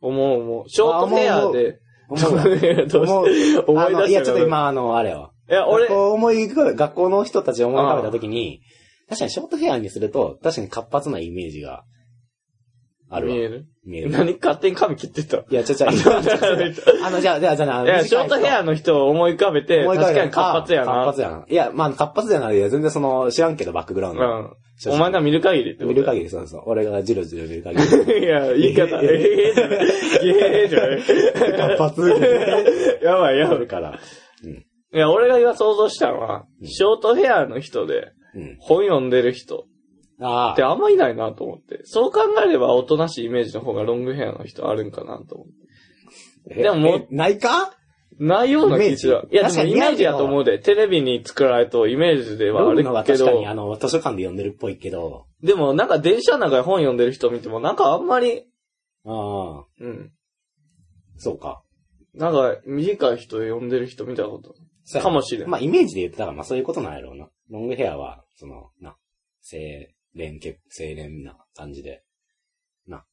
[SPEAKER 1] 思う思う。ショートヘアで。
[SPEAKER 2] 思 うわ。
[SPEAKER 1] どう
[SPEAKER 2] 思う
[SPEAKER 1] して思
[SPEAKER 2] あ
[SPEAKER 1] い出
[SPEAKER 2] の、
[SPEAKER 1] し
[SPEAKER 2] いや、ちょっと
[SPEAKER 1] た
[SPEAKER 2] 今、あの、あれは。
[SPEAKER 1] いや、
[SPEAKER 2] 俺、
[SPEAKER 1] 俺、
[SPEAKER 2] 思い浮かべ、学校の人たちを思い浮かべたときに、確かにショートヘアにすると、確かに活発なイメージが、ある
[SPEAKER 1] 見
[SPEAKER 2] わ。
[SPEAKER 1] える
[SPEAKER 2] 見える。
[SPEAKER 1] 何勝手に髪切って た。
[SPEAKER 2] いや、ちょ、ちょ、あのあの、じゃあ、じゃあ、じゃあ、あ
[SPEAKER 1] い
[SPEAKER 2] の
[SPEAKER 1] や、ショートヘアの人を思い浮かべて、
[SPEAKER 2] 思い
[SPEAKER 1] 確
[SPEAKER 2] 浮かべ
[SPEAKER 1] かに
[SPEAKER 2] た
[SPEAKER 1] 活発や
[SPEAKER 2] あ
[SPEAKER 1] な。
[SPEAKER 2] 活発やな。いや、まあ、活発やな。いや、全然その、知らんけど、バックグラウンド。
[SPEAKER 1] うん。お前が見る限りってこと
[SPEAKER 2] 見る限り、そうそう。俺がじろじろ見る限 り。活
[SPEAKER 1] り。いや、言い 方、ええじゃない。ええじゃない。
[SPEAKER 2] 発見
[SPEAKER 1] やばいやばい。
[SPEAKER 2] るから。
[SPEAKER 1] いや、俺が今想像したのは、ショートヘアの人で、
[SPEAKER 2] うん。
[SPEAKER 1] 本読んでる人
[SPEAKER 2] あ
[SPEAKER 1] って
[SPEAKER 2] あ。
[SPEAKER 1] あんまいないなと思って。そう考えれば、おとなしいイメージの方がロングヘアの人あるんかなと思って。でももう
[SPEAKER 2] えないか
[SPEAKER 1] ないような気がする。
[SPEAKER 2] イ
[SPEAKER 1] い
[SPEAKER 2] メ
[SPEAKER 1] や、
[SPEAKER 2] ージ
[SPEAKER 1] でもイメージやと思うで。テレビに作られるとイメージではあ
[SPEAKER 2] ロ
[SPEAKER 1] る
[SPEAKER 2] ンのは
[SPEAKER 1] け
[SPEAKER 2] 確かに、
[SPEAKER 1] ど
[SPEAKER 2] あ、の、図書館で読んでるっぽいけど。
[SPEAKER 1] でもなんか電車の中で本読んでる人見ても、なんかあんまり、
[SPEAKER 2] ああ。
[SPEAKER 1] うん。
[SPEAKER 2] そうか。
[SPEAKER 1] なんか短い人で読んでる人見たこと。
[SPEAKER 2] そうや
[SPEAKER 1] かもしれん
[SPEAKER 2] まあ、イメージで言ってたから、まあ、そういうことなんやろうな。ロングヘアは、その、な、清廉潔、清廉な感じで。な。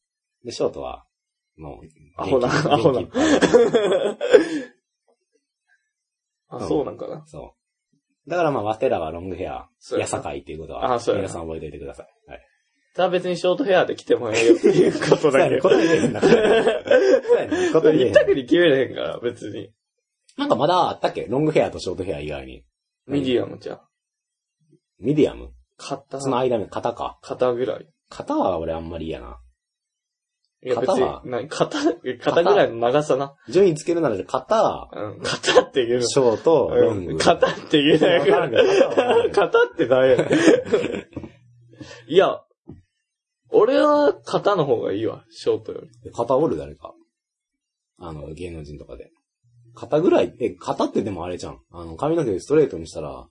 [SPEAKER 2] で、ショートは、もう、
[SPEAKER 1] アホな
[SPEAKER 2] 元気
[SPEAKER 1] アホな
[SPEAKER 2] 元気いっぱい
[SPEAKER 1] あ、
[SPEAKER 2] うん
[SPEAKER 1] そうなんかな。
[SPEAKER 2] そう。だからまあ、ワテらはロングヘア、
[SPEAKER 1] そうや
[SPEAKER 2] や
[SPEAKER 1] な
[SPEAKER 2] さかいっていうこと
[SPEAKER 1] あ
[SPEAKER 2] は、
[SPEAKER 1] そうやな
[SPEAKER 2] 皆さん覚えておいてください。はい。
[SPEAKER 1] ただ別にショートヘアで来てもええよっていうこと
[SPEAKER 2] そう
[SPEAKER 1] だ
[SPEAKER 2] や
[SPEAKER 1] け
[SPEAKER 2] ね、こ
[SPEAKER 1] ど。
[SPEAKER 2] と言えへんな。そうやね、こと言えへ
[SPEAKER 1] 一
[SPEAKER 2] ん。
[SPEAKER 1] 択に決めれへんから、別に。
[SPEAKER 2] なんかまだあったっけロングヘアとショートヘア以外に。
[SPEAKER 1] ミディアムじゃん。
[SPEAKER 2] ミディアム
[SPEAKER 1] 肩、
[SPEAKER 2] その間の肩か。
[SPEAKER 1] 肩ぐらい。
[SPEAKER 2] 肩は俺あんまりいいやな。
[SPEAKER 1] いや、別
[SPEAKER 2] 肩
[SPEAKER 1] に
[SPEAKER 2] は、
[SPEAKER 1] 何肩、肩ぐらいの長さな。
[SPEAKER 2] 順位つけるなら肩、
[SPEAKER 1] うん。肩って言う
[SPEAKER 2] ショート、ロン
[SPEAKER 1] の。う
[SPEAKER 2] グ。
[SPEAKER 1] ん肩って言えない
[SPEAKER 2] わ
[SPEAKER 1] か
[SPEAKER 2] かららん。けど肩はわからんけど
[SPEAKER 1] 肩って何やねんいや、俺は肩の方がいいわ、ショートより。
[SPEAKER 2] 肩おる誰か。あの、芸能人とかで。肩ぐらい、え、肩ってでもあれじゃん。あの、髪の毛ストレートにしたら、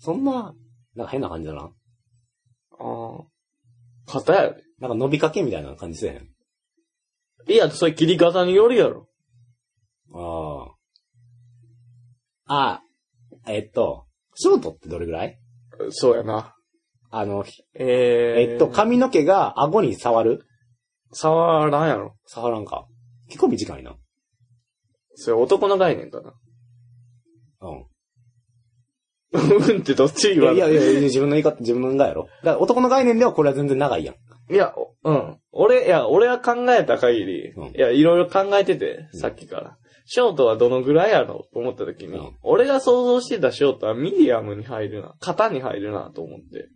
[SPEAKER 2] そんな、なんか変な感じだな。
[SPEAKER 1] ああ。肩やで。
[SPEAKER 2] なんか伸びかけみたいな感じせえへん。
[SPEAKER 1] いや、それ切り方によるやろ。
[SPEAKER 2] ああ。ああ。えっと、ショートってどれぐらい
[SPEAKER 1] そうやな。
[SPEAKER 2] あの、
[SPEAKER 1] えー、
[SPEAKER 2] えっと、髪の毛が顎に触る
[SPEAKER 1] 触らんやろ。
[SPEAKER 2] 触らんか。結構短いな。
[SPEAKER 1] それ男の概念かな。
[SPEAKER 2] うん。
[SPEAKER 1] うんってどっち
[SPEAKER 2] い
[SPEAKER 1] 言わ
[SPEAKER 2] や
[SPEAKER 1] な
[SPEAKER 2] い
[SPEAKER 1] い。
[SPEAKER 2] やいや、自分の言い方、自分の言い方やろ。だから男の概念ではこれは全然長いやん。
[SPEAKER 1] いや、おうん。俺、いや、俺は考えた限り、
[SPEAKER 2] う
[SPEAKER 1] い
[SPEAKER 2] ん
[SPEAKER 1] や、いろいろ考えてて、
[SPEAKER 2] うん
[SPEAKER 1] さっきから。ショートはどのぐらいやろうと思った時に、
[SPEAKER 2] うん
[SPEAKER 1] 俺が想像してたショートはミディアムに入るな。肩に入るなと思って。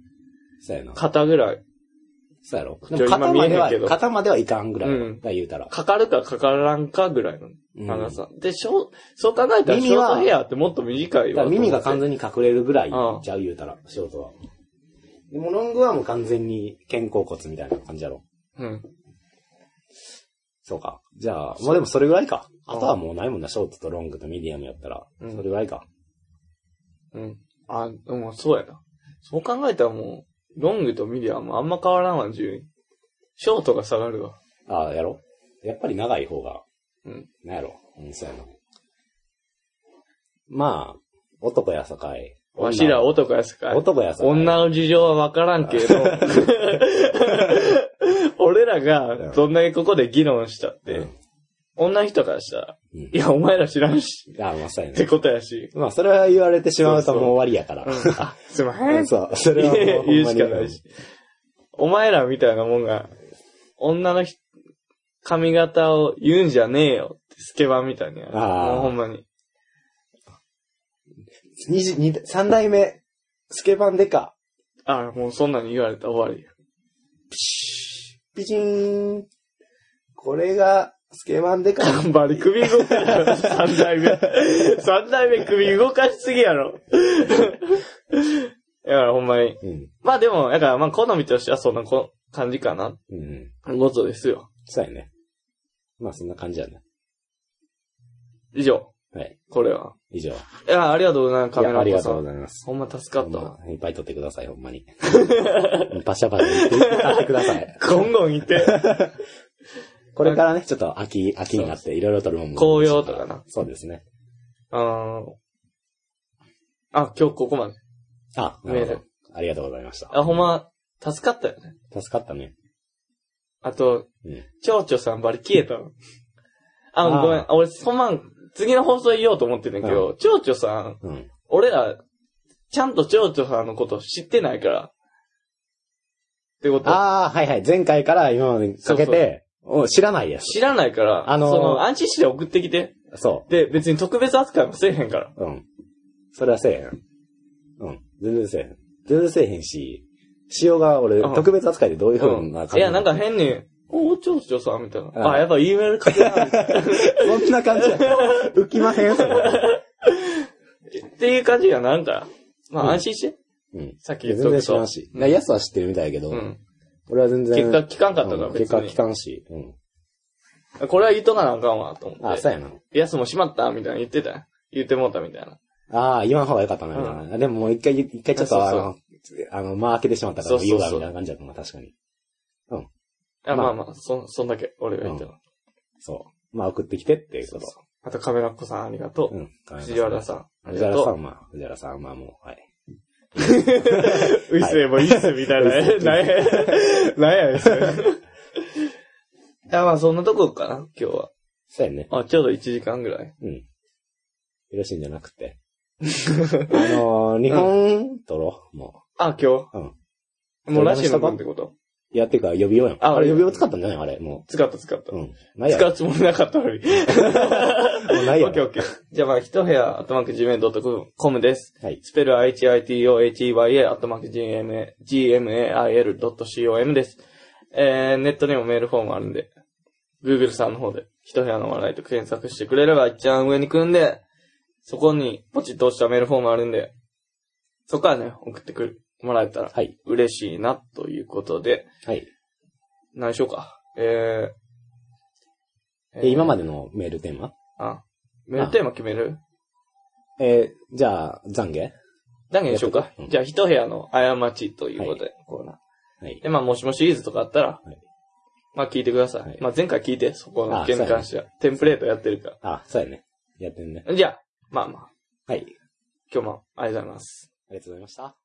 [SPEAKER 2] そうやな。
[SPEAKER 1] 肩ぐらい。
[SPEAKER 2] そうやろ。
[SPEAKER 1] ょ
[SPEAKER 2] でも肩まで
[SPEAKER 1] 今見えへん
[SPEAKER 2] は
[SPEAKER 1] けど、
[SPEAKER 2] 肩まではいかんぐらい。
[SPEAKER 1] うん
[SPEAKER 2] だから言うたら。
[SPEAKER 1] かかるかかからんかぐらいの長さ。で、ショそう考えたらシ
[SPEAKER 2] 耳
[SPEAKER 1] ョ
[SPEAKER 2] は
[SPEAKER 1] ートヘアってもっと短い
[SPEAKER 2] だか
[SPEAKER 1] わ。
[SPEAKER 2] ら耳が
[SPEAKER 1] と思
[SPEAKER 2] 完
[SPEAKER 1] っ
[SPEAKER 2] 全に隠れるぐらい
[SPEAKER 1] うん
[SPEAKER 2] ちゃう言うたら、ショートは。でもロングはもう完全に肩甲骨みたいな感じやろ。
[SPEAKER 1] てうん。
[SPEAKER 2] そうか。じゃあ、もうでもそれぐらいか。あとはもうないもんな、ショートとロングとミディアムやったら。
[SPEAKER 1] うん
[SPEAKER 2] それぐらいか。
[SPEAKER 1] うん。あ、でもそうやな。そう考えたらもう、ロングとミディアムあんま変わらんわ、順位。ショートが下がるわ。
[SPEAKER 2] ああ、やろやっぱり長い方が、
[SPEAKER 1] うん。
[SPEAKER 2] なんやろ。うん、そうやな。まあ、男やさかい。
[SPEAKER 1] わしら男やすか
[SPEAKER 2] 女
[SPEAKER 1] ら。
[SPEAKER 2] 男やさかい。
[SPEAKER 1] 女の事情はわからんけど、俺らがどんだけここで議論したって、
[SPEAKER 2] うん
[SPEAKER 1] 女の人からしたら、
[SPEAKER 2] うん
[SPEAKER 1] いや、お前ら知らんし、
[SPEAKER 2] ああ、まあそうや
[SPEAKER 1] っ
[SPEAKER 2] ね。
[SPEAKER 1] てことやし、
[SPEAKER 2] まあ、それは言われてしまうともう終わりやか
[SPEAKER 1] そう
[SPEAKER 2] ら。
[SPEAKER 1] すいません、
[SPEAKER 2] そう、それはもうほ
[SPEAKER 1] 言
[SPEAKER 2] ん
[SPEAKER 1] う
[SPEAKER 2] ま
[SPEAKER 1] し
[SPEAKER 2] に
[SPEAKER 1] かないし。お前らみたいなもんが、女の人髪型を言うんじゃねえよってスケバンみたいに。もう
[SPEAKER 2] あー
[SPEAKER 1] ほんまに。
[SPEAKER 2] 二十二三代目、スケバンデカ。
[SPEAKER 1] ああ、もうそんなに言われたら終わりや。
[SPEAKER 2] ピチン。これが、スケバンデカ。
[SPEAKER 1] 頑張り、首動かす。三代目。三代目首動かしすぎやろ。 だからほんまに。
[SPEAKER 2] うん。
[SPEAKER 1] まあでも、だからまあ好みとしてはそんなこ感じかな。
[SPEAKER 2] うん。
[SPEAKER 1] ごとですよ。
[SPEAKER 2] そうやね。まあ、そんな感じやね。
[SPEAKER 1] 以上。
[SPEAKER 2] はい。
[SPEAKER 1] これは。
[SPEAKER 2] 以上。い
[SPEAKER 1] いや、ありがとうございます。カメ
[SPEAKER 2] や、
[SPEAKER 1] ラ
[SPEAKER 2] あり
[SPEAKER 1] マン
[SPEAKER 2] が
[SPEAKER 1] さ
[SPEAKER 2] とうご
[SPEAKER 1] ん。
[SPEAKER 2] ざいます。
[SPEAKER 1] ほんま助かったわ。
[SPEAKER 2] いっぱい撮ってください、ほん まに。パシャパシャ言って撮ってください。
[SPEAKER 1] ゴンゴンいて。
[SPEAKER 2] これからね、ちょっと秋、秋になっていろいろ撮るもんも。
[SPEAKER 1] 紅葉とかな。
[SPEAKER 2] そうですね。
[SPEAKER 1] あーあ、今日ここまで。
[SPEAKER 2] あ、なるほ
[SPEAKER 1] メー
[SPEAKER 2] ど。ありがとうございました。
[SPEAKER 1] あ、ほんま、助かったよね。
[SPEAKER 2] 助かったね。
[SPEAKER 1] あと、
[SPEAKER 2] うん。
[SPEAKER 1] 蝶々さんばり消えたの。あ、
[SPEAKER 2] あー
[SPEAKER 1] ごめん。俺、ほんま、次の放送言おうと思ってんだけど、蝶々さん、
[SPEAKER 2] うん。
[SPEAKER 1] 俺ら、ちゃんと蝶々さんのこと知ってないから。ってこと
[SPEAKER 2] ああ、はいはい。前回から今までかけて、お知らないです。
[SPEAKER 1] 知らないから、
[SPEAKER 2] あのー
[SPEAKER 1] その、安心して送ってきて。
[SPEAKER 2] そ
[SPEAKER 1] で、別に特別扱いもせえへんから。
[SPEAKER 2] う。うん。それはせえへん。うん。全然せえへん。全然せえへんし、塩が俺、
[SPEAKER 1] うん
[SPEAKER 2] 特別扱いでどういうふ
[SPEAKER 1] う
[SPEAKER 2] うな感
[SPEAKER 1] ん。
[SPEAKER 2] じ
[SPEAKER 1] いや、なんか変に、おー、蝶々さんみたい
[SPEAKER 2] あ
[SPEAKER 1] な。あ、やっぱ E メールかけない。
[SPEAKER 2] そんな感じや。浮きまへんそれ。
[SPEAKER 1] っていう感じがなんか、ま
[SPEAKER 2] うん
[SPEAKER 1] あ安心して。
[SPEAKER 2] うん。
[SPEAKER 1] さっき言
[SPEAKER 2] 全
[SPEAKER 1] っと
[SPEAKER 2] 然
[SPEAKER 1] く
[SPEAKER 2] 知ら
[SPEAKER 1] と
[SPEAKER 2] ん。し。いや、やすは知ってるみたいやけど、
[SPEAKER 1] うん。
[SPEAKER 2] 俺は全然。
[SPEAKER 1] 結果聞かんかったか
[SPEAKER 2] う
[SPEAKER 1] ら
[SPEAKER 2] ん
[SPEAKER 1] 別
[SPEAKER 2] 結果聞
[SPEAKER 1] に。
[SPEAKER 2] かんし。うん。
[SPEAKER 1] これは言っとかなあかんわ、と思
[SPEAKER 2] あ、
[SPEAKER 1] っ
[SPEAKER 2] そ
[SPEAKER 1] て。
[SPEAKER 2] うやな。
[SPEAKER 1] やすもしまった、みたいな言ってたよ言ってもうたみたいな。
[SPEAKER 2] ああ、言わん方がよかったな、今のでももう一回、一回ちょっとあ
[SPEAKER 1] そう
[SPEAKER 2] の、あの、間開けてしまったか
[SPEAKER 1] そ
[SPEAKER 2] ら
[SPEAKER 1] うそう
[SPEAKER 2] 言
[SPEAKER 1] そう
[SPEAKER 2] うわ、みたいな感じだったな、確かに。
[SPEAKER 1] あ
[SPEAKER 2] ま
[SPEAKER 1] ま
[SPEAKER 2] あ
[SPEAKER 1] あまあ、そ、そんだけ俺が言ったの。
[SPEAKER 2] そう。まあ、送ってきてっていう
[SPEAKER 1] そ
[SPEAKER 2] こ
[SPEAKER 1] う
[SPEAKER 2] と
[SPEAKER 1] そ。う。あと、カメラっ子さんありがとう。
[SPEAKER 2] うん。
[SPEAKER 1] 藤原さん。あり
[SPEAKER 2] 藤
[SPEAKER 1] が
[SPEAKER 2] 原さ
[SPEAKER 1] と
[SPEAKER 2] ん、まあ、藤原さん、まあもう、はい。
[SPEAKER 1] う。ういっせ、もういいっす、みたいな。え なんや、なんや、ういっ せ。いや、まあ、そんなとこかな、今日は。
[SPEAKER 2] そうやね。
[SPEAKER 1] あ、ちょうど1時間ぐらい。
[SPEAKER 2] うん。よろしいんじゃなく て。あのー、日本、撮ろう、も
[SPEAKER 1] あ、今
[SPEAKER 2] うん
[SPEAKER 1] 日。もうラジオの番ってこと
[SPEAKER 2] う。いや、っていうか、予備用やん。
[SPEAKER 1] あ
[SPEAKER 2] あれ、予備用使ったんじゃないあれ、も
[SPEAKER 1] 使った、使った
[SPEAKER 2] う。。うん。ないや
[SPEAKER 1] 使
[SPEAKER 2] ろ。
[SPEAKER 1] うつもりなかったのに。
[SPEAKER 2] もうない
[SPEAKER 1] オ
[SPEAKER 2] や
[SPEAKER 1] ッケー
[SPEAKER 2] ろ。
[SPEAKER 1] オッケー。じゃあまあ、一部屋、アットマーク gmail.com です。
[SPEAKER 2] はい。
[SPEAKER 1] スペルは hitohebya、アットマーク gmail.com です。えー、ネットにもメールフォームあるんで、Google さんの方で、一部屋の笑いと検索してくれれば、一番上に来るんで、そこにポチッと押したメールフォームあるんで、そこからね、送ってくる、もらえたら
[SPEAKER 2] はい。
[SPEAKER 1] 嬉しいな、ということで、
[SPEAKER 2] はい。
[SPEAKER 1] 何しようか。えー、
[SPEAKER 2] で、今ま
[SPEAKER 1] で。
[SPEAKER 2] でのメールテーマ
[SPEAKER 1] あ、メールテーマ決める
[SPEAKER 2] えー、じゃあ、懺悔
[SPEAKER 1] 断言しようか。
[SPEAKER 2] うん
[SPEAKER 1] じゃあ、一部屋の過ちということで、コーナー。
[SPEAKER 2] はい。
[SPEAKER 1] で、まあ、もしもシリーズとかあったら、
[SPEAKER 2] はい
[SPEAKER 1] まあ、聞いてください。
[SPEAKER 2] はい
[SPEAKER 1] まあ、前回聞いて、そこの
[SPEAKER 2] あ
[SPEAKER 1] 件に関しては。テンプレートやってるか
[SPEAKER 2] あ、そうやね。やってんね。
[SPEAKER 1] ら。じゃあ、まあまあ。
[SPEAKER 2] はい。
[SPEAKER 3] 今日もありがとうございます。
[SPEAKER 1] ありがとうございました。